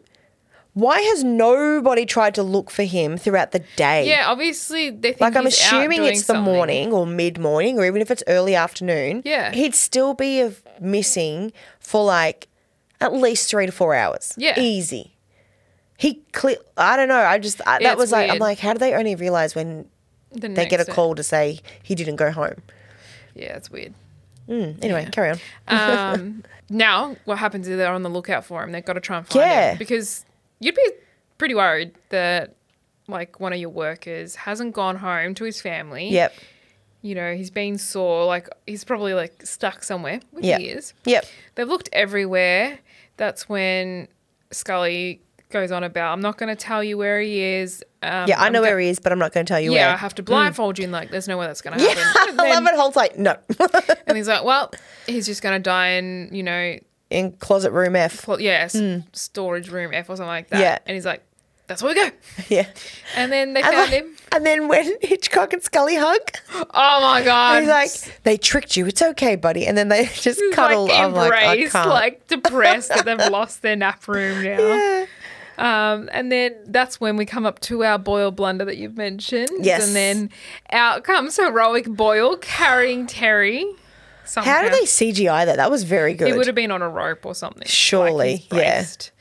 [SPEAKER 5] Why has nobody tried to look for him throughout the day?
[SPEAKER 3] Yeah, obviously they think
[SPEAKER 5] Like I'm
[SPEAKER 3] he's out
[SPEAKER 5] assuming
[SPEAKER 3] doing
[SPEAKER 5] it's the
[SPEAKER 3] something.
[SPEAKER 5] morning or mid morning or even if it's early afternoon.
[SPEAKER 3] Yeah.
[SPEAKER 5] He'd still be of missing for like at least three to four hours.
[SPEAKER 3] Yeah.
[SPEAKER 5] Easy. He clear I don't know. I just I,
[SPEAKER 3] Yeah,
[SPEAKER 5] that
[SPEAKER 3] it's
[SPEAKER 5] was like I'm
[SPEAKER 3] weird.
[SPEAKER 5] like, how do they only realise when
[SPEAKER 3] The
[SPEAKER 5] they
[SPEAKER 3] next
[SPEAKER 5] get a
[SPEAKER 3] day.
[SPEAKER 5] call to say he didn't go home?
[SPEAKER 3] Yeah, it's weird.
[SPEAKER 5] Anyway, carry on.
[SPEAKER 3] Um, now what happens is they're on the lookout for him. They've got to try and find
[SPEAKER 5] Yeah.
[SPEAKER 3] him because you'd be pretty worried that like one of your workers hasn't gone home to his family.
[SPEAKER 5] Yep.
[SPEAKER 3] You know he's been sore. Like he's probably like stuck somewhere. Which
[SPEAKER 5] Yep.
[SPEAKER 3] he is.
[SPEAKER 5] Yep.
[SPEAKER 3] They've looked everywhere. That's when Scully goes on about, I'm not going to tell you where he is. Um,
[SPEAKER 5] Yeah, I
[SPEAKER 3] I'm
[SPEAKER 5] know
[SPEAKER 3] go-
[SPEAKER 5] where he is, but I'm not going to tell you
[SPEAKER 3] Yeah,
[SPEAKER 5] where.
[SPEAKER 3] I have to blindfold you, and like, there's no way that's going to
[SPEAKER 5] yeah,
[SPEAKER 3] happen.
[SPEAKER 5] I
[SPEAKER 3] And then-
[SPEAKER 5] love it. Holt's like, no,
[SPEAKER 3] And he's like, well, he's just going to die in, you know,
[SPEAKER 5] in closet room F.
[SPEAKER 3] pl- yeah, s- storage room F or something like that.
[SPEAKER 5] Mm. Yeah.
[SPEAKER 3] And he's like, that's where we go.
[SPEAKER 5] Yeah,
[SPEAKER 3] And then they
[SPEAKER 5] and,
[SPEAKER 3] found
[SPEAKER 5] like-
[SPEAKER 3] him.
[SPEAKER 5] and then when Hitchcock and Scully hug,
[SPEAKER 3] Oh my God.
[SPEAKER 5] he's like, they tricked you. It's okay, buddy. And then they just
[SPEAKER 3] He's,
[SPEAKER 5] cuddle.
[SPEAKER 3] like,
[SPEAKER 5] I'm like, I
[SPEAKER 3] embraced, like, oh,
[SPEAKER 5] can't.
[SPEAKER 3] depressed that they've lost their nap room now. Um, and then that's when we come up to our Boyle blunder that you've mentioned.
[SPEAKER 5] Yes.
[SPEAKER 3] And then out comes heroic Boyle carrying Terry. Somehow.
[SPEAKER 5] How do they CGI that? That was very good.
[SPEAKER 3] He would have been on a rope or something. like he's
[SPEAKER 5] Surely, yeah.
[SPEAKER 3] braced.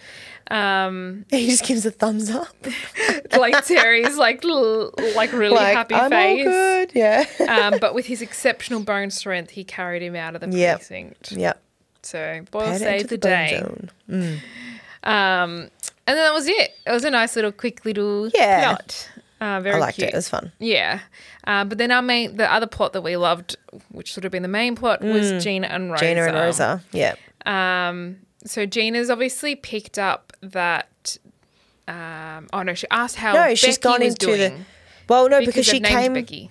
[SPEAKER 3] Um,
[SPEAKER 5] he just gives a thumbs up.
[SPEAKER 3] like Terry's like l- like really
[SPEAKER 5] like,
[SPEAKER 3] happy
[SPEAKER 5] I'm
[SPEAKER 3] face.
[SPEAKER 5] all good. Yeah.
[SPEAKER 3] um, but with his exceptional bone strength, he carried him out of the
[SPEAKER 5] Yep.
[SPEAKER 3] precinct.
[SPEAKER 5] yep.
[SPEAKER 3] So Boyle
[SPEAKER 5] Head
[SPEAKER 3] saved
[SPEAKER 5] into
[SPEAKER 3] the,
[SPEAKER 5] bone
[SPEAKER 3] day.
[SPEAKER 5] zone.
[SPEAKER 3] Um, and then that was it. It was a nice little, quick little
[SPEAKER 5] Yeah.
[SPEAKER 3] plot. Uh, very
[SPEAKER 5] I liked
[SPEAKER 3] cute.
[SPEAKER 5] it. It was fun.
[SPEAKER 3] Yeah, uh, but then our main, the other plot that we loved, which should have been the main plot, was Gina and Rosa.
[SPEAKER 5] Mm. Gina and Rosa. Yeah.
[SPEAKER 3] Um, so Gina's obviously picked up that. Um, oh no, she asked how.
[SPEAKER 5] No, she's
[SPEAKER 3] Becky
[SPEAKER 5] gone
[SPEAKER 3] was
[SPEAKER 5] into the.
[SPEAKER 3] doing
[SPEAKER 5] Well, no, because,
[SPEAKER 3] they've
[SPEAKER 5] she
[SPEAKER 3] named
[SPEAKER 5] came.
[SPEAKER 3] Becky.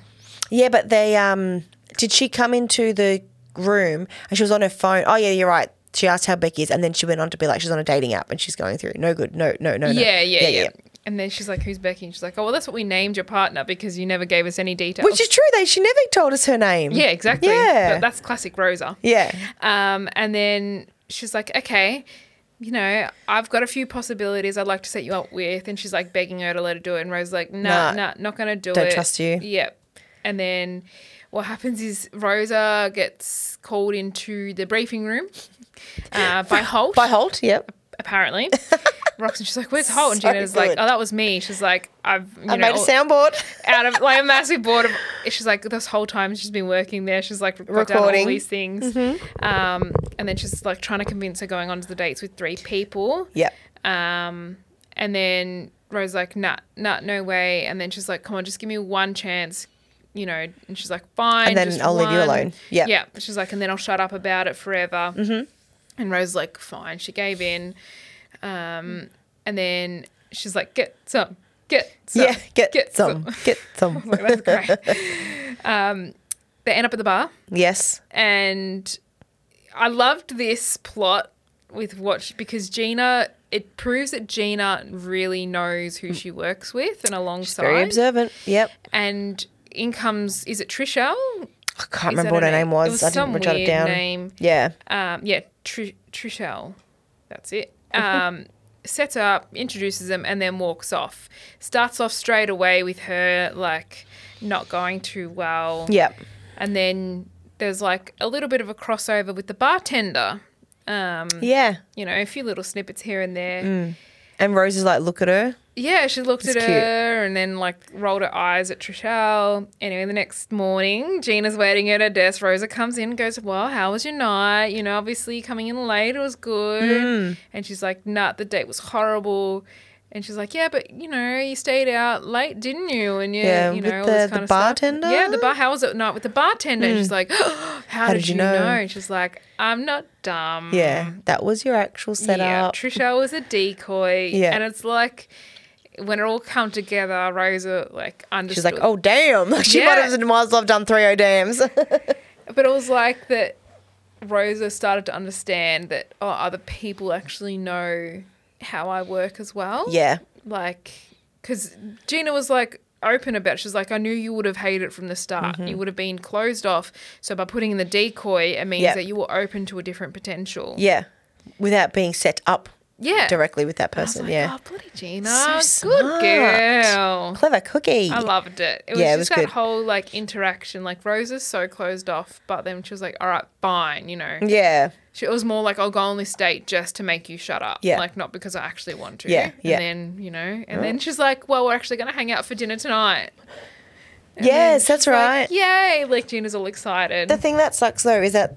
[SPEAKER 5] Yeah, but they um did she come into the room and she was on her phone. Oh yeah, you're right. She asked how Becky is and then she went on to be like she's on a dating app and she's going through. No good. No, no, no, no.
[SPEAKER 3] Yeah, yeah, yeah, And then she's like, "Who's Becky?" And she's like, "Oh, well, that's what we named your partner because you never gave us any details."
[SPEAKER 5] Which is true though. She never told us her name.
[SPEAKER 3] yeah, exactly.
[SPEAKER 5] Yeah.
[SPEAKER 3] But that's classic Rosa.
[SPEAKER 5] yeah.
[SPEAKER 3] Um, and then she's like, okay, you know, I've got a few possibilities I'd like to set you up with. And she's like begging her to let her do it. And Rose's like,
[SPEAKER 5] Nah,
[SPEAKER 3] nah, nah, not going to do
[SPEAKER 5] don't
[SPEAKER 3] it.
[SPEAKER 5] trust you.
[SPEAKER 3] Yep. And then what happens is Rosa gets called into the briefing room uh, by Holt,
[SPEAKER 5] By Holt, yep.
[SPEAKER 3] apparently. Roxanne, she's like, where's Holt? And
[SPEAKER 5] So
[SPEAKER 3] Gina's like,
[SPEAKER 5] good.
[SPEAKER 3] oh, that was me. She's like, I've, you
[SPEAKER 5] I
[SPEAKER 3] know,
[SPEAKER 5] made a soundboard.
[SPEAKER 3] out of like a massive board of she's like this whole time she's been working there she's like got down all
[SPEAKER 5] Recording. Mm-hmm.
[SPEAKER 3] these things um, and then she's like trying to convince her going on to the dates with three people
[SPEAKER 5] Yep.
[SPEAKER 3] um, and then Rose's like nah nah no way and then she's like come on just give me one chance you know and she's like fine
[SPEAKER 5] And then
[SPEAKER 3] just
[SPEAKER 5] I'll leave you
[SPEAKER 3] one."
[SPEAKER 5] alone. Yep.
[SPEAKER 3] yeah she's like and then I'll shut up about it forever mm-hmm. and Rose's like fine she gave in um, and then she's like get some get some
[SPEAKER 5] yeah, get, some. Get some.
[SPEAKER 3] That's great. um, they end up at the bar,
[SPEAKER 5] yes.
[SPEAKER 3] and I loved this plot with what because Gina. It proves that Gina really knows who she works with and alongside.
[SPEAKER 5] Very observant. Yep.
[SPEAKER 3] And in comes is it Trisha?
[SPEAKER 5] I can't remember what her name was. I didn't jot it down.
[SPEAKER 3] Name.
[SPEAKER 5] Yeah.
[SPEAKER 3] Um, yeah, Tr- Trishelle. That's it. Um, sets her up, introduces them, and then walks off. Starts off straight away with her like not going too well.
[SPEAKER 5] Yep.
[SPEAKER 3] And then there's like a little bit of a crossover with the bartender. Um,
[SPEAKER 5] Yeah.
[SPEAKER 3] You know, a few little snippets here and there.
[SPEAKER 5] And Rose is like, look at her.
[SPEAKER 3] Yeah, she looked
[SPEAKER 5] It's
[SPEAKER 3] at
[SPEAKER 5] cute.
[SPEAKER 3] her and then like rolled her eyes at Trishelle. Anyway, the next morning, Gina's waiting at her desk. Rosa comes in, and goes, "Well, how was your night? You know, obviously coming in late it was good."
[SPEAKER 5] Mm.
[SPEAKER 3] And she's like, "Nah, the date was horrible." And she's like, "Yeah, but you know, you stayed out late, didn't you?" And yeah,
[SPEAKER 5] Yeah,
[SPEAKER 3] you know,
[SPEAKER 5] with
[SPEAKER 3] all this
[SPEAKER 5] the-
[SPEAKER 3] kind
[SPEAKER 5] the
[SPEAKER 3] of stuff."
[SPEAKER 5] bartender? Mm.
[SPEAKER 3] Yeah, the bar. How was it night with the bartender? And she's like, "How, did, you know? And she's like, "I'm not dumb."
[SPEAKER 5] Yeah. That was your actual
[SPEAKER 3] Um, Yeah,
[SPEAKER 5] setup.
[SPEAKER 3] Trisha was a decoy.
[SPEAKER 5] Yeah.
[SPEAKER 3] And it's like when it all come together, Rosa like understood.
[SPEAKER 5] She's like, oh damn! Like she might
[SPEAKER 3] Yeah.
[SPEAKER 5] have might as well have done three oh dams.
[SPEAKER 3] But it was like that Rosa started to understand that oh, other people actually know how I work as well.
[SPEAKER 5] yeah,
[SPEAKER 3] Like, because Gina was like open about. It. She's like, I knew you would have hated it from the start.
[SPEAKER 5] Mm-hmm.
[SPEAKER 3] You would have been closed off. So by putting in the decoy, it means
[SPEAKER 5] Yep.
[SPEAKER 3] that you were open to a different potential.
[SPEAKER 5] yeah, without being set up
[SPEAKER 3] Yeah.
[SPEAKER 5] directly with that
[SPEAKER 3] I was
[SPEAKER 5] person.
[SPEAKER 3] like,
[SPEAKER 5] yeah.
[SPEAKER 3] oh, bloody Gina.
[SPEAKER 5] So
[SPEAKER 3] Good
[SPEAKER 5] smart.
[SPEAKER 3] girl.
[SPEAKER 5] Clever cookie.
[SPEAKER 3] I loved it. It was
[SPEAKER 5] Yeah, it
[SPEAKER 3] just
[SPEAKER 5] was
[SPEAKER 3] that
[SPEAKER 5] good.
[SPEAKER 3] whole like interaction. Like Rose is so closed off, but then she was like, "All right, fine," you know.
[SPEAKER 5] Yeah.
[SPEAKER 3] She, it was more like, "I'll go on this date just to make you shut up,"
[SPEAKER 5] Yeah.
[SPEAKER 3] like not because I actually want to.
[SPEAKER 5] Yeah,
[SPEAKER 3] And
[SPEAKER 5] yeah.
[SPEAKER 3] then you know, and then she's like, "Well, we're actually gonna hang out for dinner tonight." And then
[SPEAKER 5] Yes, that's
[SPEAKER 3] she's like,
[SPEAKER 5] right.
[SPEAKER 3] Yay! Like Gina's all excited.
[SPEAKER 5] The thing that sucks though is that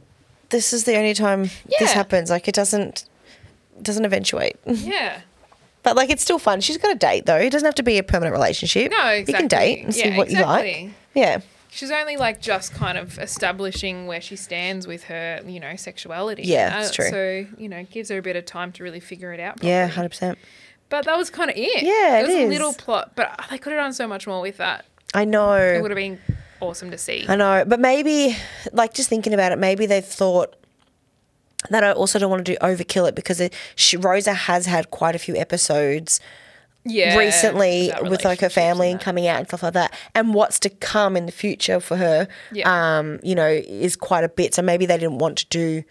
[SPEAKER 5] this is the only time
[SPEAKER 3] Yeah.
[SPEAKER 5] this happens. Like it doesn't doesn't eventuate.
[SPEAKER 3] yeah.
[SPEAKER 5] But like it's still fun. She's got a date though. It doesn't have to be a permanent relationship.
[SPEAKER 3] No,
[SPEAKER 5] You can
[SPEAKER 3] exactly.
[SPEAKER 5] date and see
[SPEAKER 3] Yeah,
[SPEAKER 5] what you like.
[SPEAKER 3] exactly.
[SPEAKER 5] Yeah.
[SPEAKER 3] She's only like just kind of establishing where she stands with her, you know, sexuality.
[SPEAKER 5] Yeah,
[SPEAKER 3] Uh,
[SPEAKER 5] that's true.
[SPEAKER 3] So you know, gives her a bit of time to really figure it out. Properly.
[SPEAKER 5] Yeah, hundred percent.
[SPEAKER 3] But that was kind of it.
[SPEAKER 5] Yeah,
[SPEAKER 3] it was
[SPEAKER 5] it
[SPEAKER 3] a little
[SPEAKER 5] is.
[SPEAKER 3] plot, but they could have done so much more with that.
[SPEAKER 5] I know.
[SPEAKER 3] It would have been awesome to see.
[SPEAKER 5] I know, but maybe, like, just thinking about it, maybe they thought that I also don't want to do overkill it because it, she, Rosa has had quite a few episodes
[SPEAKER 3] Yeah,
[SPEAKER 5] recently
[SPEAKER 3] about
[SPEAKER 5] with like her
[SPEAKER 3] relationships
[SPEAKER 5] family and
[SPEAKER 3] that.
[SPEAKER 5] coming out and stuff like that. And what's to come in the future for her,
[SPEAKER 3] Yeah.
[SPEAKER 5] um, you know, is quite a bit. So maybe they didn't want to do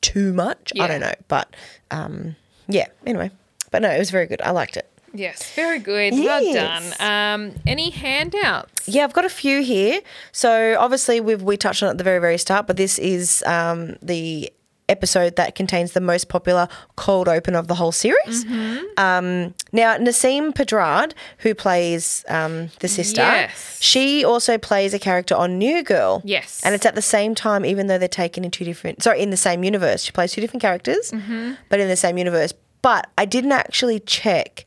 [SPEAKER 5] too much. I
[SPEAKER 3] Yeah.
[SPEAKER 5] don't know, but um, yeah. Anyway, but no, it was very good. I liked it.
[SPEAKER 3] Yes, very good.
[SPEAKER 5] Yes.
[SPEAKER 3] Well done. Um, any handouts?
[SPEAKER 5] Yeah, I've got a few here. So obviously we've we touched on it at the very very start, but this is um, the episode that contains the most popular cold open of the whole series.
[SPEAKER 3] Mm-hmm.
[SPEAKER 5] Um, now Nassim Pedrad, who plays um, the sister,
[SPEAKER 3] Yes.
[SPEAKER 5] she also plays a character on New Girl.
[SPEAKER 3] Yes.
[SPEAKER 5] and it's at the same time, even though they're taken in two different sorry in the same universe. She plays two different characters,
[SPEAKER 3] Mm-hmm.
[SPEAKER 5] but in the same universe. But I didn't actually check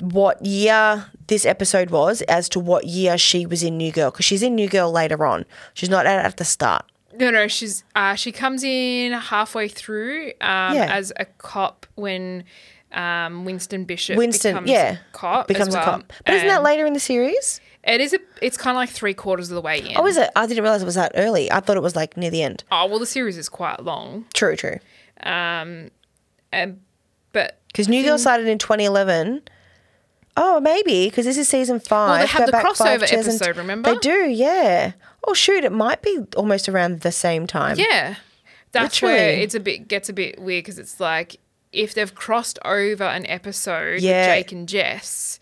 [SPEAKER 5] what year this episode was as to what year she was in New Girl because she's in New Girl later on. She's not at, at the start.
[SPEAKER 3] No, no, she's uh, she comes in halfway through um,
[SPEAKER 5] Yeah.
[SPEAKER 3] as a cop when um, Winston Bishop
[SPEAKER 5] Winston,
[SPEAKER 3] becomes
[SPEAKER 5] yeah,
[SPEAKER 3] a cop. as
[SPEAKER 5] becomes a
[SPEAKER 3] well.
[SPEAKER 5] cop. But isn't that
[SPEAKER 3] And
[SPEAKER 5] later in the series?
[SPEAKER 3] It is. A, it's kind of like three quarters of the way in.
[SPEAKER 5] Oh, is it? I didn't realize it was that early. I thought it was like near the end.
[SPEAKER 3] Oh well, the series is quite long.
[SPEAKER 5] True, true.
[SPEAKER 3] Um, and, but
[SPEAKER 5] Because New Girl started in 2011. Oh, maybe because this is season five.
[SPEAKER 3] they have
[SPEAKER 5] Go
[SPEAKER 3] the
[SPEAKER 5] back five
[SPEAKER 3] crossover
[SPEAKER 5] years and-
[SPEAKER 3] episode, remember?
[SPEAKER 5] They do, yeah. Oh shoot, it might be almost around the same time.
[SPEAKER 3] Yeah, that's where
[SPEAKER 5] Literally.
[SPEAKER 3] it's a bit gets a bit weird because it's like if they've crossed over an episode, with
[SPEAKER 5] Yeah.
[SPEAKER 3] Jake and Jess,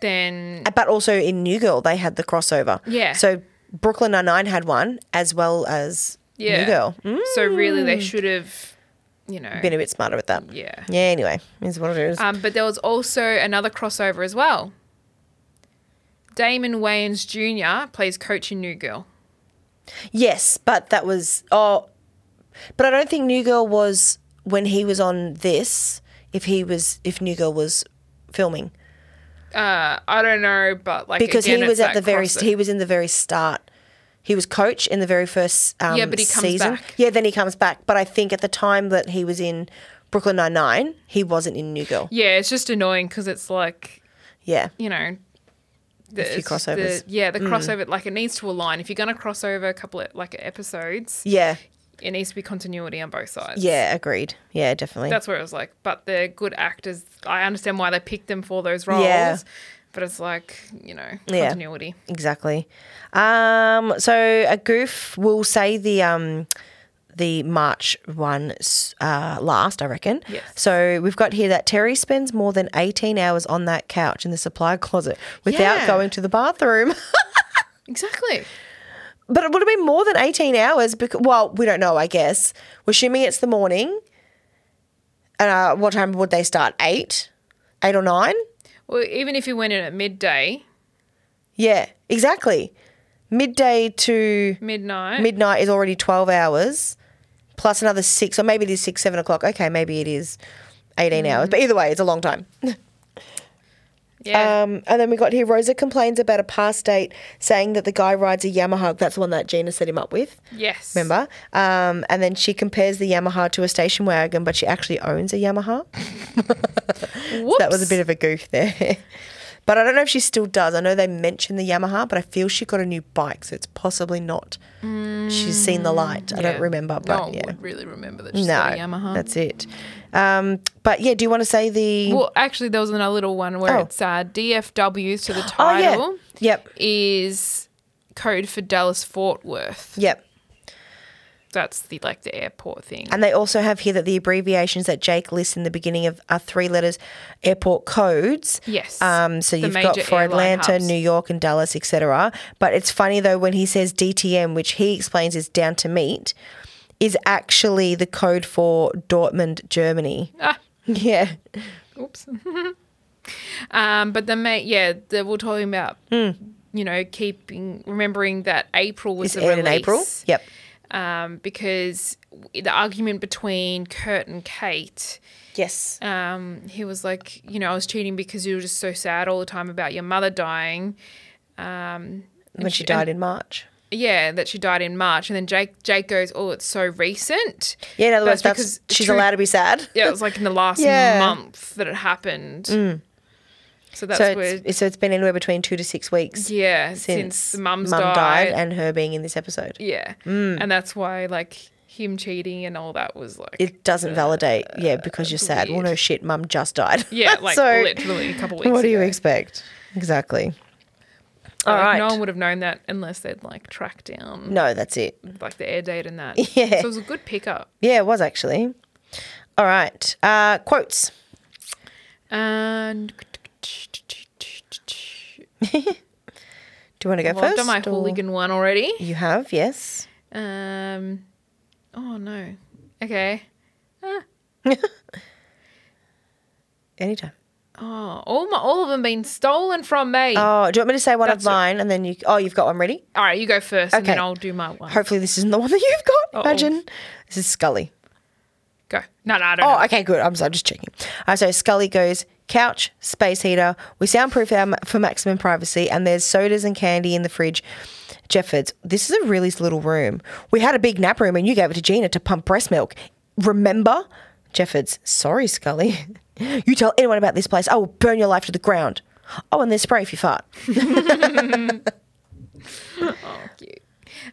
[SPEAKER 3] then
[SPEAKER 5] Uh, But also in New Girl, they had the crossover.
[SPEAKER 3] Yeah.
[SPEAKER 5] So Brooklyn Nine Nine had one as well as
[SPEAKER 3] yeah,
[SPEAKER 5] New Girl. Mm,
[SPEAKER 3] so really they should have, you know,
[SPEAKER 5] been a bit smarter with that.
[SPEAKER 3] yeah.
[SPEAKER 5] Yeah. Anyway, is what it is.
[SPEAKER 3] Um, but there was also another crossover as well. Damon Wayans Jr. plays Coach in New Girl.
[SPEAKER 5] yes, but that was oh, but I don't think New Girl was when he was on this. If he was, if New Girl was filming,
[SPEAKER 3] Uh, I don't know, but like
[SPEAKER 5] because
[SPEAKER 3] again,
[SPEAKER 5] he was
[SPEAKER 3] it's
[SPEAKER 5] at the
[SPEAKER 3] that
[SPEAKER 5] very
[SPEAKER 3] crossover.
[SPEAKER 5] he was in the very start. He was coach in the very first um,
[SPEAKER 3] Yeah, but he comes
[SPEAKER 5] season.
[SPEAKER 3] back.
[SPEAKER 5] Yeah, then he comes back. But I think at the time that he was in Brooklyn Nine Nine, he wasn't in New Girl.
[SPEAKER 3] yeah, it's just annoying because it's like
[SPEAKER 5] Yeah,
[SPEAKER 3] you know, the,
[SPEAKER 5] few
[SPEAKER 3] it's the-
[SPEAKER 5] crossovers. Mm.
[SPEAKER 3] yeah, the crossover like it needs to align. If you're going to cross over a couple of like episodes,
[SPEAKER 5] yeah,
[SPEAKER 3] it needs to be continuity on both sides.
[SPEAKER 5] yeah. Agreed. Yeah, definitely.
[SPEAKER 3] that's where it was like. But they're good actors. I understand why they picked them for those roles.
[SPEAKER 5] Yeah.
[SPEAKER 3] But it's like you know
[SPEAKER 5] Yeah.
[SPEAKER 3] continuity.
[SPEAKER 5] Exactly. Um, so a goof will say the um, the March one s- uh, last, I reckon.
[SPEAKER 3] Yes.
[SPEAKER 5] So we've got here that Terry spends more than eighteen hours on that couch in the supply closet without
[SPEAKER 3] Yeah.
[SPEAKER 5] going to the bathroom.
[SPEAKER 3] Exactly.
[SPEAKER 5] but it would have been more than eighteen hours because well, we don't know. I guess we're assuming it's the morning. And uh, what time would they start? Eight, eight or nine?
[SPEAKER 3] Well, even if you went in at midday,
[SPEAKER 5] Yeah, exactly. Midday to
[SPEAKER 3] midnight,
[SPEAKER 5] midnight is already 12 hours plus another six or maybe it is six seven o'clock okay maybe it is 18 hours but either way it's a long time
[SPEAKER 3] yeah,
[SPEAKER 5] um, and then we got here rosa complains about a past date saying that the guy rides a yamaha that's the one that gina set him up with
[SPEAKER 3] yes,
[SPEAKER 5] remember um, and then she compares the yamaha to a station wagon but she actually owns a yamaha
[SPEAKER 3] Whoops.
[SPEAKER 5] that was a bit of a goof there but i don't know if she still does i know they mentioned the yamaha but i feel she got a new bike so it's possibly not she's seen the light i
[SPEAKER 3] Mm, Yeah.
[SPEAKER 5] don't remember but
[SPEAKER 3] no one
[SPEAKER 5] yeah
[SPEAKER 3] would really remember that. She's
[SPEAKER 5] No,
[SPEAKER 3] got a Yamaha.
[SPEAKER 5] that's it. Um, but yeah, do you want to say the?
[SPEAKER 3] Well, actually, there was another little one where
[SPEAKER 5] Oh.
[SPEAKER 3] it's uh, DFW, so the
[SPEAKER 5] oh yeah,
[SPEAKER 3] title
[SPEAKER 5] yep,
[SPEAKER 3] is code for Dallas Fort Worth.
[SPEAKER 5] yep.
[SPEAKER 3] That's the like the airport thing.
[SPEAKER 5] And they also have here that the abbreviations that Jake lists in the beginning of are three letters airport codes.
[SPEAKER 3] Yes.
[SPEAKER 5] Um, so
[SPEAKER 3] The
[SPEAKER 5] you've got
[SPEAKER 3] major
[SPEAKER 5] for
[SPEAKER 3] airline
[SPEAKER 5] Atlanta,
[SPEAKER 3] hubs.
[SPEAKER 5] New York, and Dallas, etc. But it's funny though when he says DTM, which he explains is down to meet, is actually the code for Dortmund, Germany.
[SPEAKER 3] Ah.
[SPEAKER 5] Yeah.
[SPEAKER 3] Oops. um, but the mate, yeah, the, we're talking about
[SPEAKER 5] Hmm.
[SPEAKER 3] you know keeping remembering that April was
[SPEAKER 5] Is
[SPEAKER 3] the
[SPEAKER 5] it aired
[SPEAKER 3] release
[SPEAKER 5] in April? Yep.
[SPEAKER 3] Um, because the argument between Kurt and Kate,
[SPEAKER 5] Yes.
[SPEAKER 3] um, he was like, you know, I was cheating because you were just so sad all the time about your mother dying. Um, and
[SPEAKER 5] when she
[SPEAKER 3] and-
[SPEAKER 5] died in March.
[SPEAKER 3] yeah, that she died in March, and then Jake Jake goes, "Oh, it's so recent."
[SPEAKER 5] Yeah, in other words, that's,
[SPEAKER 3] the
[SPEAKER 5] she's
[SPEAKER 3] truth-
[SPEAKER 5] allowed to be sad.
[SPEAKER 3] Yeah, it was like in the last
[SPEAKER 5] Yeah. Mm.
[SPEAKER 3] month that it happened. So that's
[SPEAKER 5] so
[SPEAKER 3] where,
[SPEAKER 5] it's, so it's been anywhere between two to six weeks
[SPEAKER 3] yeah,
[SPEAKER 5] since,
[SPEAKER 3] since, mum's
[SPEAKER 5] mum
[SPEAKER 3] died,
[SPEAKER 5] and Mm. her being in this episode.
[SPEAKER 3] yeah, and that's why like him cheating and all that was like,
[SPEAKER 5] It doesn't validate, yeah, because you're sad. Well,
[SPEAKER 3] Uh, weird.
[SPEAKER 5] no shit, mum just died.
[SPEAKER 3] yeah, like
[SPEAKER 5] So,
[SPEAKER 3] literally a couple weeks.
[SPEAKER 5] What do you
[SPEAKER 3] ago.
[SPEAKER 5] expect? Exactly.
[SPEAKER 3] Like,
[SPEAKER 5] All right.
[SPEAKER 3] No one would have known that unless they'd like tracked down
[SPEAKER 5] No, that's it.
[SPEAKER 3] like the air date and that.
[SPEAKER 5] Yeah.
[SPEAKER 3] so it was a good pickup.
[SPEAKER 5] Yeah, it was actually. All right. Uh, quotes.
[SPEAKER 3] And
[SPEAKER 5] Do you want to go
[SPEAKER 3] well, I've
[SPEAKER 5] first?
[SPEAKER 3] done my
[SPEAKER 5] or-
[SPEAKER 3] hooligan one already.
[SPEAKER 5] You have, yes.
[SPEAKER 3] Um. Oh no. Okay.
[SPEAKER 5] Anytime.
[SPEAKER 3] Oh, all my all of them been stolen from me.
[SPEAKER 5] Oh, do you want me to say one
[SPEAKER 3] That's
[SPEAKER 5] of
[SPEAKER 3] it.
[SPEAKER 5] mine and then you? Oh, you've got one ready.
[SPEAKER 3] all right, you go first, and then
[SPEAKER 5] okay.
[SPEAKER 3] I'll do my one.
[SPEAKER 5] Hopefully, this isn't the one that you've got.
[SPEAKER 3] Uh-oh.
[SPEAKER 5] Imagine this is Scully.
[SPEAKER 3] Go. No, no, I don't.
[SPEAKER 5] Oh,
[SPEAKER 3] know.
[SPEAKER 5] okay, good. I'm, sorry, I'm just checking. Uh, so Scully goes couch, space heater. We soundproof our, for maximum privacy, and there's sodas and candy in the fridge. Jeffords, this is a really little room. We had a big nap room, and you gave it to Gina to pump breast milk. Remember, Jeffords. Sorry, Scully. You tell anyone about this place, I will burn your life to the ground. Oh, and there's spray if you fart.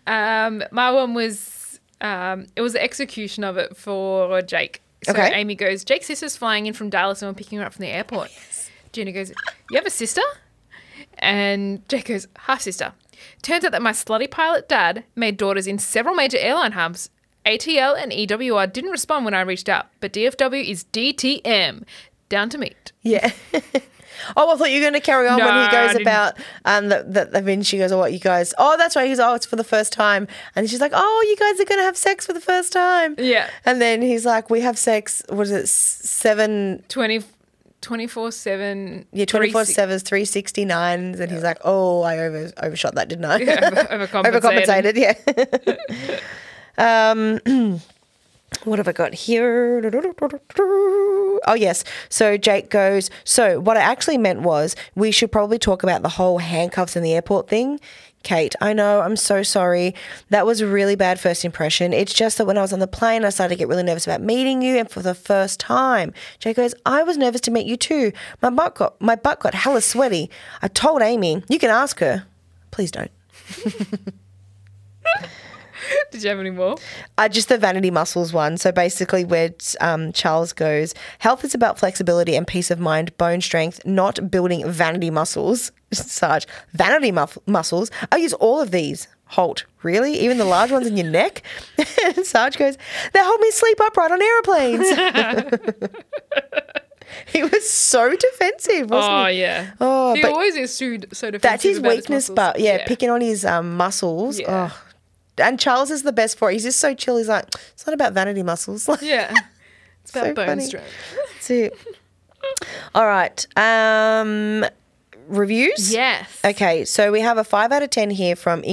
[SPEAKER 3] Um, my one was um, it was the execution of it for Jake. So
[SPEAKER 5] Okay.
[SPEAKER 3] Amy goes, Jake's sister's flying in from Dallas, and we're picking her up from the airport. Gina goes, You have a sister? And Jake goes, Half sister. Turns out that my slutty pilot dad made daughters in several major airline hubs. ATL and EWR didn't respond when I reached out, but DFW is DTM. Down to meet.
[SPEAKER 5] Yeah. oh, I thought you were going to carry on when
[SPEAKER 3] No,
[SPEAKER 5] he
[SPEAKER 3] I
[SPEAKER 5] goes
[SPEAKER 3] didn't.
[SPEAKER 5] about um that that I mean she goes, oh, what you guys? Oh, that's right. He goes, oh, it's for the first time, and she's like, oh, you guys are going to have sex for the first time.
[SPEAKER 3] Yeah.
[SPEAKER 5] And then he's like, we have sex. What is it? s- Seven.
[SPEAKER 3] 20, 24 7.
[SPEAKER 5] Yeah, twenty four sevens, three sixty nines, and he's like, "Oh, I over, overshot that, didn't I?
[SPEAKER 3] over- overcompensated.
[SPEAKER 5] overcompensated, yeah." um, what have I got here? Oh yes. So Jake goes. So what I actually meant was we should probably talk about the whole handcuffs in the airport thing. Kate, I know, I'm so sorry. That was a really bad first impression. It's just that when I was on the plane, I started to get really nervous about meeting you and for the first time. Jake goes, I was nervous to meet you too. My butt got my butt got hella sweaty. I told Amy, you can ask her. Please don't.
[SPEAKER 3] Did you have any more?
[SPEAKER 5] Uh, just the vanity muscles one. So basically, where um, Charles goes, health is about flexibility and peace of mind, bone strength, not building vanity muscles. Sarge, vanity muff- muscles. I use all of these. Halt. Really? Even the large ones in your neck? and Sarge goes, they hold me sleep upright on airplanes. he was so defensive, wasn't
[SPEAKER 3] Oh,
[SPEAKER 5] he?
[SPEAKER 3] yeah.
[SPEAKER 5] Oh,
[SPEAKER 3] he
[SPEAKER 5] but-
[SPEAKER 3] always is so, so defensive.
[SPEAKER 5] That's his
[SPEAKER 3] about
[SPEAKER 5] weakness,
[SPEAKER 3] muscles.
[SPEAKER 5] but yeah, picking on his um, muscles.
[SPEAKER 3] Yeah.
[SPEAKER 5] Oh. And Charles is the best for it. He's just so chill. He's like, it's not about vanity muscles. Like,
[SPEAKER 3] Yeah. It's about
[SPEAKER 5] So
[SPEAKER 3] bone
[SPEAKER 5] funny.
[SPEAKER 3] strength.
[SPEAKER 5] That's it. All right. Um, reviews?
[SPEAKER 3] Yes.
[SPEAKER 5] Okay, so we have a 5 out of 10 here from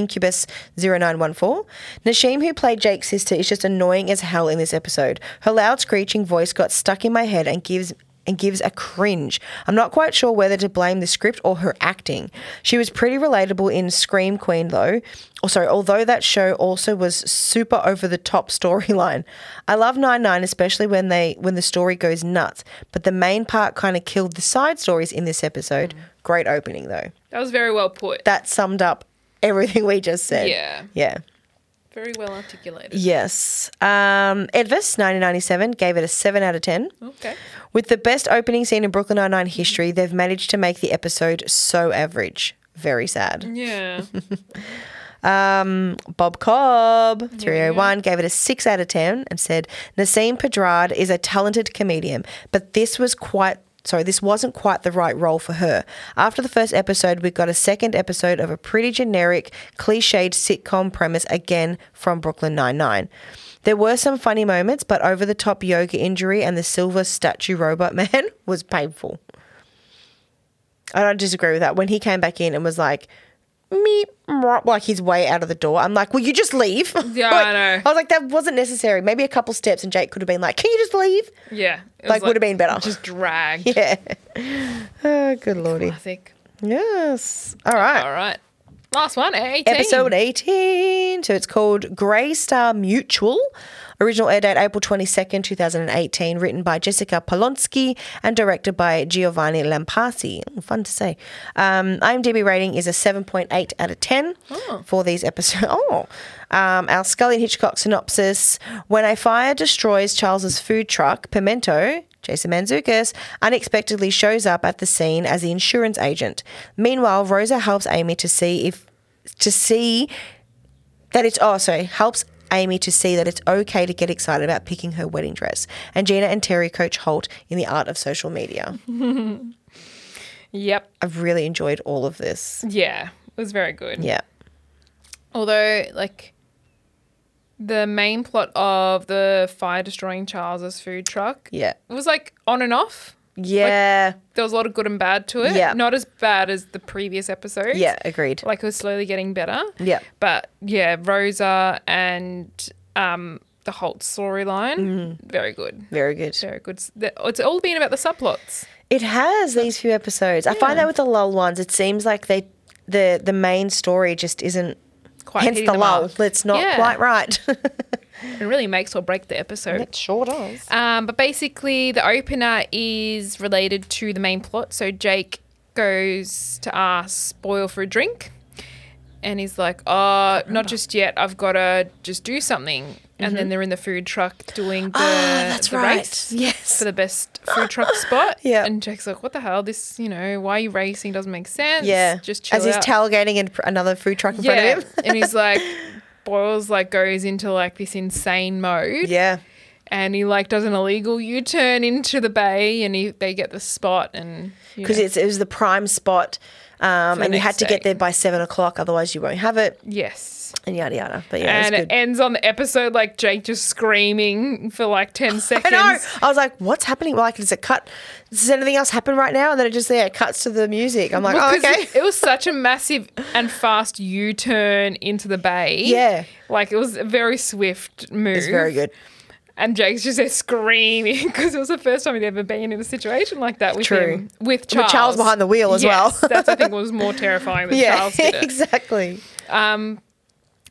[SPEAKER 5] Incubus0914. Nashim, who played Jake's sister, is just annoying as hell in this episode. Her loud screeching voice got stuck in my head and gives and gives a cringe. I'm not quite sure whether to blame the script or her acting. She was pretty relatable in Scream Queen though. Oh, sorry, although that show also was super over the top storyline. I love 99 especially when they when the story goes nuts, but the main part kind of killed the side stories in this episode. Great opening though
[SPEAKER 3] That was very well put.
[SPEAKER 5] that summed up everything we just said.
[SPEAKER 3] Yeah.
[SPEAKER 5] Yeah.
[SPEAKER 3] very well articulated.
[SPEAKER 5] Yes. Um, Edvis, 1997, gave it a 7 out of 10.
[SPEAKER 3] Okay.
[SPEAKER 5] With the best opening scene in Brooklyn Nine-Nine history, they've managed to make the episode so average. Very sad.
[SPEAKER 3] Yeah.
[SPEAKER 5] Um, Bob Cobb, 301, gave it a 6 out of 10 and said, Nassim Pedrad is a talented comedian, but this was quite. Sorry, this wasn't quite the right role for her. After the first episode, we got a second episode of a pretty generic, cliched sitcom premise again from Brooklyn Nine-Nine. There were some funny moments, but over the top yoga injury and the silver statue robot man was painful. I don't disagree with that. When he came back in and was like, meep, mwah, like he's way out of the door, I'm like, will you just leave?
[SPEAKER 3] Yeah,
[SPEAKER 5] Like,
[SPEAKER 3] I know.
[SPEAKER 5] I was like, that wasn't necessary. Maybe a couple steps and Jake could have been like, can you just leave?
[SPEAKER 3] Yeah. It was
[SPEAKER 5] Like, would've been better.
[SPEAKER 3] Just dragged.
[SPEAKER 5] Yeah. Oh, good lordy.
[SPEAKER 3] I think.
[SPEAKER 5] Yes. All right.
[SPEAKER 3] All right. Last one, 18.
[SPEAKER 5] Episode 18. So it's called Grey Star Mutual. Original air date April 22nd, 2018. Written by Jessica Polonsky and directed by Giovanni Lampasi. Ooh, fun to say. Um, IMDb rating is a 7.8 out of 10 for these episodes. Oh. Um, our Scully and Hitchcock synopsis When a fire destroys Charles's food truck, Pimento, Jason Manzukis unexpectedly shows up at the scene as the insurance agent. Meanwhile, Rosa helps Amy to see if to see that it's oh sorry helps Amy to see that it's okay to get excited about picking her wedding dress. And Gina and Terry coach Holt in the art of social media.
[SPEAKER 3] Yep.
[SPEAKER 5] I've really enjoyed all of this.
[SPEAKER 3] Yeah. It was very good.
[SPEAKER 5] Yeah.
[SPEAKER 3] Although, like, the main plot of the fire destroying Charles's food truck
[SPEAKER 5] Yeah.
[SPEAKER 3] was like on and off.
[SPEAKER 5] Yeah.
[SPEAKER 3] There was a lot of good and bad to it.
[SPEAKER 5] Yeah.
[SPEAKER 3] Not as bad as the previous episodes.
[SPEAKER 5] yeah, agreed.
[SPEAKER 3] Like it was slowly getting better.
[SPEAKER 5] Yeah.
[SPEAKER 3] But yeah, Rosa and um, the Holt storyline,
[SPEAKER 5] Mm-hmm.
[SPEAKER 3] very good.
[SPEAKER 5] Very good.
[SPEAKER 3] Very good. S- the- It's all been about the subplots.
[SPEAKER 5] It has these few episodes. I find that with the lull ones, it seems like they the the main story just isn't
[SPEAKER 3] Quite
[SPEAKER 5] hence
[SPEAKER 3] hitting
[SPEAKER 5] the
[SPEAKER 3] the
[SPEAKER 5] lull.
[SPEAKER 3] mark.
[SPEAKER 5] It's not
[SPEAKER 3] Yeah.
[SPEAKER 5] quite right.
[SPEAKER 3] It really makes or break the episode.
[SPEAKER 5] sure does.
[SPEAKER 3] Um, but basically, the opener is related to the main plot. So Jake goes to ask Boyle for a drink, and he's like, "Oh, not just yet. I've got to just do something." And then they're in the food truck doing
[SPEAKER 5] Mm-hmm.
[SPEAKER 3] the,
[SPEAKER 5] Ah, that's
[SPEAKER 3] the
[SPEAKER 5] right.
[SPEAKER 3] race
[SPEAKER 5] Yes.
[SPEAKER 3] for the best food truck spot.
[SPEAKER 5] Yeah.
[SPEAKER 3] And Jake's like, "What the hell? This, you know, why are you racing? Doesn't make sense.
[SPEAKER 5] Yeah.
[SPEAKER 3] just chill
[SPEAKER 5] As he's
[SPEAKER 3] out."
[SPEAKER 5] tailgating in pr- another food truck in front of him.
[SPEAKER 3] and he's like, Boyle's like goes into like this insane mode
[SPEAKER 5] yeah.
[SPEAKER 3] and he like does an illegal U-turn into the bay, and he they get the spot, and you
[SPEAKER 5] because
[SPEAKER 3] know.
[SPEAKER 5] it's it was the prime spot, um,
[SPEAKER 3] the
[SPEAKER 5] and you had
[SPEAKER 3] next
[SPEAKER 5] to get
[SPEAKER 3] day.
[SPEAKER 5] there by seven o'clock, otherwise you won't have it,
[SPEAKER 3] yes,
[SPEAKER 5] and yada yada. But yeah,
[SPEAKER 3] and
[SPEAKER 5] it's
[SPEAKER 3] it
[SPEAKER 5] good.
[SPEAKER 3] ends on the episode like Jake just screaming for like ten
[SPEAKER 5] I
[SPEAKER 3] seconds.
[SPEAKER 5] know. I was like, "What's happening? Like, does it cut? Does anything else happen right now?" And then it just yeah, it cuts to the music. I'm like, "Oh,
[SPEAKER 3] Because
[SPEAKER 5] okay."
[SPEAKER 3] it, it was such a massive and fast U-turn into the bay.
[SPEAKER 5] Yeah.
[SPEAKER 3] like it was a very swift move.
[SPEAKER 5] It's very good.
[SPEAKER 3] And Jake's just there screaming because it was the first time he'd ever been in a situation like that with
[SPEAKER 5] True.
[SPEAKER 3] him, with
[SPEAKER 5] Charles
[SPEAKER 3] Charles.
[SPEAKER 5] behind the wheel as
[SPEAKER 3] Yes,
[SPEAKER 5] well.
[SPEAKER 3] that's I think was more terrifying than
[SPEAKER 5] Yeah,
[SPEAKER 3] Charles did it.
[SPEAKER 5] exactly.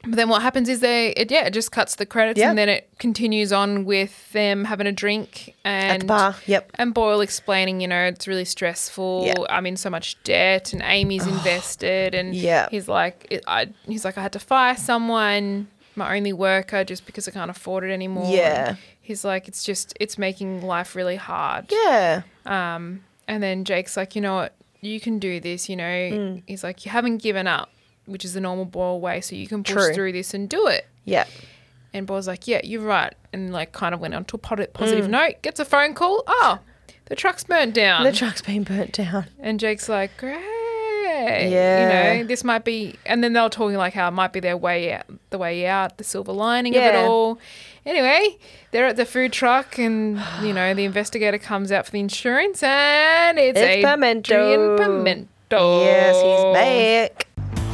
[SPEAKER 3] But then what happens is they, it, yeah, it just cuts the credits
[SPEAKER 5] Yeah.
[SPEAKER 3] and then it continues on with them having a drink and
[SPEAKER 5] the bar, yep.
[SPEAKER 3] And Boyle explaining, you know, it's really stressful.
[SPEAKER 5] Yeah.
[SPEAKER 3] I'm in so much debt, and Amy's invested, and
[SPEAKER 5] Yeah.
[SPEAKER 3] he's like, it, I, he's like, I had to fire someone, my only worker, just because I can't afford it anymore.
[SPEAKER 5] Yeah.
[SPEAKER 3] And he's like, it's just, it's making life really hard.
[SPEAKER 5] Yeah,
[SPEAKER 3] And then Jake's like, you know what, you can do this, you know.
[SPEAKER 5] Mm.
[SPEAKER 3] He's like, you haven't given up, which is the normal Boyle way, so you can push
[SPEAKER 5] True.
[SPEAKER 3] through this and do it.
[SPEAKER 5] yeah,
[SPEAKER 3] And Boyle's like, yeah, you're right. And like kind of went on to a
[SPEAKER 5] Mm.
[SPEAKER 3] pot- positive note, gets a phone call. Oh, the truck's burnt down.
[SPEAKER 5] the truck's been burnt down.
[SPEAKER 3] and Jake's like, great.
[SPEAKER 5] Yeah.
[SPEAKER 3] You know, this might be, and then they're talking like how it might be their way out, the way out, the silver lining of
[SPEAKER 5] Yeah.
[SPEAKER 3] it all. Anyway, they're at the food truck and, you know, the investigator comes out for the insurance and it's,
[SPEAKER 5] It's Pimento.
[SPEAKER 3] Adrian Pimento.
[SPEAKER 5] Yes, he's back.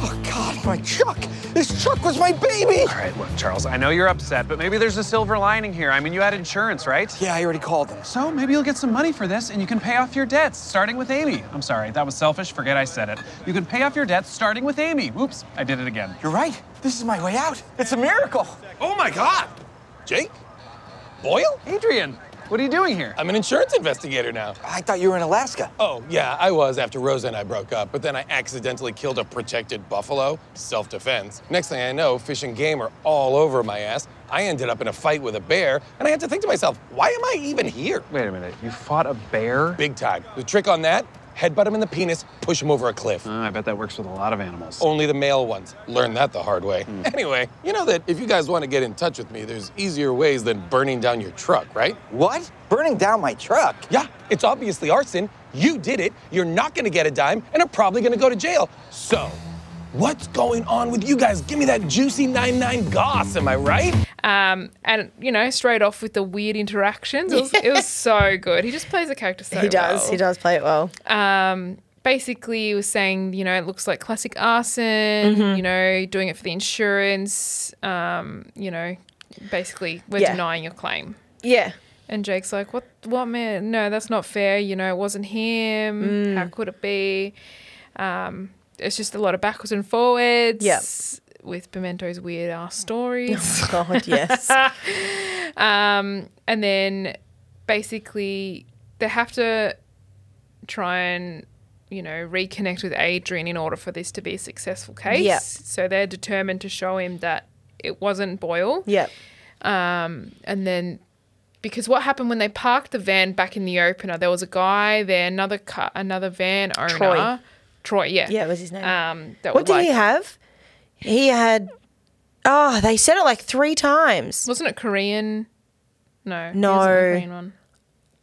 [SPEAKER 1] Oh, God, my Chuck! This Chuck was my baby!
[SPEAKER 6] All right, look, Charles, I know you're upset, but maybe there's a silver lining here. I mean, you had insurance, right?
[SPEAKER 1] Yeah, I already called them.
[SPEAKER 6] So maybe you'll get some money for this and you can pay off your debts, starting with Amy. I'm sorry, that was selfish. Forget I said it. You can pay off your debts starting with Amy. Whoops, I did it again.
[SPEAKER 1] You're right. This is my way out. It's a miracle.
[SPEAKER 9] Oh my God! Jake? Boyle?
[SPEAKER 6] Adrian, what are you doing here?
[SPEAKER 9] I'm an insurance investigator now.
[SPEAKER 1] I thought you were in Alaska.
[SPEAKER 9] Oh, yeah, I was after Rosa and I broke up, but then I accidentally killed a protected buffalo, self defense. Next thing I know, fish and game are all over my ass. I ended up in a fight with a bear, and I had to think to myself, why am I even here?
[SPEAKER 6] Wait a minute, you fought a bear?
[SPEAKER 9] Big time. The trick on that, headbutt him in the penis, push him over a cliff.
[SPEAKER 2] Uh, I bet that works with a lot of animals.
[SPEAKER 9] Only the male ones. Learned that the hard way.
[SPEAKER 10] Hmm.
[SPEAKER 9] Anyway, you know that if you guys want to get in touch with me, there's easier ways than burning down your truck, right?
[SPEAKER 2] What?
[SPEAKER 10] Burning down my truck?
[SPEAKER 9] Yeah, it's obviously arson. You did it. You're not going to get a dime and are probably going to go to jail. So, what's going on with you guys? Give me that juicy 99 goss, am I right?
[SPEAKER 3] Um, and you know, straight off with the weird interactions, it was, it was so good. He just plays the character so
[SPEAKER 5] he does.
[SPEAKER 3] well.
[SPEAKER 5] He does play it well.
[SPEAKER 3] um, basically he was saying, you know, it looks like classic arson, you know, doing it for the insurance, um, you know, basically we're
[SPEAKER 5] Yeah.
[SPEAKER 3] denying your claim.
[SPEAKER 5] yeah.
[SPEAKER 3] And Jake's like, what, what man? No, that's not fair. You know, it wasn't him. How could it be? Um, it's just a lot of backwards and forwards.
[SPEAKER 5] Yep.
[SPEAKER 3] With Pimento's weird ass stories.
[SPEAKER 5] God, yes.
[SPEAKER 3] Um, and then basically they have to try and you know reconnect with Adrian in order for this to be a successful case.
[SPEAKER 5] Yep.
[SPEAKER 3] So they're determined to show him that it wasn't Boyle.
[SPEAKER 5] yep.
[SPEAKER 3] Um, and then because what happened when they parked the van back in the opener, there was a guy there, another car, another van owner.
[SPEAKER 5] Troy.
[SPEAKER 3] Troy, yeah.
[SPEAKER 5] Yeah, was his name.
[SPEAKER 3] Um, that
[SPEAKER 5] What
[SPEAKER 3] would
[SPEAKER 5] did
[SPEAKER 3] like,
[SPEAKER 5] he have? He had. Oh, they said it like three times.
[SPEAKER 3] Wasn't it Korean? No. it
[SPEAKER 5] No.
[SPEAKER 3] wasn't the Korean one.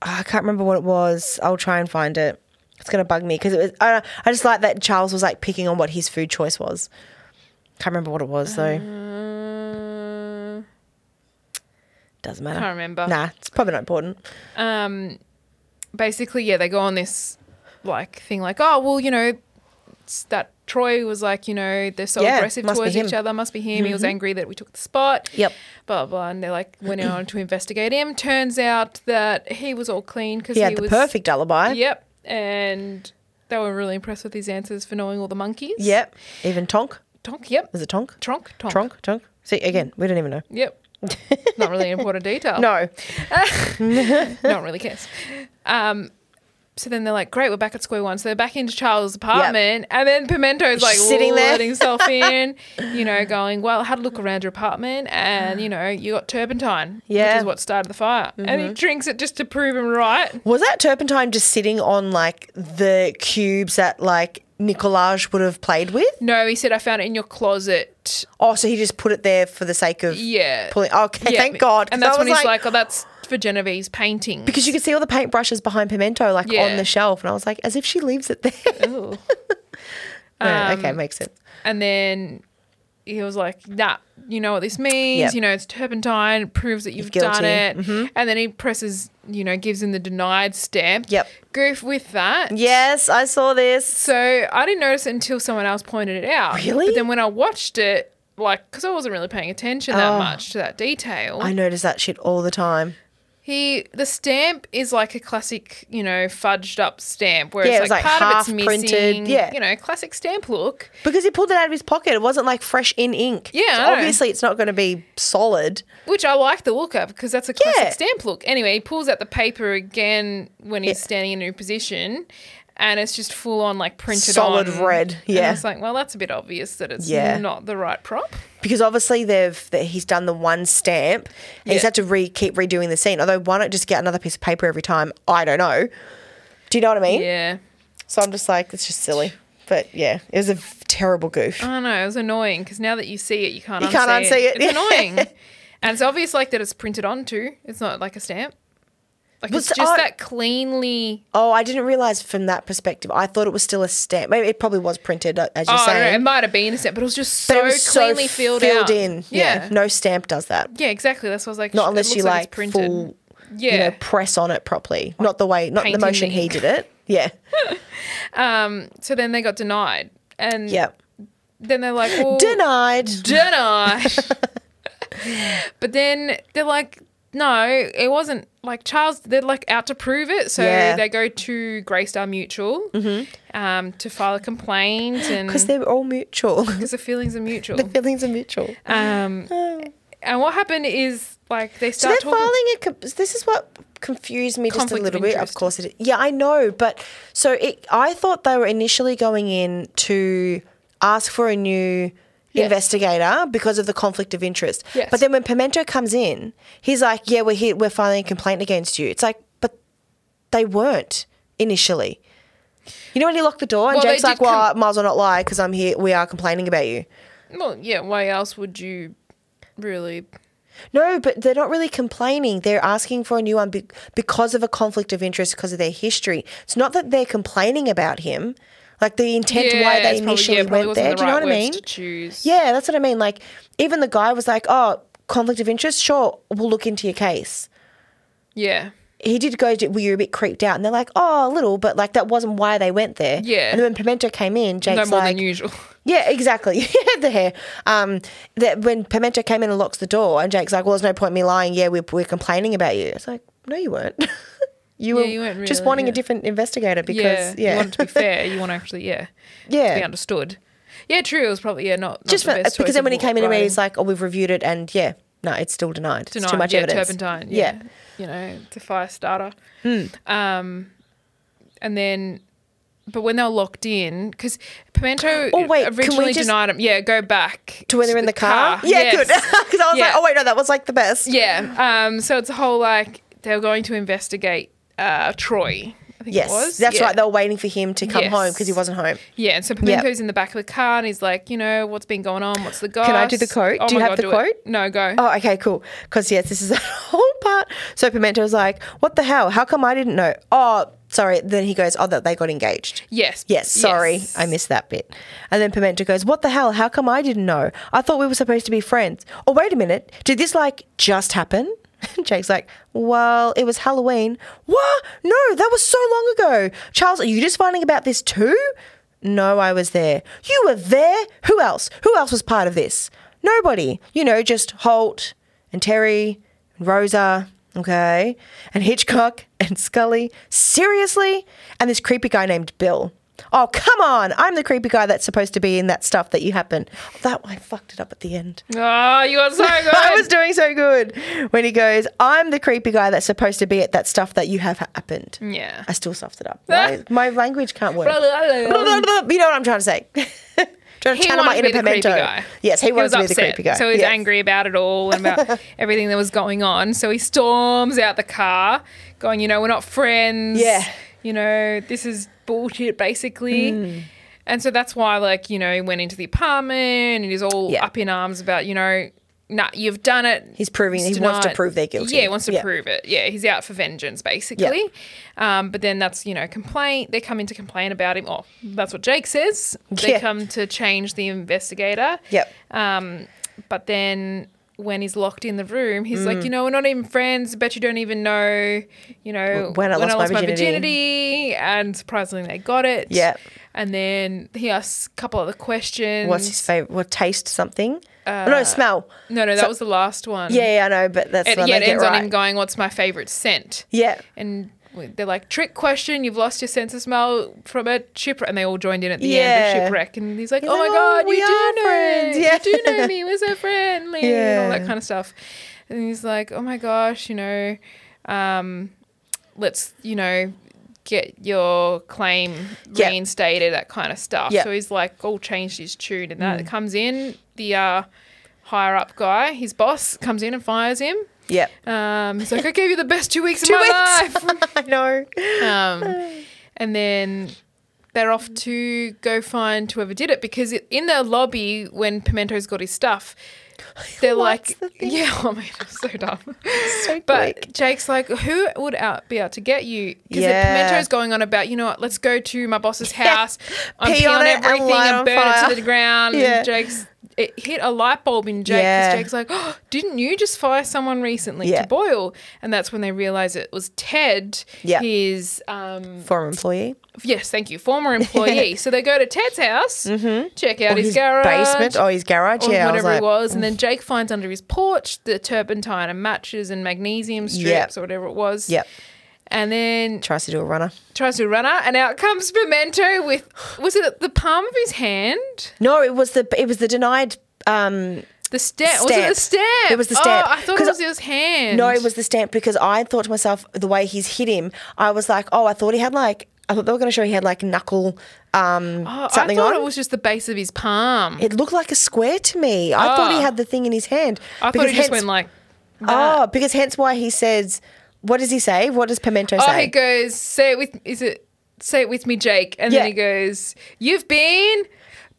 [SPEAKER 5] Oh, I can't remember what it was. I'll try and find it. It's gonna bug me because it was. I, don't- I just like that Charles was like picking on what his food choice was. Can't remember what it was though.
[SPEAKER 3] Uh,
[SPEAKER 5] Doesn't matter.
[SPEAKER 3] can't remember.
[SPEAKER 5] Nah, it's probably not important.
[SPEAKER 3] um, basically, yeah, they go on this like thing, like, oh, well, you know, it's that Troy was like, you know, they're so
[SPEAKER 5] Yeah,
[SPEAKER 3] aggressive
[SPEAKER 5] must be
[SPEAKER 3] towards
[SPEAKER 5] him. Mm-hmm.
[SPEAKER 3] each other, must be him. He was angry that we took the spot.
[SPEAKER 5] Yep.
[SPEAKER 3] Blah blah, blah. and they're like went on to investigate him. Turns out that he was all clean because
[SPEAKER 5] He
[SPEAKER 3] he,
[SPEAKER 5] had the
[SPEAKER 3] was
[SPEAKER 5] perfect alibi.
[SPEAKER 3] Yep, and they were really impressed with his answers for knowing all the monkeys.
[SPEAKER 5] Yep. Even Tonk.
[SPEAKER 3] Tonk. Yep.
[SPEAKER 5] Was it Tonk?
[SPEAKER 3] Tronk. Tonk.
[SPEAKER 5] Tronk? Tonk? See, again, we don't even know.
[SPEAKER 3] Yep. Not really an important detail.
[SPEAKER 5] No.
[SPEAKER 3] no one really cares. Um, so then they're like, great, we're back at square one. So they're back into Charles' apartment, and then Pimento's like
[SPEAKER 5] Sitting there.
[SPEAKER 3] letting himself in, you know, going, well, I had a look around your apartment, and you know, you got turpentine, which
[SPEAKER 5] Yeah. Mm-hmm.
[SPEAKER 3] is what started the fire, and he drinks it just to prove him right.
[SPEAKER 5] Was that turpentine just sitting on like the cubes that like Nicolaj would have played with?
[SPEAKER 3] No, he said, I found it in your closet.
[SPEAKER 5] Oh, so he just put it there for the sake of
[SPEAKER 3] Yeah.
[SPEAKER 5] pulling. Okay,
[SPEAKER 3] Yeah.
[SPEAKER 5] thank God. 'cause
[SPEAKER 3] And that's
[SPEAKER 5] I
[SPEAKER 3] when
[SPEAKER 5] was
[SPEAKER 3] he's like, oh, that's for Genevieve's painting.
[SPEAKER 5] because you could see all the paintbrushes behind Pimento like
[SPEAKER 3] Yeah.
[SPEAKER 5] on the shelf, and I was like, as if she leaves it there. Yeah,
[SPEAKER 3] Um,
[SPEAKER 5] okay, makes sense.
[SPEAKER 3] And then he was like, nah, you know what this means.
[SPEAKER 5] Yep.
[SPEAKER 3] You know, it's turpentine. It proves that you've
[SPEAKER 5] You're
[SPEAKER 3] done
[SPEAKER 5] guilty. Mm-hmm.
[SPEAKER 3] it. And then he presses, you know, gives him the denied stamp.
[SPEAKER 5] Yep.
[SPEAKER 3] Goof with that.
[SPEAKER 5] Yes, I saw this.
[SPEAKER 3] So I didn't notice it until someone else pointed it out.
[SPEAKER 5] Really?
[SPEAKER 3] But then when I watched it, like, because I wasn't really paying attention that
[SPEAKER 5] Oh.
[SPEAKER 3] much to that detail.
[SPEAKER 5] I notice that shit all the time.
[SPEAKER 3] He the stamp is like a classic, you know, fudged up stamp where
[SPEAKER 5] Yeah, it
[SPEAKER 3] it's
[SPEAKER 5] was,
[SPEAKER 3] like,
[SPEAKER 5] like,
[SPEAKER 3] part of it's
[SPEAKER 5] half
[SPEAKER 3] missing.
[SPEAKER 5] printed. Yeah.
[SPEAKER 3] You know, classic stamp look.
[SPEAKER 5] Because he pulled it out of his pocket. It wasn't like fresh in ink.
[SPEAKER 3] Yeah,
[SPEAKER 5] So
[SPEAKER 3] I know.
[SPEAKER 5] obviously, it's not going to be solid.
[SPEAKER 3] Which I like the look of because that's a classic
[SPEAKER 5] Yeah.
[SPEAKER 3] stamp look. Anyway, he pulls out the paper again when he's standing in a new position and it's just full on like printed
[SPEAKER 5] Solid
[SPEAKER 3] on.
[SPEAKER 5] red,
[SPEAKER 3] And I
[SPEAKER 5] yeah.
[SPEAKER 3] was like, well, that's a bit obvious that it's
[SPEAKER 5] Yeah.
[SPEAKER 3] not the right prop.
[SPEAKER 5] because obviously they've that he's done the one stamp and he's
[SPEAKER 3] Yeah.
[SPEAKER 5] had to re keep redoing the scene. Although why not just get another piece of paper every time? I don't know. Do you know what I mean?
[SPEAKER 3] Yeah.
[SPEAKER 5] So I'm just like, it's just silly. But yeah, it was a f- terrible goof.
[SPEAKER 3] I don't know. It was annoying because now that you see it, you can't
[SPEAKER 5] You
[SPEAKER 3] unsee
[SPEAKER 5] can't unsee it.
[SPEAKER 3] It's annoying. And it's obvious like that it's printed onto. It's not like a stamp. Like
[SPEAKER 5] But
[SPEAKER 3] it's
[SPEAKER 5] so-
[SPEAKER 3] just
[SPEAKER 5] I-
[SPEAKER 3] that cleanly
[SPEAKER 5] oh, I didn't realize from that perspective. I thought it was still a stamp. Maybe it probably was printed, uh, as you're
[SPEAKER 3] Oh, I don't know. It
[SPEAKER 5] saying.
[SPEAKER 3] might have been a stamp, but it was just
[SPEAKER 5] But
[SPEAKER 3] so
[SPEAKER 5] it was so
[SPEAKER 3] cleanly filled, out.
[SPEAKER 5] in. Yeah.
[SPEAKER 3] yeah.
[SPEAKER 5] no stamp does that.
[SPEAKER 3] Yeah, exactly. That's what I was like.
[SPEAKER 5] Not
[SPEAKER 3] it
[SPEAKER 5] unless
[SPEAKER 3] looks
[SPEAKER 5] you
[SPEAKER 3] it's
[SPEAKER 5] like,
[SPEAKER 3] printed.
[SPEAKER 5] full,
[SPEAKER 3] Yeah.
[SPEAKER 5] you know, press on it properly. not the way, not the
[SPEAKER 3] painting
[SPEAKER 5] motion
[SPEAKER 3] the
[SPEAKER 5] he
[SPEAKER 3] ink.
[SPEAKER 5] did it. Yeah,
[SPEAKER 3] so then they got denied, and
[SPEAKER 5] yeah.
[SPEAKER 3] then they're like, well,
[SPEAKER 5] Denied.
[SPEAKER 3] denied. but then they're like, no, it wasn't like Charles. They're like out to prove it, so
[SPEAKER 5] Yeah. Mm-hmm.
[SPEAKER 3] they go to Greystar Mutual um, to file a complaint, and
[SPEAKER 5] Because they were all mutual.
[SPEAKER 3] because the feelings are mutual.
[SPEAKER 5] the feelings are mutual.
[SPEAKER 3] um, and what happened is like they
[SPEAKER 5] So
[SPEAKER 3] start
[SPEAKER 5] they're
[SPEAKER 3] talking.
[SPEAKER 5] filing a. com- This is what confused me just a
[SPEAKER 3] Conflict of
[SPEAKER 5] little bit. Of
[SPEAKER 3] interest.
[SPEAKER 5] course it is. Yeah, I know, but so it. I thought they were initially going in to ask for a new.
[SPEAKER 3] Yes.
[SPEAKER 5] Investigator because of the conflict of interest.
[SPEAKER 3] Yes.
[SPEAKER 5] But then when Pimento comes in, he's like, "Yeah, we're here. We're filing a complaint against you." It's like, but they weren't initially. You know when he locked the door and
[SPEAKER 3] Well, they
[SPEAKER 5] Jake's like,
[SPEAKER 3] did
[SPEAKER 5] "Well,
[SPEAKER 3] com-
[SPEAKER 5] might as well not lie because I'm here. We are complaining about you."
[SPEAKER 3] Well, yeah. Why else would you really?
[SPEAKER 5] No, but they're not really complaining. They're asking for a new one be- because of a conflict of interest because of their history. It's not that they're complaining about him, like the intent
[SPEAKER 3] yeah,
[SPEAKER 5] why they
[SPEAKER 3] it's probably-
[SPEAKER 5] initially
[SPEAKER 3] yeah, probably
[SPEAKER 5] went
[SPEAKER 3] wasn't
[SPEAKER 5] there.
[SPEAKER 3] the
[SPEAKER 5] Do you know
[SPEAKER 3] right
[SPEAKER 5] what I mean?
[SPEAKER 3] words To choose.
[SPEAKER 5] Yeah, that's what I mean. Like even the guy was like, "Oh, conflict of interest. Sure, we'll look into your case."
[SPEAKER 3] Yeah.
[SPEAKER 5] He did go. "D- Were you a bit creeped out? And they're like, "Oh, a little," but like that wasn't why they went there.
[SPEAKER 3] Yeah.
[SPEAKER 5] And then when Pimento came in, Jake's
[SPEAKER 3] No more
[SPEAKER 5] like,
[SPEAKER 3] than usual.
[SPEAKER 5] yeah, exactly. the hair. Um, that when Pimento came in and locks the door, and Jake's like, "Well, there's no point in me lying. Yeah, we're, we're complaining about you." It's like, no, you weren't. you were
[SPEAKER 3] you weren't
[SPEAKER 5] just
[SPEAKER 3] really,
[SPEAKER 5] wanting
[SPEAKER 3] yeah.
[SPEAKER 5] a different investigator because yeah,
[SPEAKER 3] You want it to be fair. You want to actually, yeah,
[SPEAKER 5] Yeah.
[SPEAKER 3] to be understood. Yeah, true. It was probably yeah, not, not
[SPEAKER 5] just
[SPEAKER 3] the
[SPEAKER 5] for,
[SPEAKER 3] best
[SPEAKER 5] because
[SPEAKER 3] choice
[SPEAKER 5] then when he
[SPEAKER 3] of
[SPEAKER 5] came in and
[SPEAKER 3] writing.
[SPEAKER 5] he's like, "Oh, we've reviewed it," and yeah, no, it's still denied. It's too
[SPEAKER 3] Denied,
[SPEAKER 5] much
[SPEAKER 3] yeah,
[SPEAKER 5] evidence. Hmm.
[SPEAKER 3] Turpentine, yeah, you know, it's a fire starter. Um, and then, but when they were locked in, because Pimento
[SPEAKER 5] Oh, wait, can we
[SPEAKER 3] originally
[SPEAKER 5] just-
[SPEAKER 3] denied him. Yeah, go back
[SPEAKER 5] To when they're in the car, yeah,
[SPEAKER 3] yes.
[SPEAKER 5] good. Because I was like,
[SPEAKER 3] Yeah.
[SPEAKER 5] "Oh wait, no, that was like the best."
[SPEAKER 3] Yeah. Um, so it's a whole like they were going to investigate uh, Troy. I think
[SPEAKER 5] Yes,
[SPEAKER 3] it was.
[SPEAKER 5] that's
[SPEAKER 3] Yeah.
[SPEAKER 5] right. They were waiting for him to come
[SPEAKER 3] Yes.
[SPEAKER 5] home because he wasn't home.
[SPEAKER 3] Yeah, and so Pimco's in the back of the car and he's like, you know, what's been going on? What's the gossip?
[SPEAKER 5] I do the quote? Do you
[SPEAKER 3] Oh my
[SPEAKER 5] have the
[SPEAKER 3] do it.
[SPEAKER 5] quote?
[SPEAKER 3] No, go.
[SPEAKER 5] Oh, okay, cool. Because yes, this is a whole part. So Pimento was like, "What the hell? How come I didn't know?" Oh, sorry. Then he goes, "Oh, that they got engaged."
[SPEAKER 3] yes.
[SPEAKER 5] Yes, sorry, I missed that bit. And then Pimento goes, "What the hell? How come I didn't know? I thought we were supposed to be friends." Oh, wait a minute. Did this like just happen? And Jake's like, "Well, it was Halloween." What? No, that was so long ago. Charles, are you just finding about this too? No, I was there. You were there? Who else? Who else was part of this? Nobody. You know, just Holt and Terry and Rosa, okay, and Hitchcock and Scully. Seriously? And this creepy guy named Bill. Oh, come on. I'm the creepy guy that's supposed to be in that stuff that you happen. That I fucked it up at the end.
[SPEAKER 3] Oh, you got so good.
[SPEAKER 5] I was doing so good when he goes, I'm the creepy guy that's supposed to be at that stuff that you have happened.
[SPEAKER 3] Yeah.
[SPEAKER 5] I still stuffed it up. My, my language can't work. you know what I'm trying to say. trying to
[SPEAKER 3] He
[SPEAKER 5] channel my
[SPEAKER 3] wanted to
[SPEAKER 5] inner
[SPEAKER 3] be the creepy
[SPEAKER 5] pimento.
[SPEAKER 3] guy.
[SPEAKER 5] Yes, he wants
[SPEAKER 3] was
[SPEAKER 5] to be the
[SPEAKER 3] upset,
[SPEAKER 5] creepy guy.
[SPEAKER 3] So he's
[SPEAKER 5] Yes.
[SPEAKER 3] angry about it all and about everything that was going on. So he storms out the car, going, you know, we're not friends.
[SPEAKER 5] Yeah.
[SPEAKER 3] You know, this is bullshit, basically.
[SPEAKER 5] Hmm.
[SPEAKER 3] And so that's why, like, you know, he went into the apartment and he's all
[SPEAKER 5] Yeah.
[SPEAKER 3] up in arms about, you know, nah, you've done it.
[SPEAKER 5] He's proving-
[SPEAKER 3] It's
[SPEAKER 5] he wants to
[SPEAKER 3] denied.
[SPEAKER 5] prove they're guilty.
[SPEAKER 3] Yeah, he wants to
[SPEAKER 5] Yeah.
[SPEAKER 3] prove it. Yeah, he's out for vengeance, basically. Um, but then that's, you know, complaint. They come in to complain about him. Oh, that's what Jake says. They
[SPEAKER 5] Yeah.
[SPEAKER 3] come to change the investigator.
[SPEAKER 5] Yep.
[SPEAKER 3] Um, but then when he's locked in the room, he's
[SPEAKER 5] Mm.
[SPEAKER 3] like, you know, we're not even friends. Bet you don't even know, you know,
[SPEAKER 5] When I lost my
[SPEAKER 3] virginity." And surprisingly, they got it.
[SPEAKER 5] Yep.
[SPEAKER 3] And then he asks a couple other questions.
[SPEAKER 5] What's his favorite? What taste something? Oh, no, smell.
[SPEAKER 3] Uh, No, no, that
[SPEAKER 5] So-
[SPEAKER 3] was the last one.
[SPEAKER 5] Yeah, yeah, I know, but that's
[SPEAKER 3] It,
[SPEAKER 5] not
[SPEAKER 3] yeah,
[SPEAKER 5] yeah,
[SPEAKER 3] it
[SPEAKER 5] get
[SPEAKER 3] ends on
[SPEAKER 5] right.
[SPEAKER 3] him going, "What's my favorite scent?"
[SPEAKER 5] yeah,
[SPEAKER 3] And they're like, "Trick question! You've lost your sense of smell from a shipwreck." And they all joined in at the end
[SPEAKER 5] Yeah.
[SPEAKER 3] of shipwreck. And he's like,
[SPEAKER 5] He's
[SPEAKER 3] "Oh
[SPEAKER 5] like,
[SPEAKER 3] my
[SPEAKER 5] "Oh,
[SPEAKER 3] god, you
[SPEAKER 5] we are
[SPEAKER 3] do know!
[SPEAKER 5] friends."
[SPEAKER 3] Yeah.
[SPEAKER 5] Yeah.
[SPEAKER 3] You do know me. We're so friendly, and all
[SPEAKER 5] Yeah.
[SPEAKER 3] that kind of stuff." And he's like, "Oh my gosh, you know, um, let's you know." Get your claim
[SPEAKER 5] Yeah.
[SPEAKER 3] reinstated, that kind of stuff.
[SPEAKER 5] Yeah.
[SPEAKER 3] So he's like, all changed his tune, and
[SPEAKER 5] Mm.
[SPEAKER 3] that comes in. The uh, higher up guy, his boss, comes in and fires him.
[SPEAKER 5] yeah.
[SPEAKER 3] Um, he's like, I gave you the best two weeks
[SPEAKER 5] Two
[SPEAKER 3] of my
[SPEAKER 5] weeks. I know.
[SPEAKER 3] life. Um, and then they're off to go find whoever did it because it, in the lobby when Pimento's got his stuff, they're
[SPEAKER 5] What's
[SPEAKER 3] like,
[SPEAKER 5] the thing?
[SPEAKER 3] yeah, I mean, it was so dumb.
[SPEAKER 5] So
[SPEAKER 3] but
[SPEAKER 5] quick.
[SPEAKER 3] Jake's like, who would out, be out to get you? Because
[SPEAKER 5] Yeah.
[SPEAKER 3] Pimento's going on about, you know what, let's go to my boss's house, I'm
[SPEAKER 5] Pee
[SPEAKER 3] pee
[SPEAKER 5] on
[SPEAKER 3] on
[SPEAKER 5] it and
[SPEAKER 3] everything
[SPEAKER 5] light
[SPEAKER 3] and,
[SPEAKER 5] on
[SPEAKER 3] burn it
[SPEAKER 5] fire."
[SPEAKER 3] to the ground.
[SPEAKER 5] Yeah.
[SPEAKER 3] And Jake's, it hit a light bulb in Jake because
[SPEAKER 5] Yeah.
[SPEAKER 3] Jake's like, oh, didn't you just fire someone recently
[SPEAKER 5] Yeah.
[SPEAKER 3] to Boyle? And that's when they realize it was Ted,
[SPEAKER 5] Yeah.
[SPEAKER 3] his um,
[SPEAKER 5] Former employee.
[SPEAKER 3] Yes, thank you. Former employee. so they go to Ted's house, check out
[SPEAKER 5] Mm-hmm. Or
[SPEAKER 3] his, garage.
[SPEAKER 5] basement or his garage.
[SPEAKER 3] Or
[SPEAKER 5] yeah,
[SPEAKER 3] whatever
[SPEAKER 5] I was like,
[SPEAKER 3] it was. And then Jake finds under his porch the turpentine and matches and magnesium strips or whatever it was.
[SPEAKER 5] Yep.
[SPEAKER 3] And then
[SPEAKER 5] Tries to do a runner.
[SPEAKER 3] tries to run out, and out comes Pimento with, was it the palm of his hand?
[SPEAKER 5] No, it was the it was the denied. Um,
[SPEAKER 3] The stamp. Was it
[SPEAKER 5] Stamp.
[SPEAKER 3] the stamp?
[SPEAKER 5] It was the
[SPEAKER 3] Oh,
[SPEAKER 5] stamp.
[SPEAKER 3] I thought it
[SPEAKER 5] 'Cause-
[SPEAKER 3] was his hand.
[SPEAKER 5] no, it was the stamp because I thought to myself the way he's hit him. I was like, oh, I thought he had like I thought they were going to show he had like knuckle um
[SPEAKER 3] Oh,
[SPEAKER 5] something
[SPEAKER 3] I thought
[SPEAKER 5] on.
[SPEAKER 3] it was just the base of his palm.
[SPEAKER 5] It looked like a square to me. I thought he
[SPEAKER 3] Ah.
[SPEAKER 5] had the thing in his hand.
[SPEAKER 3] I thought
[SPEAKER 5] because
[SPEAKER 3] it just
[SPEAKER 5] hence-
[SPEAKER 3] went like, Uh,
[SPEAKER 5] Oh, because hence why he says, what does he say? What does Pimento
[SPEAKER 3] oh,
[SPEAKER 5] say?
[SPEAKER 3] he goes, say it with, is it say it with me, Jake. And
[SPEAKER 5] Yeah.
[SPEAKER 3] then he goes, You've been.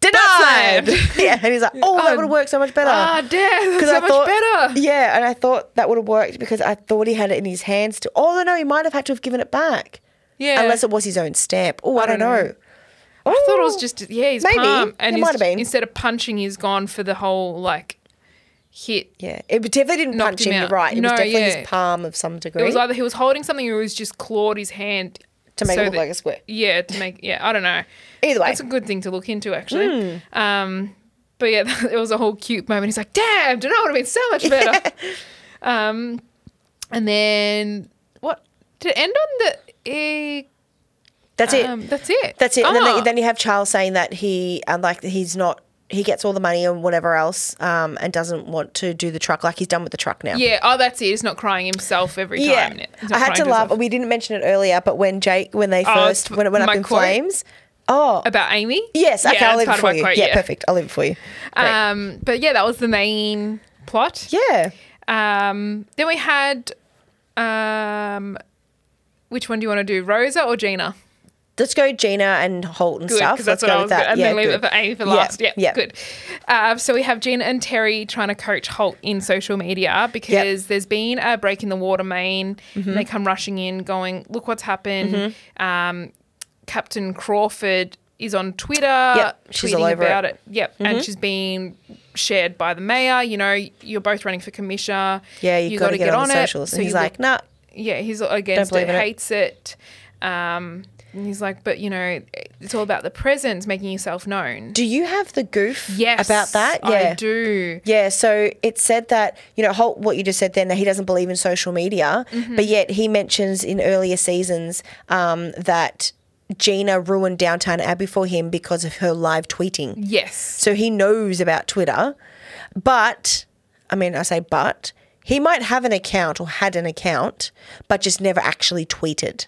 [SPEAKER 5] Denied.
[SPEAKER 3] Backslapped.
[SPEAKER 5] yeah, and he's like, oh, that would have worked so much better.
[SPEAKER 3] Ah, damn, that's
[SPEAKER 5] 'Cause
[SPEAKER 3] so
[SPEAKER 5] I
[SPEAKER 3] much
[SPEAKER 5] thought-
[SPEAKER 3] better.
[SPEAKER 5] Yeah, and I thought that would have worked because I thought he had it in his hands to. Oh no, he might have had to have given it back.
[SPEAKER 3] Yeah.
[SPEAKER 5] Unless it was his own stamp. Oh, I, don't know.
[SPEAKER 3] I thought it was just yeah, he's
[SPEAKER 5] Maybe.
[SPEAKER 3] palm, and
[SPEAKER 5] It
[SPEAKER 3] he's,
[SPEAKER 5] might have been.
[SPEAKER 3] instead of punching, he's gone for the whole like hit.
[SPEAKER 5] Yeah, it definitely didn't
[SPEAKER 3] Knocked
[SPEAKER 5] punch
[SPEAKER 3] him
[SPEAKER 5] him. You're
[SPEAKER 3] out.
[SPEAKER 5] right. It was
[SPEAKER 3] No,
[SPEAKER 5] definitely
[SPEAKER 3] yeah.
[SPEAKER 5] his palm of some degree.
[SPEAKER 3] It was either he was holding something or he was just clawed his hand
[SPEAKER 5] To make it look
[SPEAKER 3] that-
[SPEAKER 5] like a square.
[SPEAKER 3] Yeah, to make yeah, I don't know.
[SPEAKER 5] Either way. Hmm.
[SPEAKER 3] that's a good thing to look into actually. Um, but yeah, it was a whole cute moment. He's like, "Damn, do you know would have been so much better." um, and then what? Did it end on the? eh,
[SPEAKER 5] that's it.
[SPEAKER 3] um, that's it.
[SPEAKER 5] That's it. And then,
[SPEAKER 3] Ah.
[SPEAKER 5] they, then you have Charles saying that he, uh, like, he's not, he gets all the money and whatever else, um, and doesn't want to do the truck. Like he's done with the truck now.
[SPEAKER 3] Yeah. Oh, that's it. He's not crying himself every time.
[SPEAKER 5] Yeah,
[SPEAKER 3] He's not
[SPEAKER 5] I had
[SPEAKER 3] crying
[SPEAKER 5] to laugh.
[SPEAKER 3] himself.
[SPEAKER 5] We didn't mention it earlier, but when Jake, when they
[SPEAKER 3] Oh,
[SPEAKER 5] first, when it went up
[SPEAKER 3] my
[SPEAKER 5] in
[SPEAKER 3] quote?
[SPEAKER 5] flames. Oh,
[SPEAKER 3] about Amy.
[SPEAKER 5] yes.
[SPEAKER 3] Yeah,
[SPEAKER 5] Okay, I'll
[SPEAKER 3] that's
[SPEAKER 5] leave it
[SPEAKER 3] part of
[SPEAKER 5] for
[SPEAKER 3] my
[SPEAKER 5] you.
[SPEAKER 3] quote,
[SPEAKER 5] yeah, perfect. I'll leave it for you. Great.
[SPEAKER 3] Um, but yeah, that was the main plot.
[SPEAKER 5] yeah.
[SPEAKER 3] Um, then we had, um, which one do you want to do, Rosa or Gina?
[SPEAKER 5] Let's go Gina and Holt and
[SPEAKER 3] Good,
[SPEAKER 5] stuff.
[SPEAKER 3] because that's
[SPEAKER 5] Let's
[SPEAKER 3] what
[SPEAKER 5] go
[SPEAKER 3] I was.
[SPEAKER 5] with that.
[SPEAKER 3] Good. And
[SPEAKER 5] yeah,
[SPEAKER 3] then leave
[SPEAKER 5] good.
[SPEAKER 3] it for Amy for
[SPEAKER 5] Yeah,
[SPEAKER 3] last. Yeah,
[SPEAKER 5] yeah.
[SPEAKER 3] good. Uh, so we have Gina and Terry trying to coach Holt in social media because there's been a break in the water main.
[SPEAKER 5] Mm-hmm.
[SPEAKER 3] And they come rushing in, going, "Look what's happened." Um, Captain Crawford is on Twitter,
[SPEAKER 5] Yep, she's all
[SPEAKER 3] tweeting
[SPEAKER 5] over
[SPEAKER 3] about
[SPEAKER 5] it. Mm-hmm.
[SPEAKER 3] it. Yep, and she's been shared by the mayor. You know, you're both running for commissioner.
[SPEAKER 5] Yeah, you, got to
[SPEAKER 3] gotta
[SPEAKER 5] get, on, the socials. and
[SPEAKER 3] you
[SPEAKER 5] he's
[SPEAKER 3] look-
[SPEAKER 5] like, nah.
[SPEAKER 3] yeah, he's against
[SPEAKER 5] believe
[SPEAKER 3] it,
[SPEAKER 5] in it.
[SPEAKER 3] hates it. Um, and he's like, but you know, it's all about the presence, making yourself known.
[SPEAKER 5] Do you have the goof
[SPEAKER 3] yes,
[SPEAKER 5] about that?
[SPEAKER 3] I do.
[SPEAKER 5] Yeah, so it said that, you know, Holt, what you just said then, that he doesn't believe in social media,
[SPEAKER 3] Mm-hmm.
[SPEAKER 5] but yet he mentions in earlier seasons um, that Gina ruined Downtown Abbey for him because of her live tweeting.
[SPEAKER 3] Yes,
[SPEAKER 5] So he knows about Twitter, but, I mean, I say but, he might have an account or had an account, but just never actually tweeted.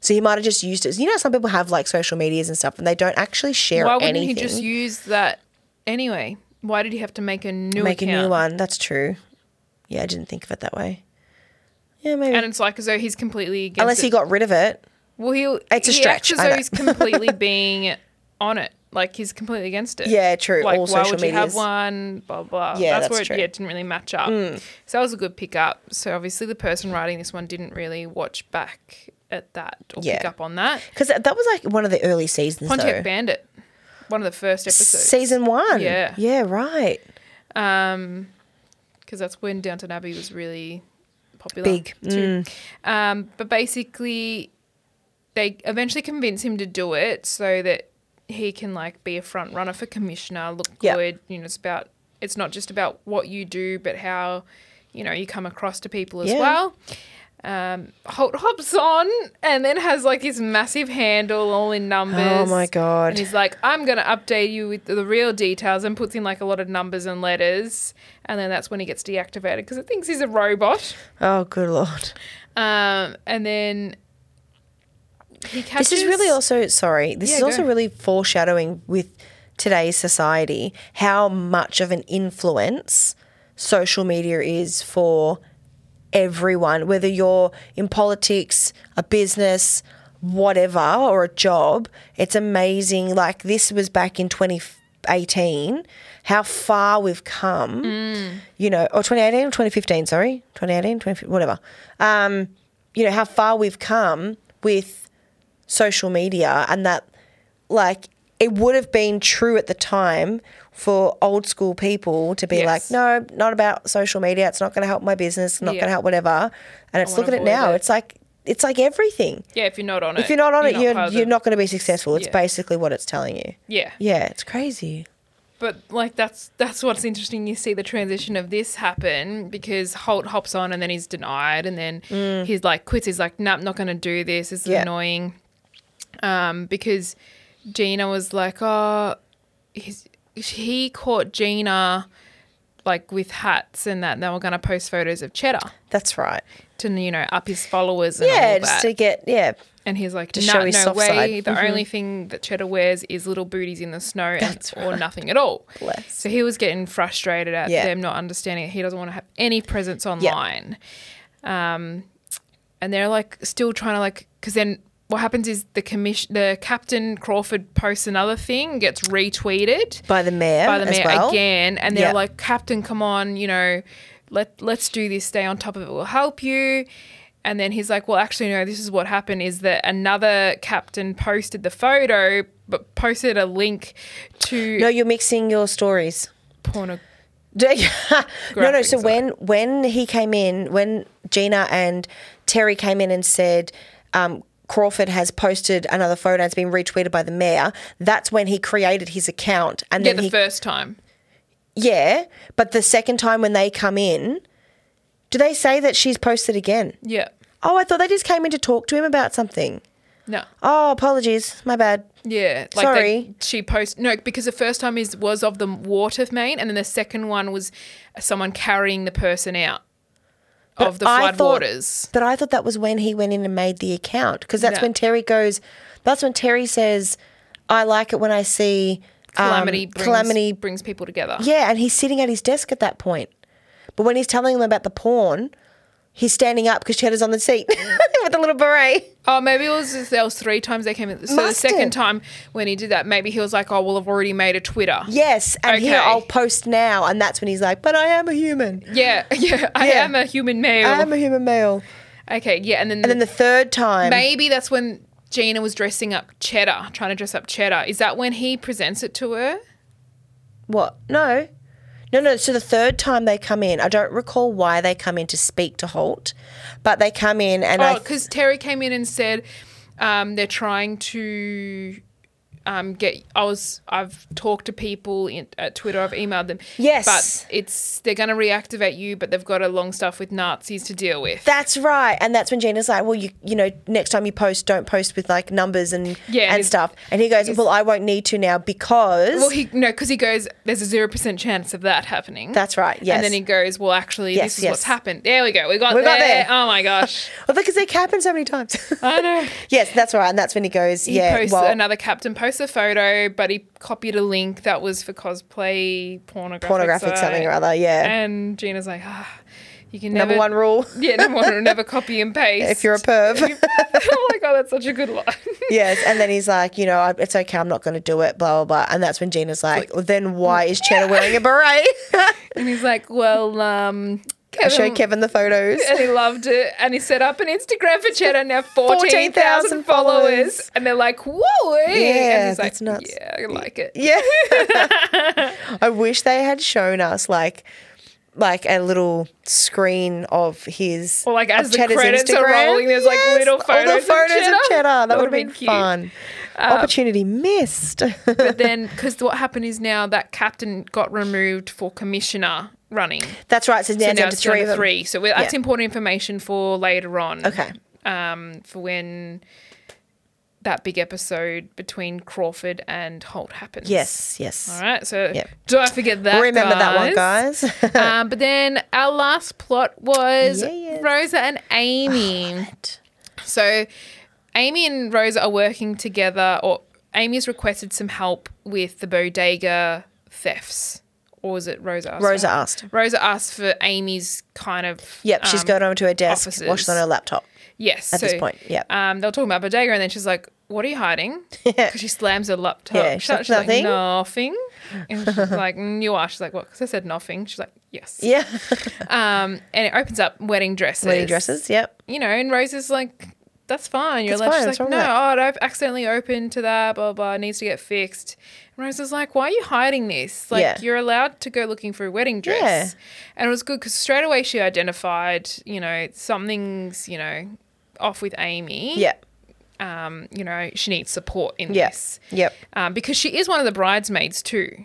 [SPEAKER 5] So he might have just used it. You know, some people have like social medias and stuff, and they don't actually share
[SPEAKER 3] why wouldn't
[SPEAKER 5] anything.
[SPEAKER 3] he just use that anyway? Why did he have to make a new
[SPEAKER 5] make
[SPEAKER 3] account?
[SPEAKER 5] a new one. That's true. Yeah, I didn't think of it that way. Yeah, maybe.
[SPEAKER 3] And it's like as though he's completely against
[SPEAKER 5] Unless he
[SPEAKER 3] it.
[SPEAKER 5] got rid of it.
[SPEAKER 3] well, he
[SPEAKER 5] It's a
[SPEAKER 3] he
[SPEAKER 5] stretch,
[SPEAKER 3] Acts as
[SPEAKER 5] I
[SPEAKER 3] though
[SPEAKER 5] know.
[SPEAKER 3] he's completely being on it. Like he's completely against it.
[SPEAKER 5] Yeah, true.
[SPEAKER 3] Like
[SPEAKER 5] All
[SPEAKER 3] why
[SPEAKER 5] social
[SPEAKER 3] would you have
[SPEAKER 5] medias.
[SPEAKER 3] one? Blah blah.
[SPEAKER 5] Yeah,
[SPEAKER 3] that's,
[SPEAKER 5] that's
[SPEAKER 3] where it,
[SPEAKER 5] true. Hmm.
[SPEAKER 3] yeah, it didn't really match up. So that was a good pickup. So obviously the person writing this one didn't really watch back at that or pick
[SPEAKER 5] Yeah.
[SPEAKER 3] up on that.
[SPEAKER 5] Because that, that was like one of the early seasons,
[SPEAKER 3] Pontiac
[SPEAKER 5] though.
[SPEAKER 3] Bandit, one of the first episodes.
[SPEAKER 5] Season one.
[SPEAKER 3] Yeah.
[SPEAKER 5] Yeah, right.
[SPEAKER 3] Um, because that's when Downton Abbey was really popular.
[SPEAKER 5] Big. Mm.
[SPEAKER 3] Too. Um, but basically, they eventually convince him to do it so that he can like be a front runner for commissioner, look
[SPEAKER 5] Yeah.
[SPEAKER 3] good. You know, it's about it's not just about what you do, but how you know you come across to people as
[SPEAKER 5] Yeah.
[SPEAKER 3] well. Um, Holt hops on and then has like his massive handle all in numbers.
[SPEAKER 5] Oh my God.
[SPEAKER 3] And he's like, I'm gonna update you with the real details, and puts in like a lot of numbers and letters, and then that's when he gets deactivated because it thinks he's a robot.
[SPEAKER 5] Oh, good lord.
[SPEAKER 3] Um, and then he catches.
[SPEAKER 5] This is really also, sorry, this
[SPEAKER 3] Yeah,
[SPEAKER 5] is also
[SPEAKER 3] go.
[SPEAKER 5] really foreshadowing with today's society how much of an influence social media is for everyone, whether you're in politics, a business, whatever, or a job. It's amazing. Like, this was back in 2018, how far we've come,
[SPEAKER 3] Mm.
[SPEAKER 5] you know, or 2018 or 2015, sorry, 2018, 2015, whatever. Um, you know, how far we've come with social media and that like it would have been true at the time for old school people to be
[SPEAKER 3] Yes.
[SPEAKER 5] like no not about social media it's not going to help my business not
[SPEAKER 3] Yeah.
[SPEAKER 5] going to help whatever and it's
[SPEAKER 3] wanna
[SPEAKER 5] look at it
[SPEAKER 3] avoid
[SPEAKER 5] now
[SPEAKER 3] it.
[SPEAKER 5] it's like it's like everything
[SPEAKER 3] yeah. If you're not on it,
[SPEAKER 5] if you're not on it you're
[SPEAKER 3] part of the-
[SPEAKER 5] you're not going to be successful it's
[SPEAKER 3] Yeah.
[SPEAKER 5] basically what it's telling you
[SPEAKER 3] Yeah.
[SPEAKER 5] yeah it's crazy
[SPEAKER 3] But like that's that's what's interesting. You see the transition of this happen because Holt hops on and then he's denied, and then he's like quits. He's like, "Nah, I'm not going to do this. This is
[SPEAKER 5] Mm. Yeah.
[SPEAKER 3] annoying." Um, because Gina was like, "Oh, he's, he caught Gina like with hats and that. And they were going to post photos of Cheddar
[SPEAKER 5] that's right
[SPEAKER 3] to you know up his followers. And all
[SPEAKER 5] yeah
[SPEAKER 3] that.
[SPEAKER 5] just to get yeah
[SPEAKER 3] And he's like,
[SPEAKER 5] To
[SPEAKER 3] "Nah,
[SPEAKER 5] show his
[SPEAKER 3] no
[SPEAKER 5] soft
[SPEAKER 3] way.
[SPEAKER 5] side." Mm-hmm.
[SPEAKER 3] The only thing that Cheddar wears is little booties in the snow and,
[SPEAKER 5] That's
[SPEAKER 3] or
[SPEAKER 5] right.
[SPEAKER 3] nothing at all.
[SPEAKER 5] Bless.
[SPEAKER 3] So he was getting frustrated at
[SPEAKER 5] Yeah.
[SPEAKER 3] them not understanding that he doesn't want to have any presence online. Um, and they're like still trying to like, because then what happens is the commission, the Captain Crawford posts another thing, gets retweeted
[SPEAKER 5] By the mayor
[SPEAKER 3] by the
[SPEAKER 5] as
[SPEAKER 3] mayor
[SPEAKER 5] well.
[SPEAKER 3] again, and they're
[SPEAKER 5] Yeah.
[SPEAKER 3] like, "Captain, come on, you know, let let's do this. Stay on top of it. We'll help you." And then he's like, "Well, actually, no. This is what happened: is that another captain posted the photo, but posted a link to
[SPEAKER 5] No, you're mixing your stories.
[SPEAKER 3] porno."
[SPEAKER 5] Do- no, no.
[SPEAKER 3] Graphics
[SPEAKER 5] So
[SPEAKER 3] are-
[SPEAKER 5] when when he came in, when Gina and Terry came in and said um, Crawford has posted another photo and it's been retweeted by the mayor, that's when he created his account. And
[SPEAKER 3] Yeah,
[SPEAKER 5] then
[SPEAKER 3] the
[SPEAKER 5] he,
[SPEAKER 3] first time.
[SPEAKER 5] yeah, but the second time when they come in, do they say that she's posted again?
[SPEAKER 3] Yeah.
[SPEAKER 5] Oh, I thought they just came in to talk to him about something.
[SPEAKER 3] No.
[SPEAKER 5] Oh, apologies, my bad.
[SPEAKER 3] Yeah, like
[SPEAKER 5] Sorry.
[SPEAKER 3] They, she posted no because the first time is was of the water main, and then the second one was someone carrying the person out of the
[SPEAKER 5] I
[SPEAKER 3] flood
[SPEAKER 5] thought-
[SPEAKER 3] waters.
[SPEAKER 5] But I thought that was when he went in and made the account because that's
[SPEAKER 3] No.
[SPEAKER 5] when Terry goes. That's when Terry says, "I like it when I see um,
[SPEAKER 3] Calamity, brings,
[SPEAKER 5] calamity."
[SPEAKER 3] brings people together.
[SPEAKER 5] Yeah, and he's sitting at his desk at that point. But when he's telling them about the porn, he's standing up because Cheddar's on the seat with the little beret.
[SPEAKER 3] Oh, maybe it was just- there was three times they came. in. So the
[SPEAKER 5] Must have.
[SPEAKER 3] second time when he did that, maybe he was like, "Oh, well, I've already made a Twitter."
[SPEAKER 5] Yes, and here
[SPEAKER 3] Okay.
[SPEAKER 5] I'll post now, and that's when he's like, "But I am a human.
[SPEAKER 3] yeah, yeah. I
[SPEAKER 5] Yeah.
[SPEAKER 3] am a human male.
[SPEAKER 5] I am a human male."
[SPEAKER 3] okay, yeah, and then
[SPEAKER 5] And then the third time,
[SPEAKER 3] maybe that's when Gina was dressing up Cheddar, trying to dress up Cheddar. Is that when he presents it to her?
[SPEAKER 5] What? No. No, no. So the third time they come in, I don't recall why they come in to speak to Holt, but they come in and I.
[SPEAKER 3] Oh, because Terry came in and said um, they're trying to um, get. I was. I've talked to people in, at Twitter. I've emailed them.
[SPEAKER 5] Yes.
[SPEAKER 3] but it's they're going to reactivate you, but they've got a long stuff with Nazis to deal with.
[SPEAKER 5] That's right, and that's when Gina's like, "Well, you you know, next time you post, don't post with like numbers and
[SPEAKER 3] Yeah, and
[SPEAKER 5] and
[SPEAKER 3] it's-
[SPEAKER 5] stuff." And he goes, "Well, I won't need to now because
[SPEAKER 3] well, he no, because he goes. There's a zero percent chance of that happening.
[SPEAKER 5] That's right, yes.
[SPEAKER 3] And then he goes. Well, actually,
[SPEAKER 5] Yes,
[SPEAKER 3] this is
[SPEAKER 5] yes.
[SPEAKER 3] what's happened. There we go. We got
[SPEAKER 5] We got
[SPEAKER 3] there.
[SPEAKER 5] there.
[SPEAKER 3] Oh my gosh.
[SPEAKER 5] well, because they happened so many times."
[SPEAKER 3] I know.
[SPEAKER 5] yes, that's right, and that's when he goes,
[SPEAKER 3] He
[SPEAKER 5] "Yeah,
[SPEAKER 3] posts
[SPEAKER 5] well,
[SPEAKER 3] another captain posts a photo, but he copied a link that was for cosplay pornographic,
[SPEAKER 5] pornographic
[SPEAKER 3] site.
[SPEAKER 5] something or other." Yeah,
[SPEAKER 3] And Gina's like, ah, you can
[SPEAKER 5] number
[SPEAKER 3] never,
[SPEAKER 5] one rule:
[SPEAKER 3] Yeah, number one rule, never copy and paste.
[SPEAKER 5] if you're a perv.
[SPEAKER 3] oh my god, that's such a good line.
[SPEAKER 5] Yes, and then he's like, you know, "I- it's okay, I'm not going to do it, blah blah blah. And that's when Gina's like, well, then why is Cheddar wearing a beret?
[SPEAKER 3] And he's like, well, um,
[SPEAKER 5] I
[SPEAKER 3] Kevin,
[SPEAKER 5] show Kevin the photos.
[SPEAKER 3] and he loved it, and he set up an Instagram for Cheddar now fourteen
[SPEAKER 5] 14,000
[SPEAKER 3] thousand
[SPEAKER 5] followers.
[SPEAKER 3] followers, and they're like, whoa, eh?"
[SPEAKER 5] Yeah,
[SPEAKER 3] and he's like,
[SPEAKER 5] that's nuts.
[SPEAKER 3] yeah, I like it.
[SPEAKER 5] Yeah, I wish they had shown us like, like a little screen of his.
[SPEAKER 3] Or like as
[SPEAKER 5] of
[SPEAKER 3] the
[SPEAKER 5] Cheddar's
[SPEAKER 3] credits are
[SPEAKER 5] Instagram.
[SPEAKER 3] rolling, there's like
[SPEAKER 5] Yes,
[SPEAKER 3] little photos,
[SPEAKER 5] all the photos
[SPEAKER 3] of Cheddar.
[SPEAKER 5] That, would have
[SPEAKER 3] would've Um,
[SPEAKER 5] been fun. Opportunity missed.
[SPEAKER 3] But then, because what happened is now that captain got removed for commissioner running.
[SPEAKER 5] That's right. So now,
[SPEAKER 3] So
[SPEAKER 5] it's
[SPEAKER 3] now
[SPEAKER 5] down to
[SPEAKER 3] it's
[SPEAKER 5] three.
[SPEAKER 3] three.
[SPEAKER 5] Of them.
[SPEAKER 3] three. So we that's
[SPEAKER 5] Yeah.
[SPEAKER 3] important information for later on.
[SPEAKER 5] Okay.
[SPEAKER 3] Um, for when that big episode between Crawford and Holt happens.
[SPEAKER 5] Yes. Yes.
[SPEAKER 3] All right. So
[SPEAKER 5] Yep.
[SPEAKER 3] don't forget that.
[SPEAKER 5] Remember that one, guys.
[SPEAKER 3] um, but then our last plot was
[SPEAKER 5] Yes. Oh,
[SPEAKER 3] Rosa and Amy. So Amy and Rosa are working together, or Amy's requested some help with the bodega thefts. Or was it Rosa asked? for
[SPEAKER 5] Rosa
[SPEAKER 3] help?
[SPEAKER 5] asked.
[SPEAKER 3] Rosa asked for Amy's kind of.
[SPEAKER 5] Yep, she's
[SPEAKER 3] um,
[SPEAKER 5] going over to her desk, watching
[SPEAKER 3] offices.
[SPEAKER 5] on her laptop.
[SPEAKER 3] Yes.
[SPEAKER 5] at this
[SPEAKER 3] so,
[SPEAKER 5] point, yep.
[SPEAKER 3] Um, they were talking about bodega, and then she's like, "What are you hiding?" Because she slams her laptop.
[SPEAKER 5] Yeah, she's
[SPEAKER 3] shut.
[SPEAKER 5] like,
[SPEAKER 3] she's like,
[SPEAKER 5] "Nothing."
[SPEAKER 3] nothing. And she's like, "Mm, "You are." She's like, "What?" Because I said nothing. She's like, "Yes."
[SPEAKER 5] Yeah,
[SPEAKER 3] Um, and it opens up wedding dresses.
[SPEAKER 5] wedding dresses. Yep.
[SPEAKER 3] You know, and Rose is like, "That's fine." You're
[SPEAKER 5] That's
[SPEAKER 3] like,
[SPEAKER 5] fine,
[SPEAKER 3] she's
[SPEAKER 5] what's
[SPEAKER 3] like,
[SPEAKER 5] wrong
[SPEAKER 3] "No,
[SPEAKER 5] with
[SPEAKER 3] oh, I've accidentally opened to that. Blah blah. It needs to get fixed." And Rose is like, "Why are you hiding this? Like,
[SPEAKER 5] Yeah.
[SPEAKER 3] you're allowed to go looking for a wedding dress."
[SPEAKER 5] Yeah.
[SPEAKER 3] And it was good because straight away she identified, you know, something's, you know, off with Amy.
[SPEAKER 5] Yep.
[SPEAKER 3] Um, you know, she needs support in
[SPEAKER 5] Yes.
[SPEAKER 3] this.
[SPEAKER 5] Yep.
[SPEAKER 3] Um, because she is one of the bridesmaids too.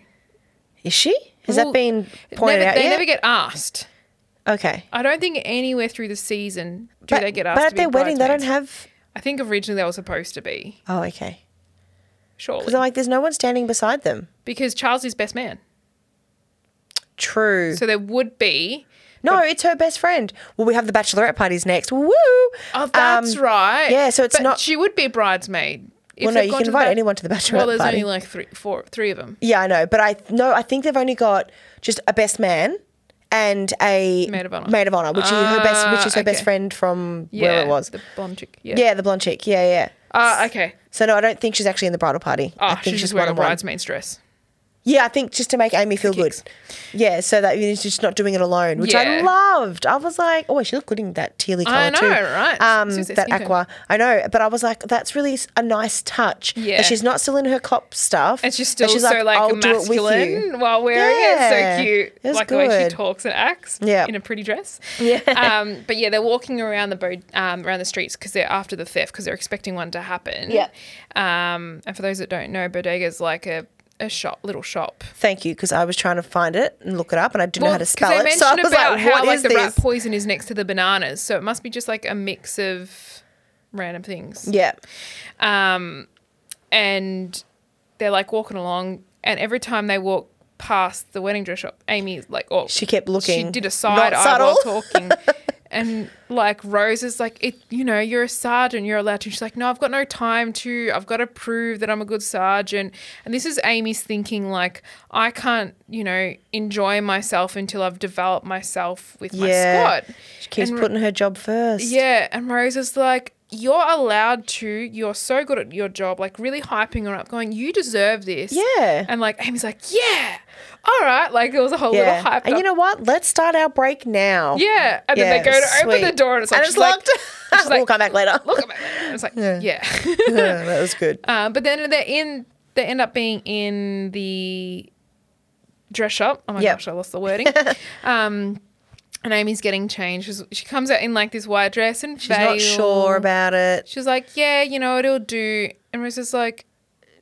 [SPEAKER 5] Is she? Has
[SPEAKER 3] Well,
[SPEAKER 5] that been pointed
[SPEAKER 3] never,
[SPEAKER 5] out
[SPEAKER 3] they
[SPEAKER 5] yet?
[SPEAKER 3] never get asked.
[SPEAKER 5] okay.
[SPEAKER 3] I don't think anywhere through the season do
[SPEAKER 5] but,
[SPEAKER 3] they get
[SPEAKER 5] but
[SPEAKER 3] asked.
[SPEAKER 5] at
[SPEAKER 3] to be
[SPEAKER 5] their wedding, they don't
[SPEAKER 3] bridesmaids.
[SPEAKER 5] have.
[SPEAKER 3] I think originally they were supposed to be.
[SPEAKER 5] Oh, okay.
[SPEAKER 3] Surely,
[SPEAKER 5] Because I'm like, there's no one standing beside them.
[SPEAKER 3] because Charles is best man,
[SPEAKER 5] True.
[SPEAKER 3] so there would be.
[SPEAKER 5] no, it's her best friend. Well, we have the bachelorette parties next. Woo!
[SPEAKER 3] Oh, that's
[SPEAKER 5] Um,
[SPEAKER 3] right.
[SPEAKER 5] yeah, so it's
[SPEAKER 3] But
[SPEAKER 5] not-
[SPEAKER 3] She would be a bridesmaid. If
[SPEAKER 5] Well, no,
[SPEAKER 3] they've
[SPEAKER 5] you
[SPEAKER 3] gone
[SPEAKER 5] can
[SPEAKER 3] to the
[SPEAKER 5] invite
[SPEAKER 3] ba-
[SPEAKER 5] anyone to the bachelorette
[SPEAKER 3] Well, there's
[SPEAKER 5] party.
[SPEAKER 3] only like three, four, three of them.
[SPEAKER 5] Yeah, I know, but I no, I think they've only got just a best man and a
[SPEAKER 3] Maid of honor.
[SPEAKER 5] maid of honor, which is her best, which is her
[SPEAKER 3] Ah,
[SPEAKER 5] best
[SPEAKER 3] okay.
[SPEAKER 5] friend from
[SPEAKER 3] Yeah,
[SPEAKER 5] where it was.
[SPEAKER 3] the blonde chick. Yeah.
[SPEAKER 5] yeah, the blonde chick. Yeah, yeah.
[SPEAKER 3] Uh, okay.
[SPEAKER 5] So no, I don't think she's actually in the bridal party. I
[SPEAKER 3] Oh,
[SPEAKER 5] think
[SPEAKER 3] she's just wearing a
[SPEAKER 5] one-on-one.
[SPEAKER 3] bridesmaid's dress.
[SPEAKER 5] Yeah, I think just to make Amy feel good.
[SPEAKER 3] kicks.
[SPEAKER 5] Yeah, so that she's just not doing it alone, which I
[SPEAKER 3] Yeah.
[SPEAKER 5] loved. I was like, oh, she looked good in that tealy color
[SPEAKER 3] I
[SPEAKER 5] too.
[SPEAKER 3] know, right?
[SPEAKER 5] Um,
[SPEAKER 3] Susie
[SPEAKER 5] that
[SPEAKER 3] Skinton.
[SPEAKER 5] aqua. I know, but I was like, that's really s- a nice touch.
[SPEAKER 3] Yeah.
[SPEAKER 5] That she's not still in her cop stuff.
[SPEAKER 3] And she's
[SPEAKER 5] that
[SPEAKER 3] still so like
[SPEAKER 5] I'll do it with you.
[SPEAKER 3] masculine while wearing
[SPEAKER 5] Yeah.
[SPEAKER 3] it. So cute.
[SPEAKER 5] It was
[SPEAKER 3] like the way
[SPEAKER 5] good.
[SPEAKER 3] she talks and acts
[SPEAKER 5] Yeah.
[SPEAKER 3] in a pretty dress. Yeah. Um, but yeah, they're walking around the boat, um, around the streets because they're after the theft because they're expecting one to happen.
[SPEAKER 5] Yeah.
[SPEAKER 3] Um, and for those that don't know, bodega's like a, a shop, little shop.
[SPEAKER 5] Thank you, because I was trying to find it and look it up, and I didn't know how to
[SPEAKER 3] Well, 'cause
[SPEAKER 5] spell
[SPEAKER 3] they
[SPEAKER 5] it. So I
[SPEAKER 3] mentioned
[SPEAKER 5] was
[SPEAKER 3] about
[SPEAKER 5] like,
[SPEAKER 3] how
[SPEAKER 5] what
[SPEAKER 3] like
[SPEAKER 5] is
[SPEAKER 3] the rat
[SPEAKER 5] this?
[SPEAKER 3] poison is next to the bananas. So it must be just like a mix of random things.
[SPEAKER 5] Yeah.
[SPEAKER 3] Um, and they're like walking along, and every time they walk past the wedding dress shop, Amy's like, oh,
[SPEAKER 5] She kept
[SPEAKER 3] She
[SPEAKER 5] looking.
[SPEAKER 3] did a
[SPEAKER 5] Not
[SPEAKER 3] side eye while
[SPEAKER 5] subtle.
[SPEAKER 3] talking. And like Rose is like, it, you know, you're a sergeant, you're allowed to. She's like, no, I've got no time to. I've got to prove that I'm a good sergeant. And this is Amy's thinking, like, I can't, you know, enjoy myself until I've developed myself with
[SPEAKER 5] Yeah.
[SPEAKER 3] my squad.
[SPEAKER 5] She keeps
[SPEAKER 3] And-
[SPEAKER 5] putting her job first.
[SPEAKER 3] yeah, and Rose is like, you're allowed to. You're so good at your job, like really hyping her up, going, you deserve this.
[SPEAKER 5] Yeah.
[SPEAKER 3] And like Amy's like, yeah, all right. Like it was a whole
[SPEAKER 5] Yeah.
[SPEAKER 3] little hype.
[SPEAKER 5] And you know what? Let's start our break now.
[SPEAKER 3] yeah. And then they
[SPEAKER 5] Yeah,
[SPEAKER 3] go to open the
[SPEAKER 5] sweet.
[SPEAKER 3] door, and it's like,
[SPEAKER 5] And
[SPEAKER 3] she's
[SPEAKER 5] it's locked.
[SPEAKER 3] Like, she's like,
[SPEAKER 5] we'll come back later.
[SPEAKER 3] Look at that. It's like, yeah.
[SPEAKER 5] Yeah, that was good.
[SPEAKER 3] um, but then they're in. They end up being in the dress shop. Oh my
[SPEAKER 5] Yep.
[SPEAKER 3] gosh, I lost the wording. um, and Amy's getting changed. She's, she comes out in like this white dress and
[SPEAKER 5] She's not sure about it.
[SPEAKER 3] She's like, yeah, you know, it'll do. And Rose is like,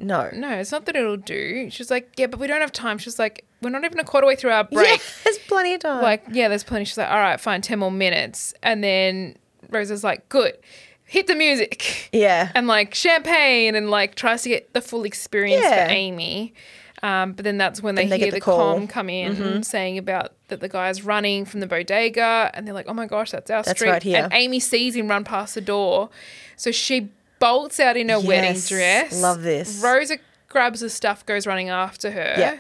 [SPEAKER 5] No.
[SPEAKER 3] no, it's not that it'll do. She's like, yeah, but we don't have time. She's like, we're not even a quarter way through our break.
[SPEAKER 5] Yeah, there's plenty of time.
[SPEAKER 3] Like, yeah, there's plenty. She's like, all right, fine, 10 more minutes. And then Rose is like, good, hit the music.
[SPEAKER 5] Yeah.
[SPEAKER 3] And like champagne and like tries to get the full experience
[SPEAKER 5] Yeah.
[SPEAKER 3] for Amy. Um, but then that's when they
[SPEAKER 5] Then they get
[SPEAKER 3] hear
[SPEAKER 5] the
[SPEAKER 3] the,
[SPEAKER 5] call. Mm-hmm.
[SPEAKER 3] com come in saying about that the guy's running from the bodega and they're like, oh my gosh, that's our
[SPEAKER 5] That's
[SPEAKER 3] street.
[SPEAKER 5] right here.
[SPEAKER 3] And Amy sees him run past the door. So she bolts out in her wedding
[SPEAKER 5] Yes.
[SPEAKER 3] dress.
[SPEAKER 5] Love this.
[SPEAKER 3] Rosa grabs the stuff, goes running after her.
[SPEAKER 5] Yeah.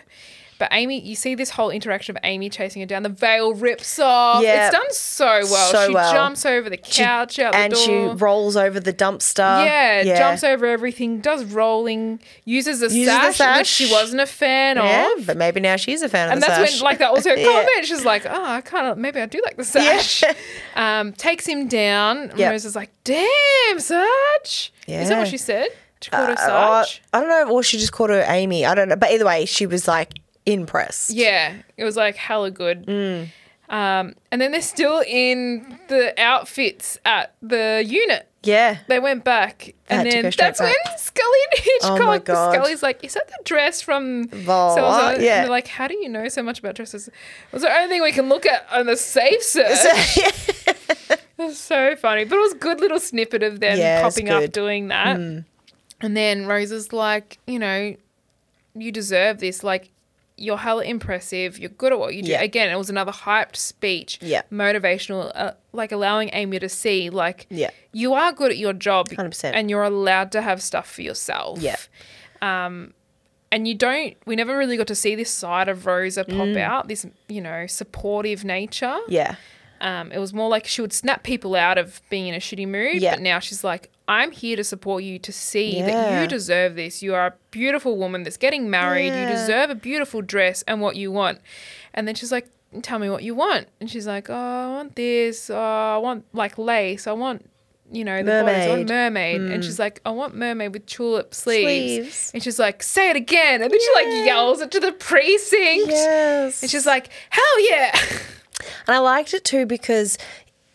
[SPEAKER 3] But Amy, you see this whole interaction of Amy chasing her down. The veil rips off.
[SPEAKER 5] Yeah.
[SPEAKER 3] It's done so well.
[SPEAKER 5] So
[SPEAKER 3] she
[SPEAKER 5] well.
[SPEAKER 3] jumps over the
[SPEAKER 5] She-
[SPEAKER 3] couch out the
[SPEAKER 5] and
[SPEAKER 3] door.
[SPEAKER 5] she uh, rolls over the dumpster.
[SPEAKER 3] Yeah, jumps over everything, does rolling, uses the,
[SPEAKER 5] Uses the
[SPEAKER 3] sash, which she
[SPEAKER 5] sash.
[SPEAKER 3] wasn't a fan
[SPEAKER 5] Yeah,
[SPEAKER 3] of.
[SPEAKER 5] but maybe now she's a fan of
[SPEAKER 3] And
[SPEAKER 5] the
[SPEAKER 3] that's
[SPEAKER 5] sash.
[SPEAKER 3] when, like, that was her
[SPEAKER 5] Yeah.
[SPEAKER 3] comment. She's like, oh, I kind of, maybe I do like the sash. Um, takes him down. And
[SPEAKER 5] Yep.
[SPEAKER 3] Rose is like, damn, Sarge. Is that
[SPEAKER 5] Yeah.
[SPEAKER 3] what she said? She called her
[SPEAKER 5] Uh,
[SPEAKER 3] Sarge?
[SPEAKER 5] I don't know, or she just called her Amy. I don't know. But either way, she was like impressed.
[SPEAKER 3] Yeah, it was like hella good.
[SPEAKER 5] Mm.
[SPEAKER 3] Um, and then they're still in the outfits at the unit.
[SPEAKER 5] Yeah.
[SPEAKER 3] They went back,
[SPEAKER 5] had
[SPEAKER 3] and
[SPEAKER 5] to go
[SPEAKER 3] then
[SPEAKER 5] straight
[SPEAKER 3] that's
[SPEAKER 5] back. Oh
[SPEAKER 3] when Scully and Hitchcock.
[SPEAKER 5] my God.
[SPEAKER 3] Scully's like, "Is that the dress from?"
[SPEAKER 5] Vol-
[SPEAKER 3] so and so?" And
[SPEAKER 5] yeah.
[SPEAKER 3] they're like, "How do you know so much about dresses?" It was the only thing we can look at on the safe search. It was so funny, but it was a good little snippet of them
[SPEAKER 5] Yeah, it's
[SPEAKER 3] popping up
[SPEAKER 5] good. Hmm.
[SPEAKER 3] doing that. And then Rose is like, you know, you deserve this. Like, you're hella impressive. You're good at what you do.
[SPEAKER 5] Yeah.
[SPEAKER 3] Again, it was another hyped speech.
[SPEAKER 5] Yeah.
[SPEAKER 3] Motivational, uh, like allowing Amy to see, like,
[SPEAKER 5] Yeah.
[SPEAKER 3] you are good at your job.
[SPEAKER 5] 100%.
[SPEAKER 3] And you're allowed to have stuff for yourself. Um,
[SPEAKER 5] Yeah.
[SPEAKER 3] And you don't, we never really got to see this side of Rosa pop
[SPEAKER 5] Mm.
[SPEAKER 3] out, this, you know, supportive nature.
[SPEAKER 5] Yeah.
[SPEAKER 3] Um, it was more like she would snap people out of being in a shitty mood,
[SPEAKER 5] Yeah.
[SPEAKER 3] but now she's like, I'm here to support you to see that
[SPEAKER 5] Yeah.
[SPEAKER 3] you deserve this. You are a beautiful woman that's getting married.
[SPEAKER 5] Yeah.
[SPEAKER 3] You deserve a beautiful dress and what you want. And then she's like, Tell me what you want. And she's like, Oh, I want this. Oh, I want like lace. I want, you know, the bodice. I want
[SPEAKER 5] Mermaid. Hmm.
[SPEAKER 3] mermaid. And she's like, I want mermaid with tulip sleeves.
[SPEAKER 5] Sleeves.
[SPEAKER 3] And she's like, Say it again. And then she like yells it to the precinct.
[SPEAKER 5] Yes.
[SPEAKER 3] And she's like, Hell yeah.
[SPEAKER 5] And I liked it too because,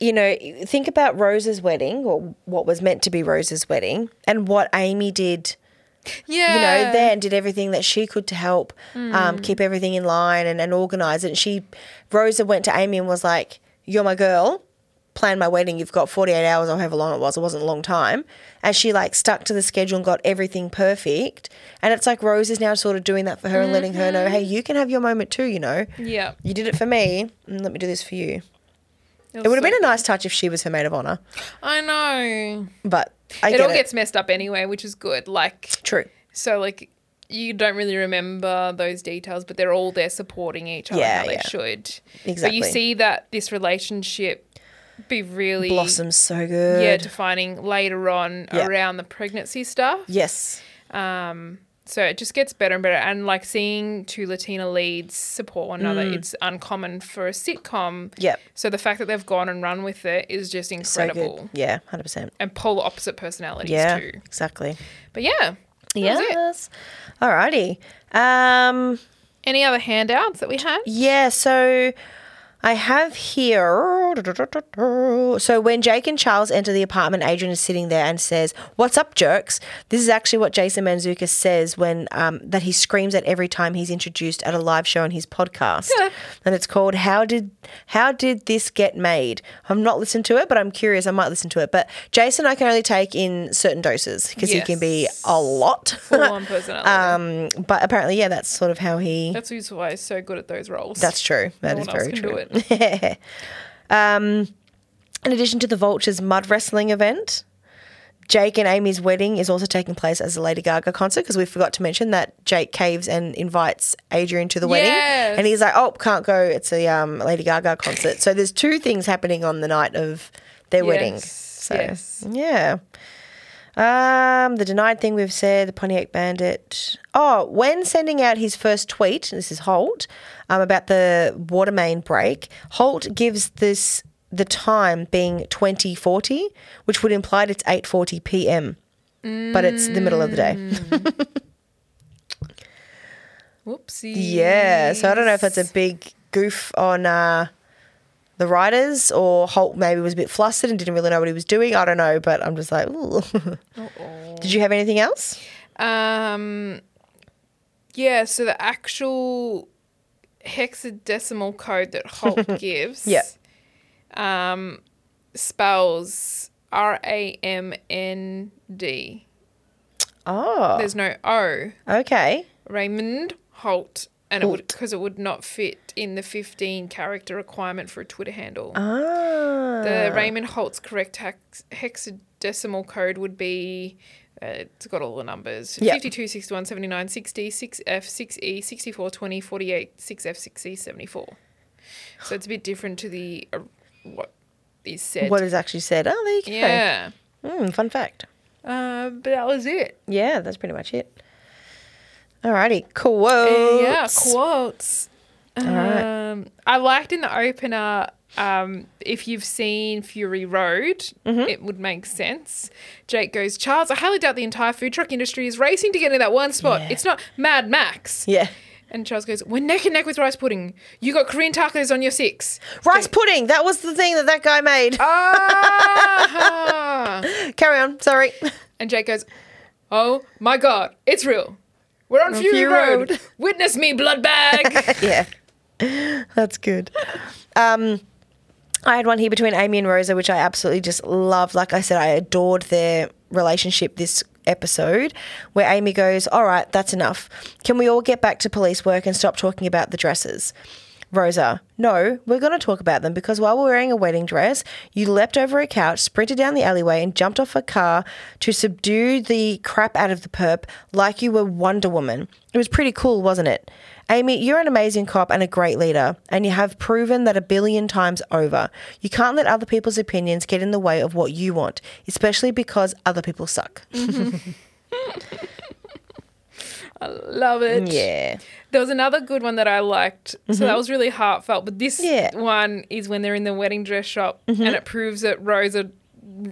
[SPEAKER 5] you know, think about Rose's wedding or what was meant to be Rose's wedding and what Amy did,
[SPEAKER 3] yeah.
[SPEAKER 5] you know, there and did everything that she could to help um, keep everything in line and, and organize it. And she, Rosa went to Amy and was like, You're my girl. Plan my wedding. You've got 48 hours or however long it was. It wasn't a long time. And she like stuck to the schedule and got everything perfect. And it's like Rose is now sort of doing that for her and letting her know, Hey, you can have your moment too, you know.
[SPEAKER 3] Yeah.
[SPEAKER 5] You did it for me. and Let me do this for you. It
[SPEAKER 3] was
[SPEAKER 5] would have
[SPEAKER 3] so-
[SPEAKER 5] been a nice touch if she was her maid of honor,
[SPEAKER 3] I know.
[SPEAKER 5] but I
[SPEAKER 3] it
[SPEAKER 5] get
[SPEAKER 3] all
[SPEAKER 5] it.
[SPEAKER 3] gets messed up anyway, which is good. Like
[SPEAKER 5] true.
[SPEAKER 3] so like you don't really remember those details, but they're all there supporting each other
[SPEAKER 5] Yeah,
[SPEAKER 3] how they
[SPEAKER 5] yeah.
[SPEAKER 3] should. But
[SPEAKER 5] Exactly.
[SPEAKER 3] you see that this relationship be really
[SPEAKER 5] Blossoms so good.
[SPEAKER 3] Yeah, defining later on
[SPEAKER 5] Yeah.
[SPEAKER 3] around the pregnancy stuff.
[SPEAKER 5] yes.
[SPEAKER 3] So it just gets better and better. And like seeing two Latina leads support one another, it's uncommon for a sitcom.
[SPEAKER 5] Mm. Yep.
[SPEAKER 3] So the fact that they've gone and run with it is just
[SPEAKER 5] So
[SPEAKER 3] incredible.
[SPEAKER 5] good. Yeah, 100%.
[SPEAKER 3] And polar opposite personalities
[SPEAKER 5] Yeah,
[SPEAKER 3] too.
[SPEAKER 5] exactly.
[SPEAKER 3] But yeah. that was it.
[SPEAKER 5] Yes. Alrighty. Um,
[SPEAKER 3] Any other handouts that we had?
[SPEAKER 5] yeah, so I have here. So when Jake and Charles enter the apartment, Adrian is sitting there and says, "What's up, jerks?" This is actually what Jason Manzuka says when um, that he screams at every time he's introduced at a live show on his podcast, and it's called "How Did How Did This Get Made?" I've not listened to it, but I'm curious. I might listen to it. But Jason, I can only take in certain doses because he can be
[SPEAKER 3] Yes.
[SPEAKER 5] a lot.
[SPEAKER 3] Full on personality.
[SPEAKER 5] um, but apparently, yeah, that's sort of how he.
[SPEAKER 3] That's why he's so good at those roles.
[SPEAKER 5] That's true. That
[SPEAKER 3] no
[SPEAKER 5] is
[SPEAKER 3] one else
[SPEAKER 5] very
[SPEAKER 3] can
[SPEAKER 5] true.
[SPEAKER 3] do it.
[SPEAKER 5] In addition to the Vultures mud wrestling event, Jake and Amy's wedding is also taking place as a Lady Gaga concert because we forgot to mention that Jake caves and invites Adrian to the wedding,
[SPEAKER 3] Yes.
[SPEAKER 5] and he's like, "Oh, can't go. It's a um, Lady Gaga concert." So there's two things happening on the night of their wedding.
[SPEAKER 3] Yes,
[SPEAKER 5] So mm.
[SPEAKER 3] yes.
[SPEAKER 5] yeah. Um, the denied thing we've said, the Pontiac Bandit. Oh, when sending out his first tweet, this is Holt, um, about the water main break, Holt gives this the time being 2040, which would imply it's 8.40 p.m., but it's the middle of the day.
[SPEAKER 3] Whoopsie.
[SPEAKER 5] Yeah, so I don't know if that's a big goof on uh, the writers or Holt maybe was a bit flustered and didn't really know what he was doing. I don't know, but I'm just like, ooh. Did you have anything else?
[SPEAKER 3] Um, yeah, so the actual hexadecimal code that Holt gives
[SPEAKER 5] Yeah.
[SPEAKER 3] um, spells R A M N D.
[SPEAKER 5] Oh,
[SPEAKER 3] There's no O.
[SPEAKER 5] okay.
[SPEAKER 3] Raymond Holt. And it would
[SPEAKER 5] Holt.
[SPEAKER 3] because it would not fit in the 15 character requirement for a Twitter handle.
[SPEAKER 5] Ah.
[SPEAKER 3] The Raymond Holt's correct hex- hexadecimal code would be. Uh, it's got all the numbers
[SPEAKER 5] Yep.
[SPEAKER 3] 52, 61, 79, 60, 6F, 6E, 64, 20, 48, 6F, 6E, 74. E, So it's a bit different to the uh, what is said.
[SPEAKER 5] what is actually said. Oh, there you go.
[SPEAKER 3] yeah.
[SPEAKER 5] Mm, fun fact.
[SPEAKER 3] Uh, but that was it.
[SPEAKER 5] Yeah, that's pretty much it. Alrighty, quotes.
[SPEAKER 3] Yeah, quotes.
[SPEAKER 5] right.
[SPEAKER 3] Um, I liked in the opener. Um, if you've seen Fury Road,
[SPEAKER 5] Mm-hmm.
[SPEAKER 3] it would make sense. Jake goes, Charles, I highly doubt the entire food truck industry is racing to get in that one spot.
[SPEAKER 5] Yeah.
[SPEAKER 3] It's not Mad Max.
[SPEAKER 5] Yeah.
[SPEAKER 3] And Charles goes, We're neck and neck with rice pudding. You got Korean tacos on your six.
[SPEAKER 5] Rice pudding. That was the thing that that guy made.
[SPEAKER 3] Ah!
[SPEAKER 5] Carry on. Sorry.
[SPEAKER 3] and Jake goes, Oh my God, it's real. We're on, Fury,
[SPEAKER 5] Fury
[SPEAKER 3] Road.
[SPEAKER 5] Road."
[SPEAKER 3] Witness me, blood bag.
[SPEAKER 5] yeah. That's good. Um, I had one here between Amy and Rosa, which I absolutely just loved. Like I said, I adored their relationship this episode, where Amy goes, All right, that's enough. Can we all get back to police work and stop talking about the dresses? Rosa, no, we're going to talk about them because while we we're wearing a wedding dress, you leapt over a couch, sprinted down the alleyway, and jumped off a car to subdue the crap out of the perp like you were Wonder Woman. It was pretty cool, wasn't it? Amy, you're an amazing cop and a great leader, and you have proven that a billion times over. You can't let other people's opinions get in the way of what you want, especially because other people suck.
[SPEAKER 3] Love it.
[SPEAKER 5] Yeah.
[SPEAKER 3] There was another good one that I liked. So that was really heartfelt. But this
[SPEAKER 5] Mm-hmm. Yeah. Mm-hmm.
[SPEAKER 3] one is when they're in the wedding dress shop and it proves that Rosa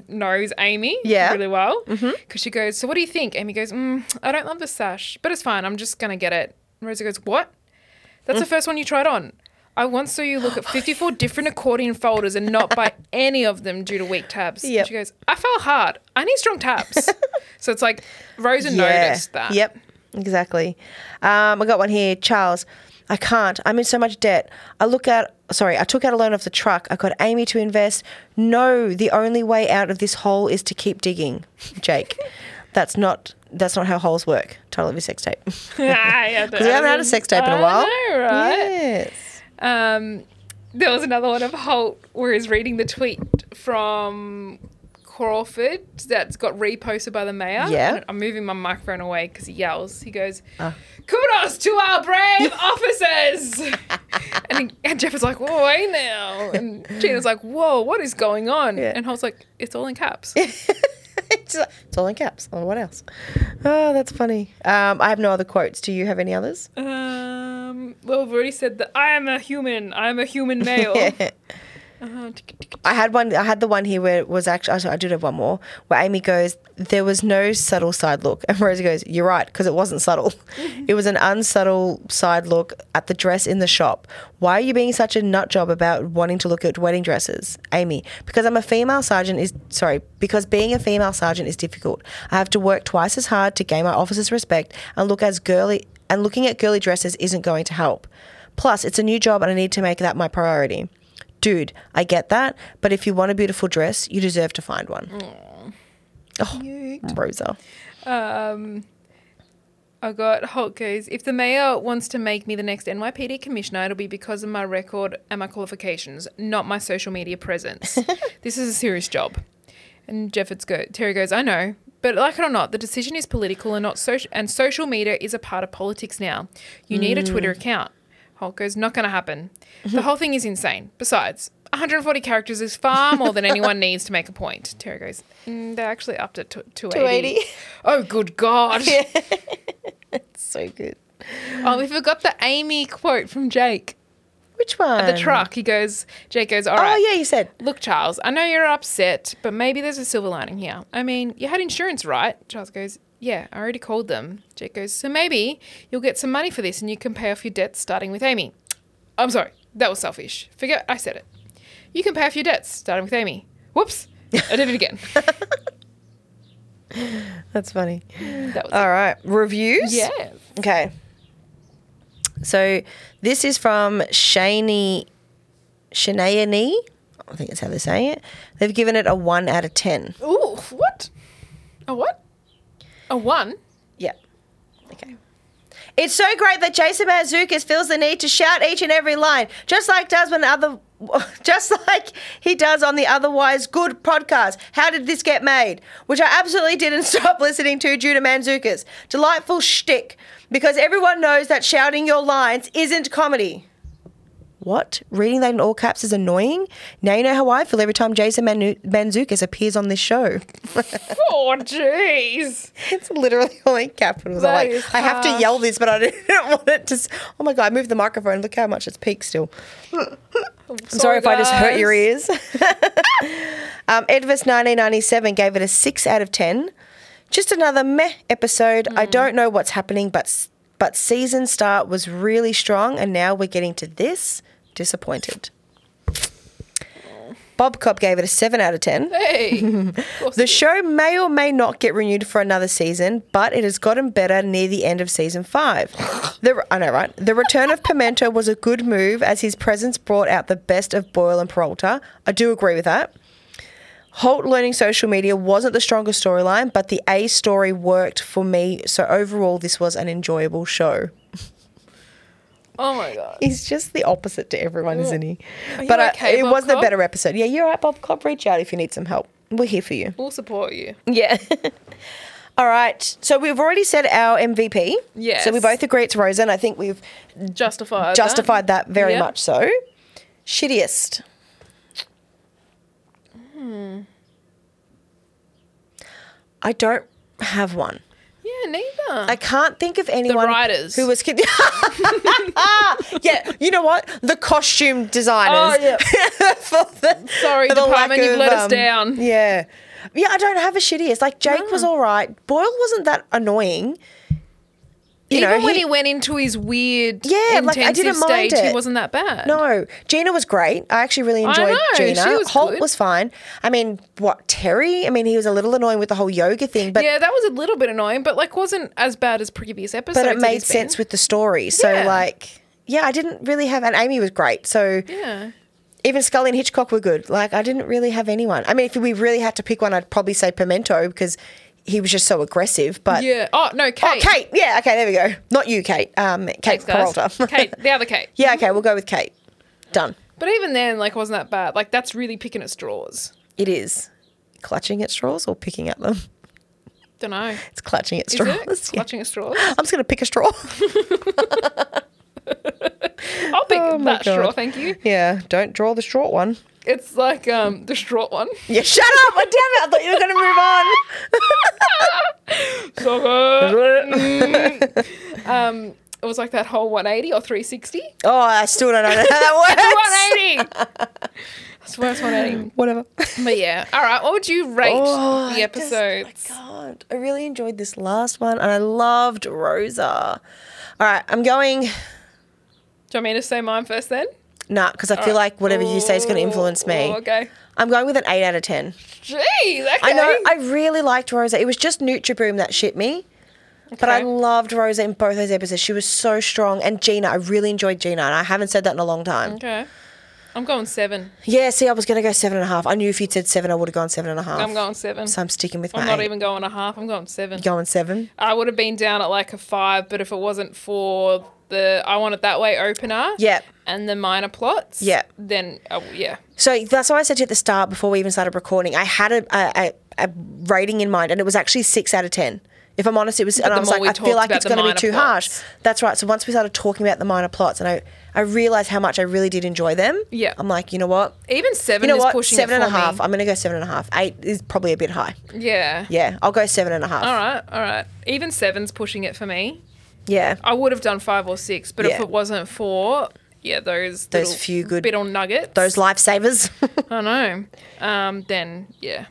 [SPEAKER 3] knows Amy
[SPEAKER 5] Yeah. Mm-hmm.
[SPEAKER 3] really well. Because she goes, So what do you think? Amy goes, mm, I don't love the sash, but it's fine. I'm just going to get it. Rosa goes, What? That's
[SPEAKER 5] Mm.
[SPEAKER 3] the first one you tried on. I once saw you look at 54 different accordion folders and not buy any of them due to weak tabs. And
[SPEAKER 5] Yep.
[SPEAKER 3] She goes, I fell hard. I need strong tabs. so it's like Rosa noticed that.
[SPEAKER 5] Yep, exactly. Um, I got one here, Charles. I can't. I'm in so much debt. I look at sorry, I took out a loan off the truck. I got Amy to invest. No, the only way out of this hole is to keep digging, Jake. that's not that's not how holes work. Title of your sex tape.
[SPEAKER 3] yeah,
[SPEAKER 5] we haven't had a sex tape in a while.
[SPEAKER 3] I know, right?
[SPEAKER 5] Yes.
[SPEAKER 3] Um, there was another one of Holt where he's reading the tweet from Crawford that's got reposted by the mayor.
[SPEAKER 5] Yeah. Ah.
[SPEAKER 3] And I'm moving my microphone away because he yells. He goes, Kudos to our brave officers. and, he, and Jeff is like, Whoa, hey now. And Gina's like, Whoa, what is going on? And I was like, It's all in caps.
[SPEAKER 5] it's it's all in caps. Oh, what else? Oh, that's funny. Um, I have no other quotes. Do you have any others?
[SPEAKER 3] um, well, we've already said that I am a human. I am a human male. Uh, tick, tick, tick.
[SPEAKER 5] I had one. I had the one here where it was actually. actually, I did have one more where Amy goes, "There was no subtle side look," and Rosie goes, "You're right, because it wasn't subtle. it was an unsubtle side look at the dress in the shop. Why are you being such a nut job about wanting to look at wedding dresses, Amy? Because I'm a female sergeant is sorry. Because being a female sergeant is difficult. I have to work twice as hard to gain my officer's respect and look as girly. And looking at girly dresses isn't going to help. Plus, it's a new job, and I need to make that my priority." dude, I get that, but if you want a beautiful dress, you deserve to find one. Oh, Rosa.
[SPEAKER 3] I got Holt goes, if the mayor wants to make me the next NYPD commissioner, it'll be because of my record and my qualifications, not my social media presence. this is a serious job. And Jeffords go Terry goes, I know. But like it or not, the decision is political and not social and social media is a part of politics now. You need a Twitter account. Holt goes, not gonna happen. The whole thing is insane. Besides, 140 characters is far more than anyone needs to make a point. Terry goes, "Mm, they actually upped it to 280.
[SPEAKER 5] 280.
[SPEAKER 3] Oh, good God.
[SPEAKER 5] So good.
[SPEAKER 3] Oh, we forgot the Amy quote from Jake.
[SPEAKER 5] Which one?
[SPEAKER 3] At the truck, he goes, Jake goes, all
[SPEAKER 5] Um, Oh,
[SPEAKER 3] right.
[SPEAKER 5] yeah, you said.
[SPEAKER 3] Look, Charles, I know you're upset, but maybe there's a silver lining here. I mean, you had insurance, right? Charles goes, yeah, I already called them. Jake goes, so maybe you'll get some money for this and you can pay off your debts starting with Amy. I'm sorry, that was selfish. Forget I said it. You can pay off your debts starting with Amy. Whoops, I did it again.
[SPEAKER 5] That's funny.
[SPEAKER 3] That was
[SPEAKER 5] All right. Reviews?
[SPEAKER 3] it. Yeah.
[SPEAKER 5] Okay. So this is from Shaney Shanayanee. I think that's how they're saying it. They've given it a one out of ten.
[SPEAKER 3] Ooh, what? A what? A one?
[SPEAKER 5] Yeah. Okay. It's so great that Jason Mantzoukas feels the need to shout each and every line, just like does when other, just like he does on the otherwise good podcast. How did this get made? Which I absolutely didn't stop listening to due to Mantzoukas. Delightful shtick, because everyone knows that shouting your lines isn't comedy. What? Reading that in all caps is annoying? Now you know how I feel every time Jason Manu- Mantzoukas appears on this show.
[SPEAKER 3] Oh, jeez.
[SPEAKER 5] It's literally all in capitals.
[SPEAKER 3] That
[SPEAKER 5] I'm
[SPEAKER 3] is
[SPEAKER 5] like, I have to
[SPEAKER 3] harsh.
[SPEAKER 5] yell this, but I didn't want it to. s- Oh my god! I moved the microphone. Look how much it's peaked still.
[SPEAKER 3] Oh
[SPEAKER 5] I'm sorry if I just hurt your
[SPEAKER 3] guys.
[SPEAKER 5] ears. um, Edvis 1997 gave it a six out of ten. Just another meh episode.
[SPEAKER 3] Hmm.
[SPEAKER 5] I don't know what's happening, but s- but season start was really strong, and now we're getting to this. Disappointed. Bob Cobb gave it a seven out of ten.
[SPEAKER 3] Oh. Hey.
[SPEAKER 5] The show may or may not get renewed for another season, but it has gotten better near the end of season five. The, I know, right? The return of Pimento was a good move as his presence brought out the best of Boyle and Peralta. I do agree with that. Holt learning social media wasn't the strongest storyline, but the A story worked for me. So overall, this was an enjoyable show.
[SPEAKER 3] Oh, my God.
[SPEAKER 5] He's just the opposite to everyone, isn't he?
[SPEAKER 3] you
[SPEAKER 5] But I-
[SPEAKER 3] okay,
[SPEAKER 5] it
[SPEAKER 3] Bob
[SPEAKER 5] was the
[SPEAKER 3] Cobb?
[SPEAKER 5] better episode. Yeah, you're right, Bob Cobb. Reach out if you need some help. We're here for you.
[SPEAKER 3] We'll support you.
[SPEAKER 5] Yeah. All right. So we've already said our MVP.
[SPEAKER 3] Yes.
[SPEAKER 5] So we both agree it's Rosa, and I think we've
[SPEAKER 3] Justified. that.
[SPEAKER 5] justified that very
[SPEAKER 3] Yeah.
[SPEAKER 5] much so. Shittiest. Hmm. I don't have one.
[SPEAKER 3] Yeah, neither.
[SPEAKER 5] I can't think of anyone
[SPEAKER 3] writers.
[SPEAKER 5] who was kid- yeah, you know what? The costume designers. for the,
[SPEAKER 3] Oh, Sorry,
[SPEAKER 5] for the
[SPEAKER 3] department,
[SPEAKER 5] lack
[SPEAKER 3] you've
[SPEAKER 5] of,
[SPEAKER 3] let us
[SPEAKER 5] um,
[SPEAKER 3] down. Ah.
[SPEAKER 5] Yeah. Yeah, I don't have a shittiest. Like Jake was all right. Boyle wasn't that annoying. You
[SPEAKER 3] Even
[SPEAKER 5] know,
[SPEAKER 3] when he, went into his weird,
[SPEAKER 5] Yeah,
[SPEAKER 3] intensive
[SPEAKER 5] like, I didn't mind
[SPEAKER 3] stage, he
[SPEAKER 5] it.
[SPEAKER 3] wasn't that bad.
[SPEAKER 5] No, Gina was great. I actually really enjoyed
[SPEAKER 3] know,
[SPEAKER 5] Gina.
[SPEAKER 3] she was
[SPEAKER 5] Holt
[SPEAKER 3] good.
[SPEAKER 5] was fine. I mean, what Terry? I mean, he was a little annoying with the whole yoga thing, but
[SPEAKER 3] yeah, that was a little bit annoying, but like wasn't as bad as previous episodes.
[SPEAKER 5] but
[SPEAKER 3] that
[SPEAKER 5] it made
[SPEAKER 3] he's been.
[SPEAKER 5] sense with the story. So
[SPEAKER 3] Yeah.
[SPEAKER 5] like, yeah, I didn't really have. And Amy was great. So
[SPEAKER 3] Yeah.
[SPEAKER 5] even Scully and Hitchcock were good. Like I didn't really have anyone. I mean, if we really had to pick one, I'd probably say Pimento because he was just so aggressive. But
[SPEAKER 3] Yeah. Oh no,
[SPEAKER 5] oh,
[SPEAKER 3] Kate.
[SPEAKER 5] Kate, yeah, okay, there we go. Not you, Kate. Um, Kate
[SPEAKER 3] Thanks, guys.
[SPEAKER 5] Peralta.
[SPEAKER 3] Kate, the other Kate.
[SPEAKER 5] yeah, okay, we'll go with Kate. Done.
[SPEAKER 3] But even then, like, wasn't that bad? Like, that's really picking at straws.
[SPEAKER 5] It is. clutching at straws or picking at them?
[SPEAKER 3] Don't know.
[SPEAKER 5] It's clutching at
[SPEAKER 3] Is
[SPEAKER 5] straws.
[SPEAKER 3] it
[SPEAKER 5] yeah.
[SPEAKER 3] clutching at straws?
[SPEAKER 5] I'm just going to pick a straw.
[SPEAKER 3] I'll pick
[SPEAKER 5] Oh my
[SPEAKER 3] that straw,
[SPEAKER 5] God.
[SPEAKER 3] thank you.
[SPEAKER 5] yeah, don't draw the short one.
[SPEAKER 3] It's like um, the straw one.
[SPEAKER 5] Yeah, shut up. Oh, damn it. I thought you were going to move on.
[SPEAKER 3] uh, um, it was like that whole 180 or 360.
[SPEAKER 5] Oh, I still don't know how that works.
[SPEAKER 3] 180. I swear it's 180.
[SPEAKER 5] Whatever.
[SPEAKER 3] But yeah. All right. What would you rate
[SPEAKER 5] Oh,
[SPEAKER 3] the
[SPEAKER 5] I just-
[SPEAKER 3] episodes?
[SPEAKER 5] I can't. I really enjoyed this last one and I loved Rosa. All right, I'm going.
[SPEAKER 3] Do you want me to say mine first then?
[SPEAKER 5] Nah, because I feel like whatever you say is going to influence me.
[SPEAKER 3] Oh, okay.
[SPEAKER 5] I'm going with an 8 out of 10.
[SPEAKER 3] Jeez. Okay.
[SPEAKER 5] I know I really liked Rosa. It was just Nutriboom that shit me. But I
[SPEAKER 3] Okay.
[SPEAKER 5] loved Rosa in both those episodes. She was so strong. And Gina, I really enjoyed Gina. And I haven't said that in a long time.
[SPEAKER 3] okay. I'm going seven.
[SPEAKER 5] Yeah, see, I was going to go seven and a half. I knew if you'd said seven, I would have gone seven and a half.
[SPEAKER 3] I'm going seven.
[SPEAKER 5] Oh, So I'm sticking with my
[SPEAKER 3] I'm not
[SPEAKER 5] eight.
[SPEAKER 3] even going a half. I'm going seven.
[SPEAKER 5] going seven.
[SPEAKER 3] I would have been down at like a five, but if it wasn't for the I want it that way opener,
[SPEAKER 5] Yep.
[SPEAKER 3] and the minor plots,
[SPEAKER 5] Yep.
[SPEAKER 3] then I w yeah,
[SPEAKER 5] So that's why I said to you at the start before we even started recording, I had a, a, a, a rating in mind, and it was actually six out of ten. If I'm honest, it was, and I
[SPEAKER 3] the
[SPEAKER 5] was
[SPEAKER 3] more
[SPEAKER 5] like,
[SPEAKER 3] we
[SPEAKER 5] I
[SPEAKER 3] talked
[SPEAKER 5] feel like
[SPEAKER 3] about
[SPEAKER 5] it's
[SPEAKER 3] the
[SPEAKER 5] going to be
[SPEAKER 3] minor
[SPEAKER 5] too
[SPEAKER 3] plots.
[SPEAKER 5] harsh. That's right. So once we started talking about the minor plots, and I, I realized how much I really did enjoy them.
[SPEAKER 3] Yeah.
[SPEAKER 5] I'm like, you know what?
[SPEAKER 3] even seven
[SPEAKER 5] you know
[SPEAKER 3] is
[SPEAKER 5] what?
[SPEAKER 3] pushing
[SPEAKER 5] Seven
[SPEAKER 3] it
[SPEAKER 5] and a
[SPEAKER 3] for me. Mm-hmm.
[SPEAKER 5] half. I'm going to go seven and a half. Eight is probably a bit high.
[SPEAKER 3] Yeah.
[SPEAKER 5] Yeah, I'll go seven and a half.
[SPEAKER 3] All right. All right. Even seven's pushing it for me.
[SPEAKER 5] Yeah.
[SPEAKER 3] I would have done five or six, but if
[SPEAKER 5] Yeah.
[SPEAKER 3] it wasn't for yeah those
[SPEAKER 5] Those
[SPEAKER 3] little
[SPEAKER 5] few good-
[SPEAKER 3] biddle nuggets,
[SPEAKER 5] Those lifesavers.
[SPEAKER 3] I know. Um, then yeah,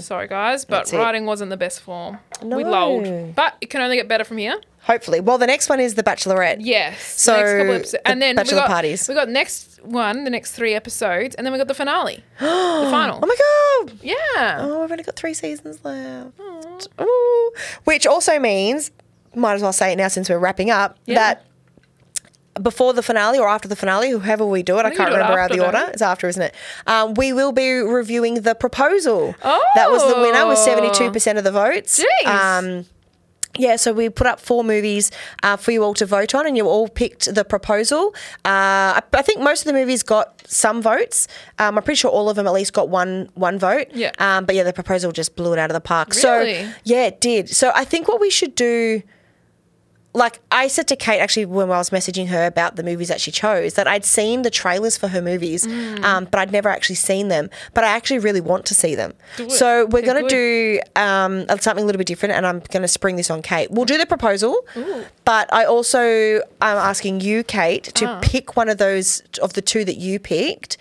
[SPEAKER 3] sorry guys, but
[SPEAKER 5] Mm. That's it.
[SPEAKER 3] writing wasn't the best form. We
[SPEAKER 5] No.
[SPEAKER 3] lulled, but it can only get better from here.
[SPEAKER 5] Hopefully. Well, the next one is The Bachelorette.
[SPEAKER 3] Yes.
[SPEAKER 5] So,
[SPEAKER 3] the next couple episodes.
[SPEAKER 5] the
[SPEAKER 3] and then
[SPEAKER 5] bachelor
[SPEAKER 3] we got,
[SPEAKER 5] parties.
[SPEAKER 3] We got next one, the next three episodes, and then we got the finale, the final.
[SPEAKER 5] Oh my God.
[SPEAKER 3] yeah.
[SPEAKER 5] Oh, we've only got three seasons left. Ooh. Which also means, might as well say it now since we're wrapping up,
[SPEAKER 3] Yeah.
[SPEAKER 5] that before the finale or after the finale, whoever we do it, I,
[SPEAKER 3] think
[SPEAKER 5] can't
[SPEAKER 3] we do it
[SPEAKER 5] remember how
[SPEAKER 3] after,
[SPEAKER 5] the order.
[SPEAKER 3] don't we?
[SPEAKER 5] It's after, isn't it? Um, we will be reviewing the proposal. That was the winner with
[SPEAKER 3] Oh.
[SPEAKER 5] 72% of the votes.
[SPEAKER 3] Jeez.
[SPEAKER 5] Um, yeah, so we put up four movies uh, for you all to vote on, and you all picked the proposal. Uh, I, I think most of the movies got some votes. Um, I'm pretty sure all of them at least got one one vote.
[SPEAKER 3] Yeah.
[SPEAKER 5] Um, but yeah, the proposal just blew it out of the park.
[SPEAKER 3] Really?
[SPEAKER 5] So yeah, it did. So I think what we should do. Like I said to Kate actually when I was messaging her about the movies that she chose that I'd seen the trailers for her movies,
[SPEAKER 3] Mm.
[SPEAKER 5] um, but I'd never actually seen them. But I actually really want to see them.
[SPEAKER 3] it.
[SPEAKER 5] So we're
[SPEAKER 3] They're
[SPEAKER 5] gonna
[SPEAKER 3] good.
[SPEAKER 5] do do, um, something a little bit different, and I'm going to spring this on Kate. We'll do the proposal, but I also I'm asking you, Kate, to
[SPEAKER 3] Uh-huh.
[SPEAKER 5] pick one of those of the two that you picked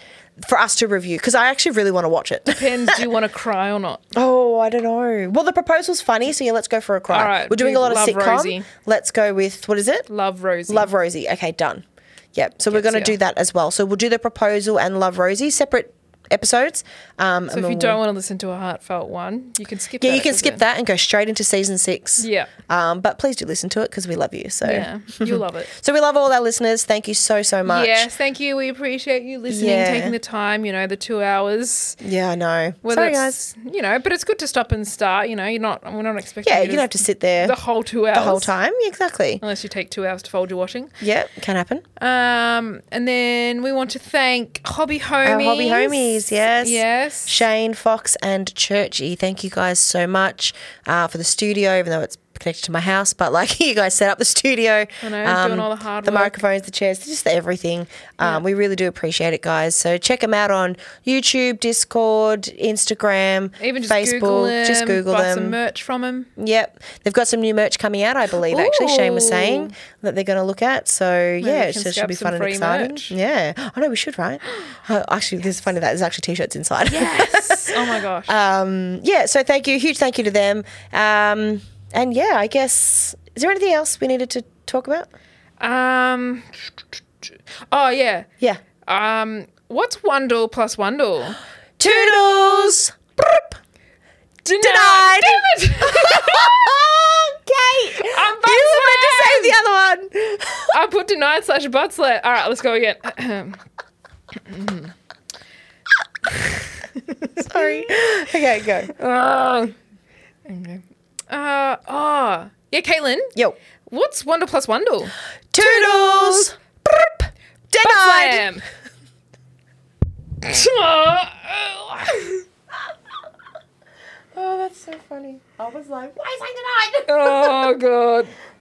[SPEAKER 5] for us to review because I actually really want to watch it.
[SPEAKER 3] Depends, do you want to cry or not?
[SPEAKER 5] oh, I don't know. Well, the proposal's funny, so yeah, let's go for a cry.
[SPEAKER 3] All right,
[SPEAKER 5] We're doing
[SPEAKER 3] do
[SPEAKER 5] a lot of
[SPEAKER 3] Love
[SPEAKER 5] sitcom.
[SPEAKER 3] Rosie.
[SPEAKER 5] Let's go with what is it?
[SPEAKER 3] Love Rosie.
[SPEAKER 5] Love Rosie. Okay, done. Yep. So we're
[SPEAKER 3] Gets
[SPEAKER 5] going to
[SPEAKER 3] ya.
[SPEAKER 5] do that as well. So we'll do the proposal and Love Rosie separate episodes. Um,
[SPEAKER 3] So if you don't want to listen to a heartfelt one, you can skip.
[SPEAKER 5] yeah,
[SPEAKER 3] that
[SPEAKER 5] you can skip
[SPEAKER 3] episode.
[SPEAKER 5] that and go straight into season six.
[SPEAKER 3] Yeah.
[SPEAKER 5] Um, but please do listen to it because we love you. So,
[SPEAKER 3] Yeah, you'll love it.
[SPEAKER 5] so we love all our listeners. Thank you so so much.
[SPEAKER 3] Yes, thank you. We appreciate you listening,
[SPEAKER 5] Yeah.
[SPEAKER 3] taking the time. You know, the two hours.
[SPEAKER 5] Yeah, I know.
[SPEAKER 3] Whether
[SPEAKER 5] Sorry, guys.
[SPEAKER 3] it's, You know, but it's good to stop and start. You know, you're not. We're not expecting.
[SPEAKER 5] Yeah,
[SPEAKER 3] you
[SPEAKER 5] you don't have to sit there
[SPEAKER 3] the whole two hours.
[SPEAKER 5] the whole time. Yeah, exactly.
[SPEAKER 3] Unless you take two hours to fold your washing.
[SPEAKER 5] Yeah, can happen.
[SPEAKER 3] Um, and then we want to thank Hobby Homies.
[SPEAKER 5] Our hobby homies, yes.
[SPEAKER 3] Yes.
[SPEAKER 5] Shane, Fox, and Churchy. Thank you guys so much uh, for the studio, even though it's connected to my house. But like you guys set up the studio. Um,
[SPEAKER 3] I know, doing all the hard
[SPEAKER 5] The
[SPEAKER 3] work.
[SPEAKER 5] microphones, the chairs, just the everything. Um, We really do appreciate it, guys. So check them out on YouTube, Discord, Instagram,
[SPEAKER 3] Even just
[SPEAKER 5] Facebook.
[SPEAKER 3] Google them.
[SPEAKER 5] just Google
[SPEAKER 3] buy
[SPEAKER 5] them.
[SPEAKER 3] some merch from them.
[SPEAKER 5] Yep. They've got some new merch coming out, I believe, actually, Shane was
[SPEAKER 3] Ooh.
[SPEAKER 5] saying, that they're going to look at. So, yeah, so
[SPEAKER 3] we can
[SPEAKER 5] it should
[SPEAKER 3] scrap
[SPEAKER 5] be
[SPEAKER 3] some
[SPEAKER 5] fun and
[SPEAKER 3] free
[SPEAKER 5] exciting.
[SPEAKER 3] merch.
[SPEAKER 5] Yeah. I know we should, right? Uh, actually, this is funny that there's actually t shirts inside. Um,
[SPEAKER 3] Yes. oh my gosh.
[SPEAKER 5] Uh, yeah, so thank you. Huge thank you to them. Um, and yeah, I guess, is there anything else we needed to talk about?
[SPEAKER 3] um. Oh yeah.
[SPEAKER 5] Yeah.
[SPEAKER 3] Um. What's Wandle plus Wandle?
[SPEAKER 5] Toodles! Broop. Denied.
[SPEAKER 3] Damn it!
[SPEAKER 5] okay.
[SPEAKER 3] I'm butt
[SPEAKER 5] you were meant to say the
[SPEAKER 3] slammed.
[SPEAKER 5] other one.
[SPEAKER 3] I put denied slash butt slam. All right, let's go again.
[SPEAKER 5] Sorry. Okay, go.
[SPEAKER 3] Uh. Oh. Yeah, Caitlin.
[SPEAKER 5] Yo.
[SPEAKER 3] What's Wonder plus Wandle?
[SPEAKER 5] Toodles! Broop. Denied!
[SPEAKER 3] Slam. Oh.
[SPEAKER 5] Oh, that's so funny. I was like, why is I
[SPEAKER 3] Oh god.